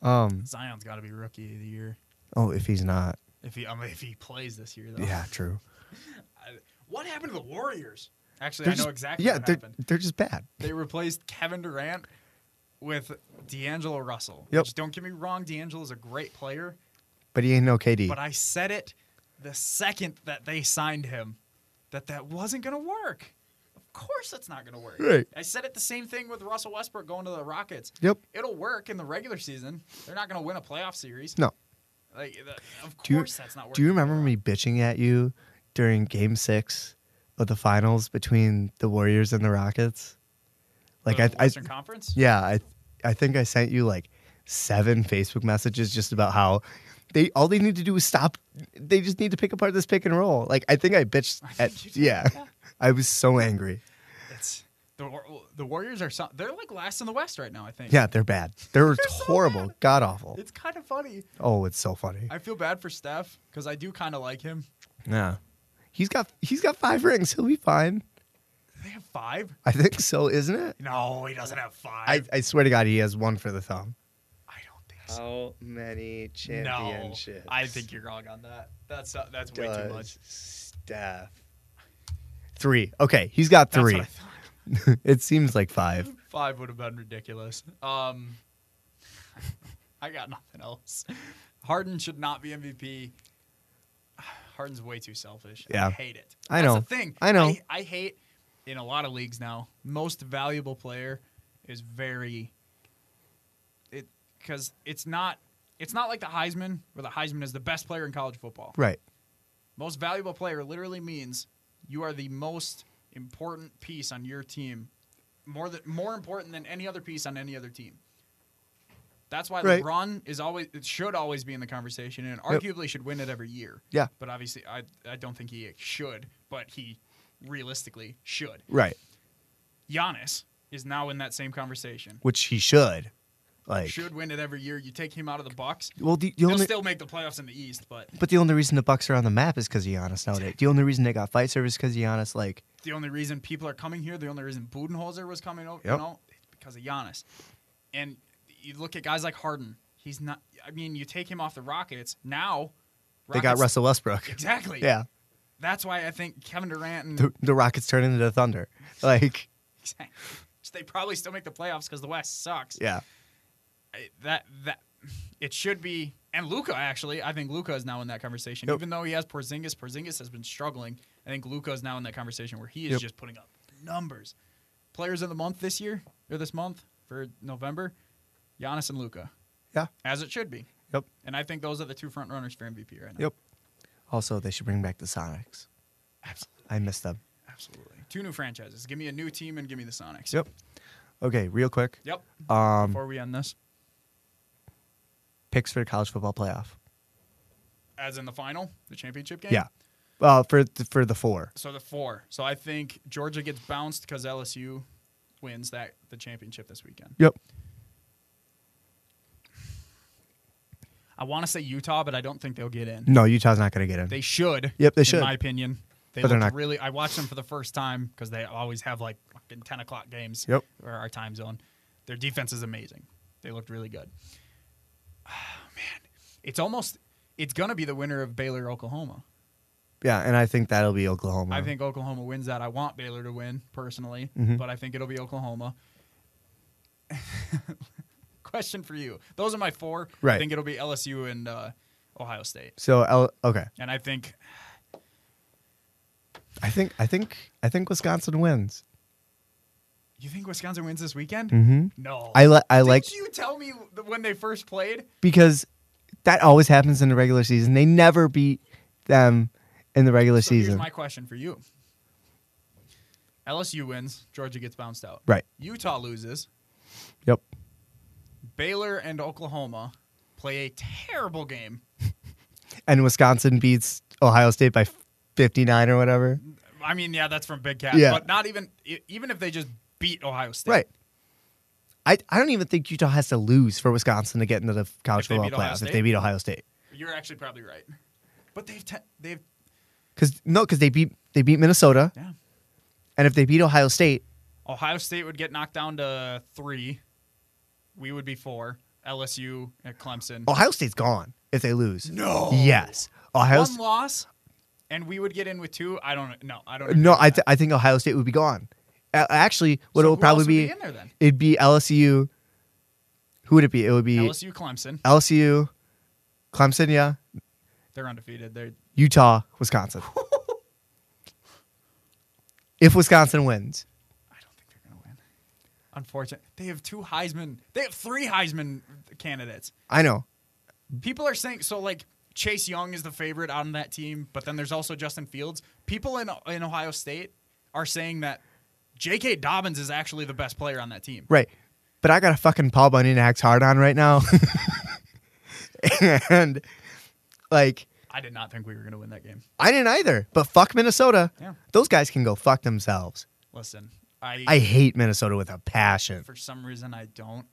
S4: Um.
S1: Zion's got to be rookie of the year.
S4: Oh, if he's not,
S1: If he, I mean, if he plays this year, though.
S4: yeah, true.
S1: What happened to the Warriors? Actually,
S4: They're
S1: I know
S4: just-
S1: exactly
S4: Yeah,
S1: what
S4: they're
S1: happened.
S4: they're just bad.
S1: They replaced Kevin Durant with D'Angelo Russell.
S4: Yep.
S1: Which, don't get me wrong, D'Angelo's a great player,
S4: But he ain't no KD.
S1: but I said it the second that they signed him that that wasn't going to work. Of course, that's not going to work.
S4: Right.
S1: I said it the same thing with Russell Westbrook going to the Rockets.
S4: Yep.
S1: It'll work in the regular season. They're not going to win a playoff series.
S4: No.
S1: Like, that- of
S4: Do you-
S1: course, that's not working.
S4: Do you remember me bitching at you during game six of the finals between the Warriors and the Rockets? Like
S1: the
S4: I, I
S1: Western Conference?
S4: yeah, I I think I sent you like seven Facebook messages just about how they all they need to do is stop they just need to pick apart this pick and roll. Like I think I bitched
S1: I think you
S4: at
S1: did,
S4: yeah.
S1: yeah.
S4: I was so angry.
S1: It's the War- the Warriors are some, they're like last in the West right now. I think.
S4: Yeah, they're bad. They're,
S1: so
S4: horrible.
S1: bad.
S4: God awful.
S1: it's kind of funny.
S4: Oh, it's so funny.
S1: I feel bad for Steph because I do kind of like him.
S4: Yeah. He's got he's got five rings. He'll be fine.
S1: They have five.
S4: I think so, isn't it?
S1: No, he doesn't have five.
S4: I, I swear to God, he has one for the thumb.
S1: I don't think so.
S3: How many
S1: No,
S3: championships?
S1: I think you're wrong on that. That's not- that's way too much.
S3: does Steph
S4: Three. Okay, he's got
S1: That's what
S4: three.
S1: I thought.
S4: it seems like five.
S1: Five would have been ridiculous. Um, I got nothing else. Harden should not be MVP. Harden's way too selfish.
S4: Yeah.
S1: I hate it.
S4: I
S1: That's
S4: know.
S1: the thing.
S4: I know.
S1: I, I hate in a lot of leagues now. Most valuable player is very it because it's not it's not like the Heisman where the Heisman is the best player in college football.
S4: Right.
S1: Most valuable player literally means you are the most important piece on your team, more than more important than any other piece on any other team. That's why
S4: Right.
S1: LeBron is always it should always be in the conversation and
S4: Yep.
S1: arguably should win it every year.
S4: Yeah.
S1: But obviously I I don't think he should, but he realistically should.
S4: Right.
S1: Giannis is now in that same conversation.
S4: Which he should. Like
S1: should win it every year. You take him out of the Bucks.
S4: Well, the, the
S1: He'll
S4: only
S1: still make the playoffs in the East, but
S4: but the only reason the Bucks are on the map is because Giannis nowadays. The only reason they got fight service because Giannis. Like
S1: the only reason people are coming here, the only reason Budenholzer was coming over, you
S4: Yep.
S1: know, it's because of Giannis. And you look at guys like Harden. He's not. I mean, you take him off the Rockets now.
S4: they got
S1: Rockets-
S4: Russell Westbrook.
S1: Exactly.
S4: Yeah.
S1: That's why I think Kevin Durant and
S4: The, the Rockets turn into the Thunder. Like
S1: Exactly. they probably still make the playoffs because the West sucks.
S4: yeah.
S1: I- that that it should be. And Luca actually, I think Luca is now in that conversation.
S4: Yep.
S1: Even though he has Porzingis, Porzingis has been struggling. I think Luca is now in that conversation where he is
S4: Yep.
S1: just putting up numbers. Players of the month this year or this month for November, Giannis and Luca,
S4: Yeah.
S1: as it should be.
S4: Yep.
S1: And I think those are the two front runners for MVP right now.
S4: Yep. Also, they should bring back the Sonics.
S1: Absolutely.
S4: I miss them.
S1: Absolutely. Two new franchises. Give me a new team and give me the Sonics.
S4: Yep. Okay, real quick.
S1: Yep.
S4: Um,
S1: Before we end this,
S4: picks for the college football playoff.
S1: as in the final, the championship game.
S4: Yeah. Well, for th- for the four.
S1: So the four. So I think Georgia gets bounced because LSU wins that the championship this weekend.
S4: Yep.
S1: I want to say Utah, but I don't think they'll get in.
S4: No, Utah's not going to get in.
S1: They should.
S4: Yep, they
S1: In
S4: should.
S1: my opinion, they
S4: But they're
S1: looked
S4: not-
S1: really. I watched them for the first time because they always have like fucking ten o'clock games.
S4: Yep.
S1: Or our time zone. Their defense is amazing. They looked really good. Ah, man, it's almost. It's gonna be the winner of Baylor Oklahoma.
S4: yeah, and I think that'll be Oklahoma.
S1: I think Oklahoma wins that. I want Baylor to win personally,
S4: Mhm.
S1: but I think it'll be Oklahoma. Question for you: Those are my four. I
S4: Right.
S1: think it'll be LSU and uh, Ohio State,
S4: so. L- okay,
S1: and I think
S4: I think I think I think Wisconsin wins.
S1: you think Wisconsin wins this weekend.
S4: Mm-hmm.
S1: No,
S4: I li- I
S1: Didn't
S4: like
S1: you tell me th- when they first played?
S4: because that always happens in the regular season. They never beat them in the regular
S1: So
S4: season.
S1: Here's my question for you. LSU wins, Georgia gets bounced out.
S4: right.
S1: Utah loses.
S4: Yep.
S1: Baylor and Oklahoma play a terrible game.
S4: And Wisconsin beats Ohio State by fifty nine or whatever.
S1: I mean, yeah, that's from Big Cat.
S4: Yeah.
S1: But not even e- even if they just beat Ohio State.
S4: Right. I, I don't even think Utah has to lose for Wisconsin to get into the college
S1: If they
S4: football
S1: beat Ohio
S4: playoffs
S1: State?
S4: if they beat Ohio State.
S1: You're actually probably right. But they've te- they've
S4: Because no, because they beat they beat Minnesota,
S1: yeah.
S4: and if they beat Ohio State,
S1: Ohio State would get knocked down to three. We would be four. LSU at Clemson.
S4: Ohio State's gone. If they lose,
S1: No.
S4: yes, Ohio.
S1: One loss, and we would get in with two. I don't know. I don't. agree
S4: No,
S1: with
S4: I,
S1: that.
S4: th- I think Ohio State would be gone. A- actually, what
S1: So
S4: it would
S1: who
S4: probably
S1: else would
S4: be,
S1: in there then.
S4: it'd be LSU. Who would it be? It would be
S1: LSU,
S4: LSU,
S1: Clemson.
S4: Clemson, yeah,
S1: They're undefeated. They're
S4: Utah, Wisconsin. if Wisconsin wins,
S1: I don't think they're gonna win. Unfortunate. They have two Heisman. They have three Heisman candidates.
S4: I know.
S1: People are saying so. Like Chase Young is the favorite on that team, but then there's also Justin Fields. People in in Ohio State are saying that J.K. Dobbins is actually the best player on that team.
S4: Right. But I got a fucking Paul Bunyan axe hard on right now. and like
S1: I did not think we were gonna win that game.
S4: I didn't either. But fuck Minnesota.
S1: Yeah.
S4: Those guys can go fuck themselves.
S1: Listen, I,
S4: I hate Minnesota with a passion.
S1: for some reason I don't.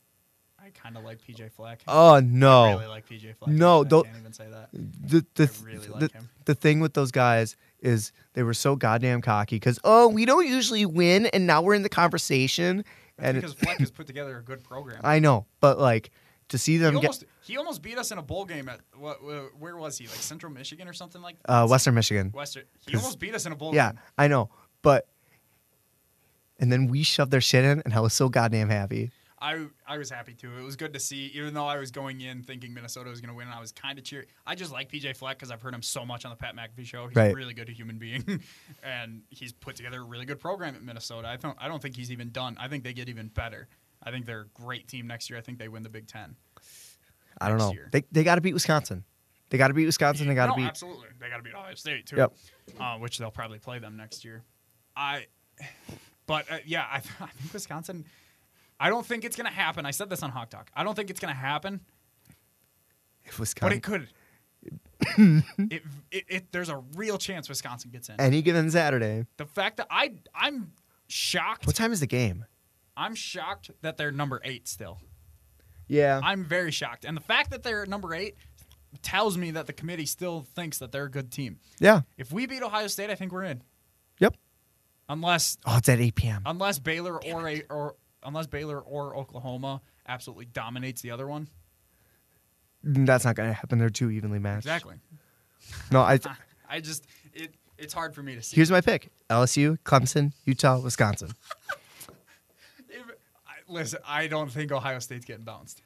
S1: I kind of like PJ Fleck.
S4: Oh
S1: I
S4: no.
S1: really like PJ Fleck.
S4: No,
S1: I
S4: don't-
S1: can't even say that.
S4: the the,
S1: I really
S4: the,
S1: like him.
S4: the thing with those guys is they were so goddamn cocky cuz oh, we don't usually win and now we're in the conversation
S1: That's
S4: and
S1: because Fleck has put together a good program.
S4: I know, but like to see
S1: he
S4: them get
S1: almost he almost beat us in a bowl game at what, wh- where was he like Central Michigan or something like that?
S4: uh, Western Michigan.
S1: Western. He
S4: 'cause-
S1: almost beat us in a bowl
S4: Yeah,
S1: game.
S4: I know. But and then we shoved their shit in, and I was so goddamn happy.
S1: I I was happy too. It was good to see, even though I was going in thinking Minnesota was going to win, and I was kind of cheering. I just like PJ Fleck because I've heard him so much on the Pat McAfee show. He's
S4: Right.
S1: a really good human being, and he's put together a really good program at Minnesota. I don't I don't think he's even done. I think they get even better. I think they're a great team next year. I think they win the Big Ten.
S4: I don't
S1: next
S4: know.
S1: year.
S4: They they got to beat Wisconsin. They got to beat Wisconsin. They got to
S1: no,
S4: beat.
S1: absolutely. They got to beat Ohio State too.
S4: Yep.
S1: Uh, which they'll probably play them next year. I, but uh, yeah, I, I think Wisconsin. I don't think it's gonna happen. I said this on Hawk Talk. I don't think it's gonna happen,
S4: If
S1: but
S4: Wisconsin,
S1: it could. it, it, it there's a real chance Wisconsin gets in.
S4: any given Saturday.
S1: the fact that I I'm shocked.
S4: What time is the game?
S1: I'm shocked that they're number eight still.
S4: Yeah.
S1: I'm very shocked, and the fact that they're number eight tells me that the committee still thinks that they're a good team.
S4: yeah.
S1: If we beat Ohio State, I think we're in.
S4: Yep.
S1: Unless
S4: Oh, it's at 8 p.m.
S1: unless Baylor or a, or unless Baylor or Oklahoma absolutely dominates the other one.
S4: That's not going to happen. They're too evenly matched.
S1: Exactly.
S4: No, I.
S1: I just it it's hard for me to see.
S4: Here's my pick: LSU, Clemson, Utah, Wisconsin.
S1: If- I- listen, I don't think Ohio State's getting bounced.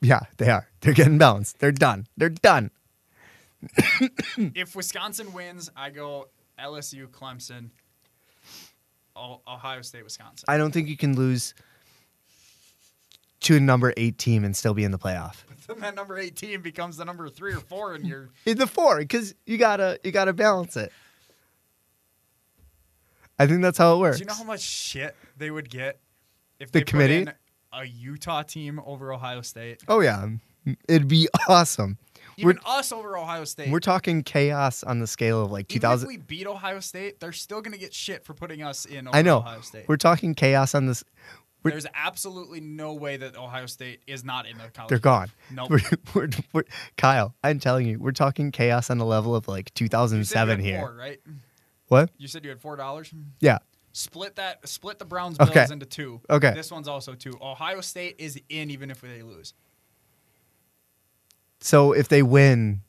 S4: Yeah, they are. They're getting balanced. They're done. They're done.
S1: if Wisconsin wins, I go LSU, Clemson, O- Ohio State, Wisconsin.
S4: I don't think you can lose to a number eight team and still be in the playoff.
S1: then that number eighteen becomes the number three or four, and you're
S4: In the four, because you gotta you gotta balance it. I think that's how it works.
S1: Do you know how much shit they would get if
S4: The
S1: they put
S4: committee?
S1: in a Utah team over Ohio State?
S4: oh yeah, it'd be awesome.
S1: Even us over Ohio State.
S4: We're talking chaos on the scale of like
S1: Even if
S4: 2000.
S1: we beat Ohio State, they're still going to get shit for putting us in over
S4: I know.
S1: Ohio State.
S4: We're talking chaos on this. we're-
S1: There's absolutely no way that Ohio State is not in the college.
S4: They're gone.
S1: Nope.
S4: We're, we're, we're, Kyle, I'm telling you, we're talking chaos on the level of like
S1: You said you
S4: 2007
S1: had
S4: here.
S1: Four, right?
S4: What?
S1: You said you had four dollars.
S4: Yeah.
S1: Split that. Split the Browns bills
S4: Okay.
S1: into two.
S4: Okay.
S1: This one's also two. Ohio State is in even if they lose.
S4: So if they win,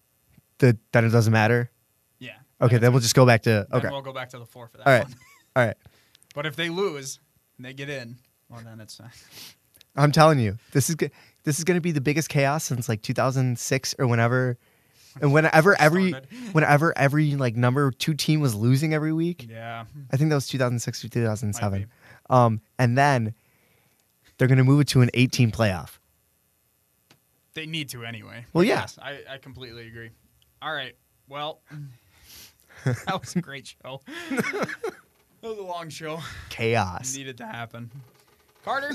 S4: the, then it doesn't matter.
S1: Yeah.
S4: Okay, then we'll just go back to
S1: Then
S4: okay.
S1: we'll go back to the four for that
S4: All right,
S1: one.
S4: all right.
S1: But if they lose and they get in, well then it's. Uh,
S4: I'm telling you, this is go- this is going to be the biggest chaos since like 2006 or whenever, and whenever every
S1: Started.
S4: whenever every like number two team was losing every week.
S1: yeah.
S4: I think that was 2006 or 2007.
S1: Might
S4: Um, and then they're going to move it to an 18 playoff.
S1: They need to anyway.
S4: Well,
S1: I
S4: yeah.
S1: guess. I, I completely agree. All right. Well, that was a great show. that was a long show.
S4: Chaos.
S1: Needed to happen. Carter,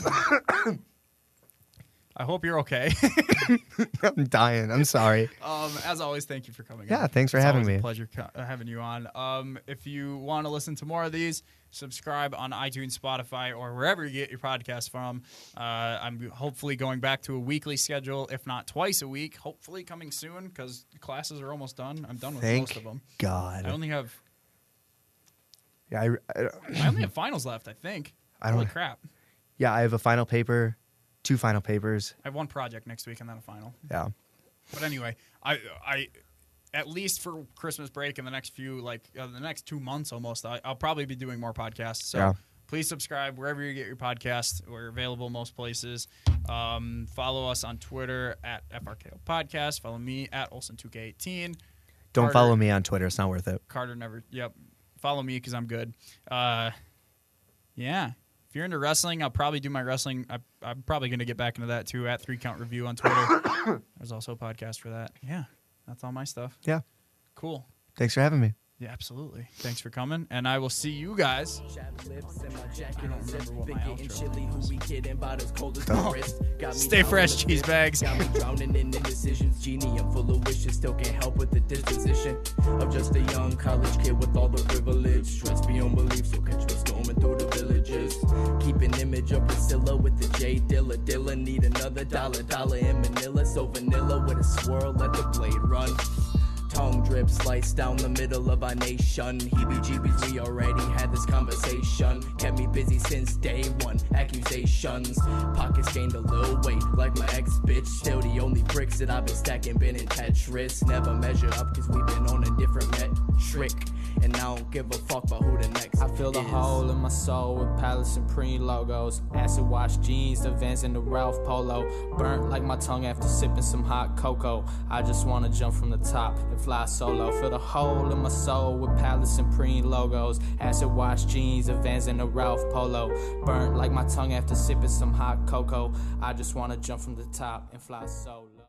S1: I hope you're okay.
S4: I'm dying. I'm sorry.
S1: Um, as always, thank you for coming.
S4: Yeah,
S1: on.
S4: thanks for
S1: It's
S4: having
S1: always a
S4: me.
S1: pleasure co- uh, having you on. Um, if you want to listen to more of these, subscribe on iTunes, Spotify, or wherever you get your podcast from. Uh, I'm hopefully going back to a weekly schedule, if not twice a week. Hopefully coming soon because classes are almost done. I'm done with most
S4: Thank
S1: of them.
S4: God.
S1: I only have
S4: yeah, I, I,
S1: I only have finals left. I think.
S4: I don't-
S1: Holy crap!
S4: yeah, I have a final paper, two final papers.
S1: I have one project next week and then a final.
S4: Yeah.
S1: But anyway, I I at least for Christmas break and the next few like uh, the next two months almost, I, I'll probably be doing more podcasts. So
S4: Yeah.
S1: please subscribe wherever you get your podcast. We're available most places. Um, follow us on Twitter at FRKO Podcast. Follow me at Olson2K18.
S4: Don't
S1: Carter-
S4: follow me on Twitter. It's not worth it.
S1: Carter never. Yep. Follow me because I'm good. Uh, yeah. If you're into wrestling, I'll probably do my wrestling. I, I'm probably going to get back into that too at Three Count Review on Twitter. There's also a podcast for that. Yeah. That's all my stuff.
S4: Yeah.
S1: Cool.
S4: Thanks for having me.
S1: Yeah, absolutely. Thanks for coming. And I will see you guys.
S5: Chapped lips and my jacket
S1: don't
S5: is zipped.
S1: remember what
S5: Been
S1: my
S5: getting
S1: outro Oh,
S5: chilly. Who we kidding? Bottles cold as Taurus. Got me
S1: Stay
S5: down
S1: fresh,
S5: with a
S1: cheese
S5: fist.
S1: bags.
S5: Got me drowning in indecisions. Genie, I'm full of wishes. Still can't help with the disposition. I'm just a young college kid with all the privilege. Stress beyond belief, so catch me storming through the villages. Keep an image of Priscilla with the J Dilla. Dilla need another dollar. Dollar in Manila, so vanilla with a swirl. Let the blade run. Tongue drip sliced down the middle of our nation. Heebie jeebies, we already had this conversation. Kept me busy since day one. Accusations. Pockets gained a little weight, like my ex bitch. Still the only bricks that I've been stacking been in Tetris. Never measure up, cause we've been on a different metric. And I don't give a fuck about who the next. I feel
S6: fill the hole in my soul with Palace Supreme logos. Acid wash jeans, the Vans, and the Ralph Polo. Burnt like my tongue after sipping some hot cocoa. I just wanna jump from the top and fly solo. Fill the hole in my soul with Palace Supreme logos. Acid wash jeans, the Vans, and the Ralph Polo. Burnt like my tongue after sipping some hot cocoa. I just wanna jump from the top and fly solo.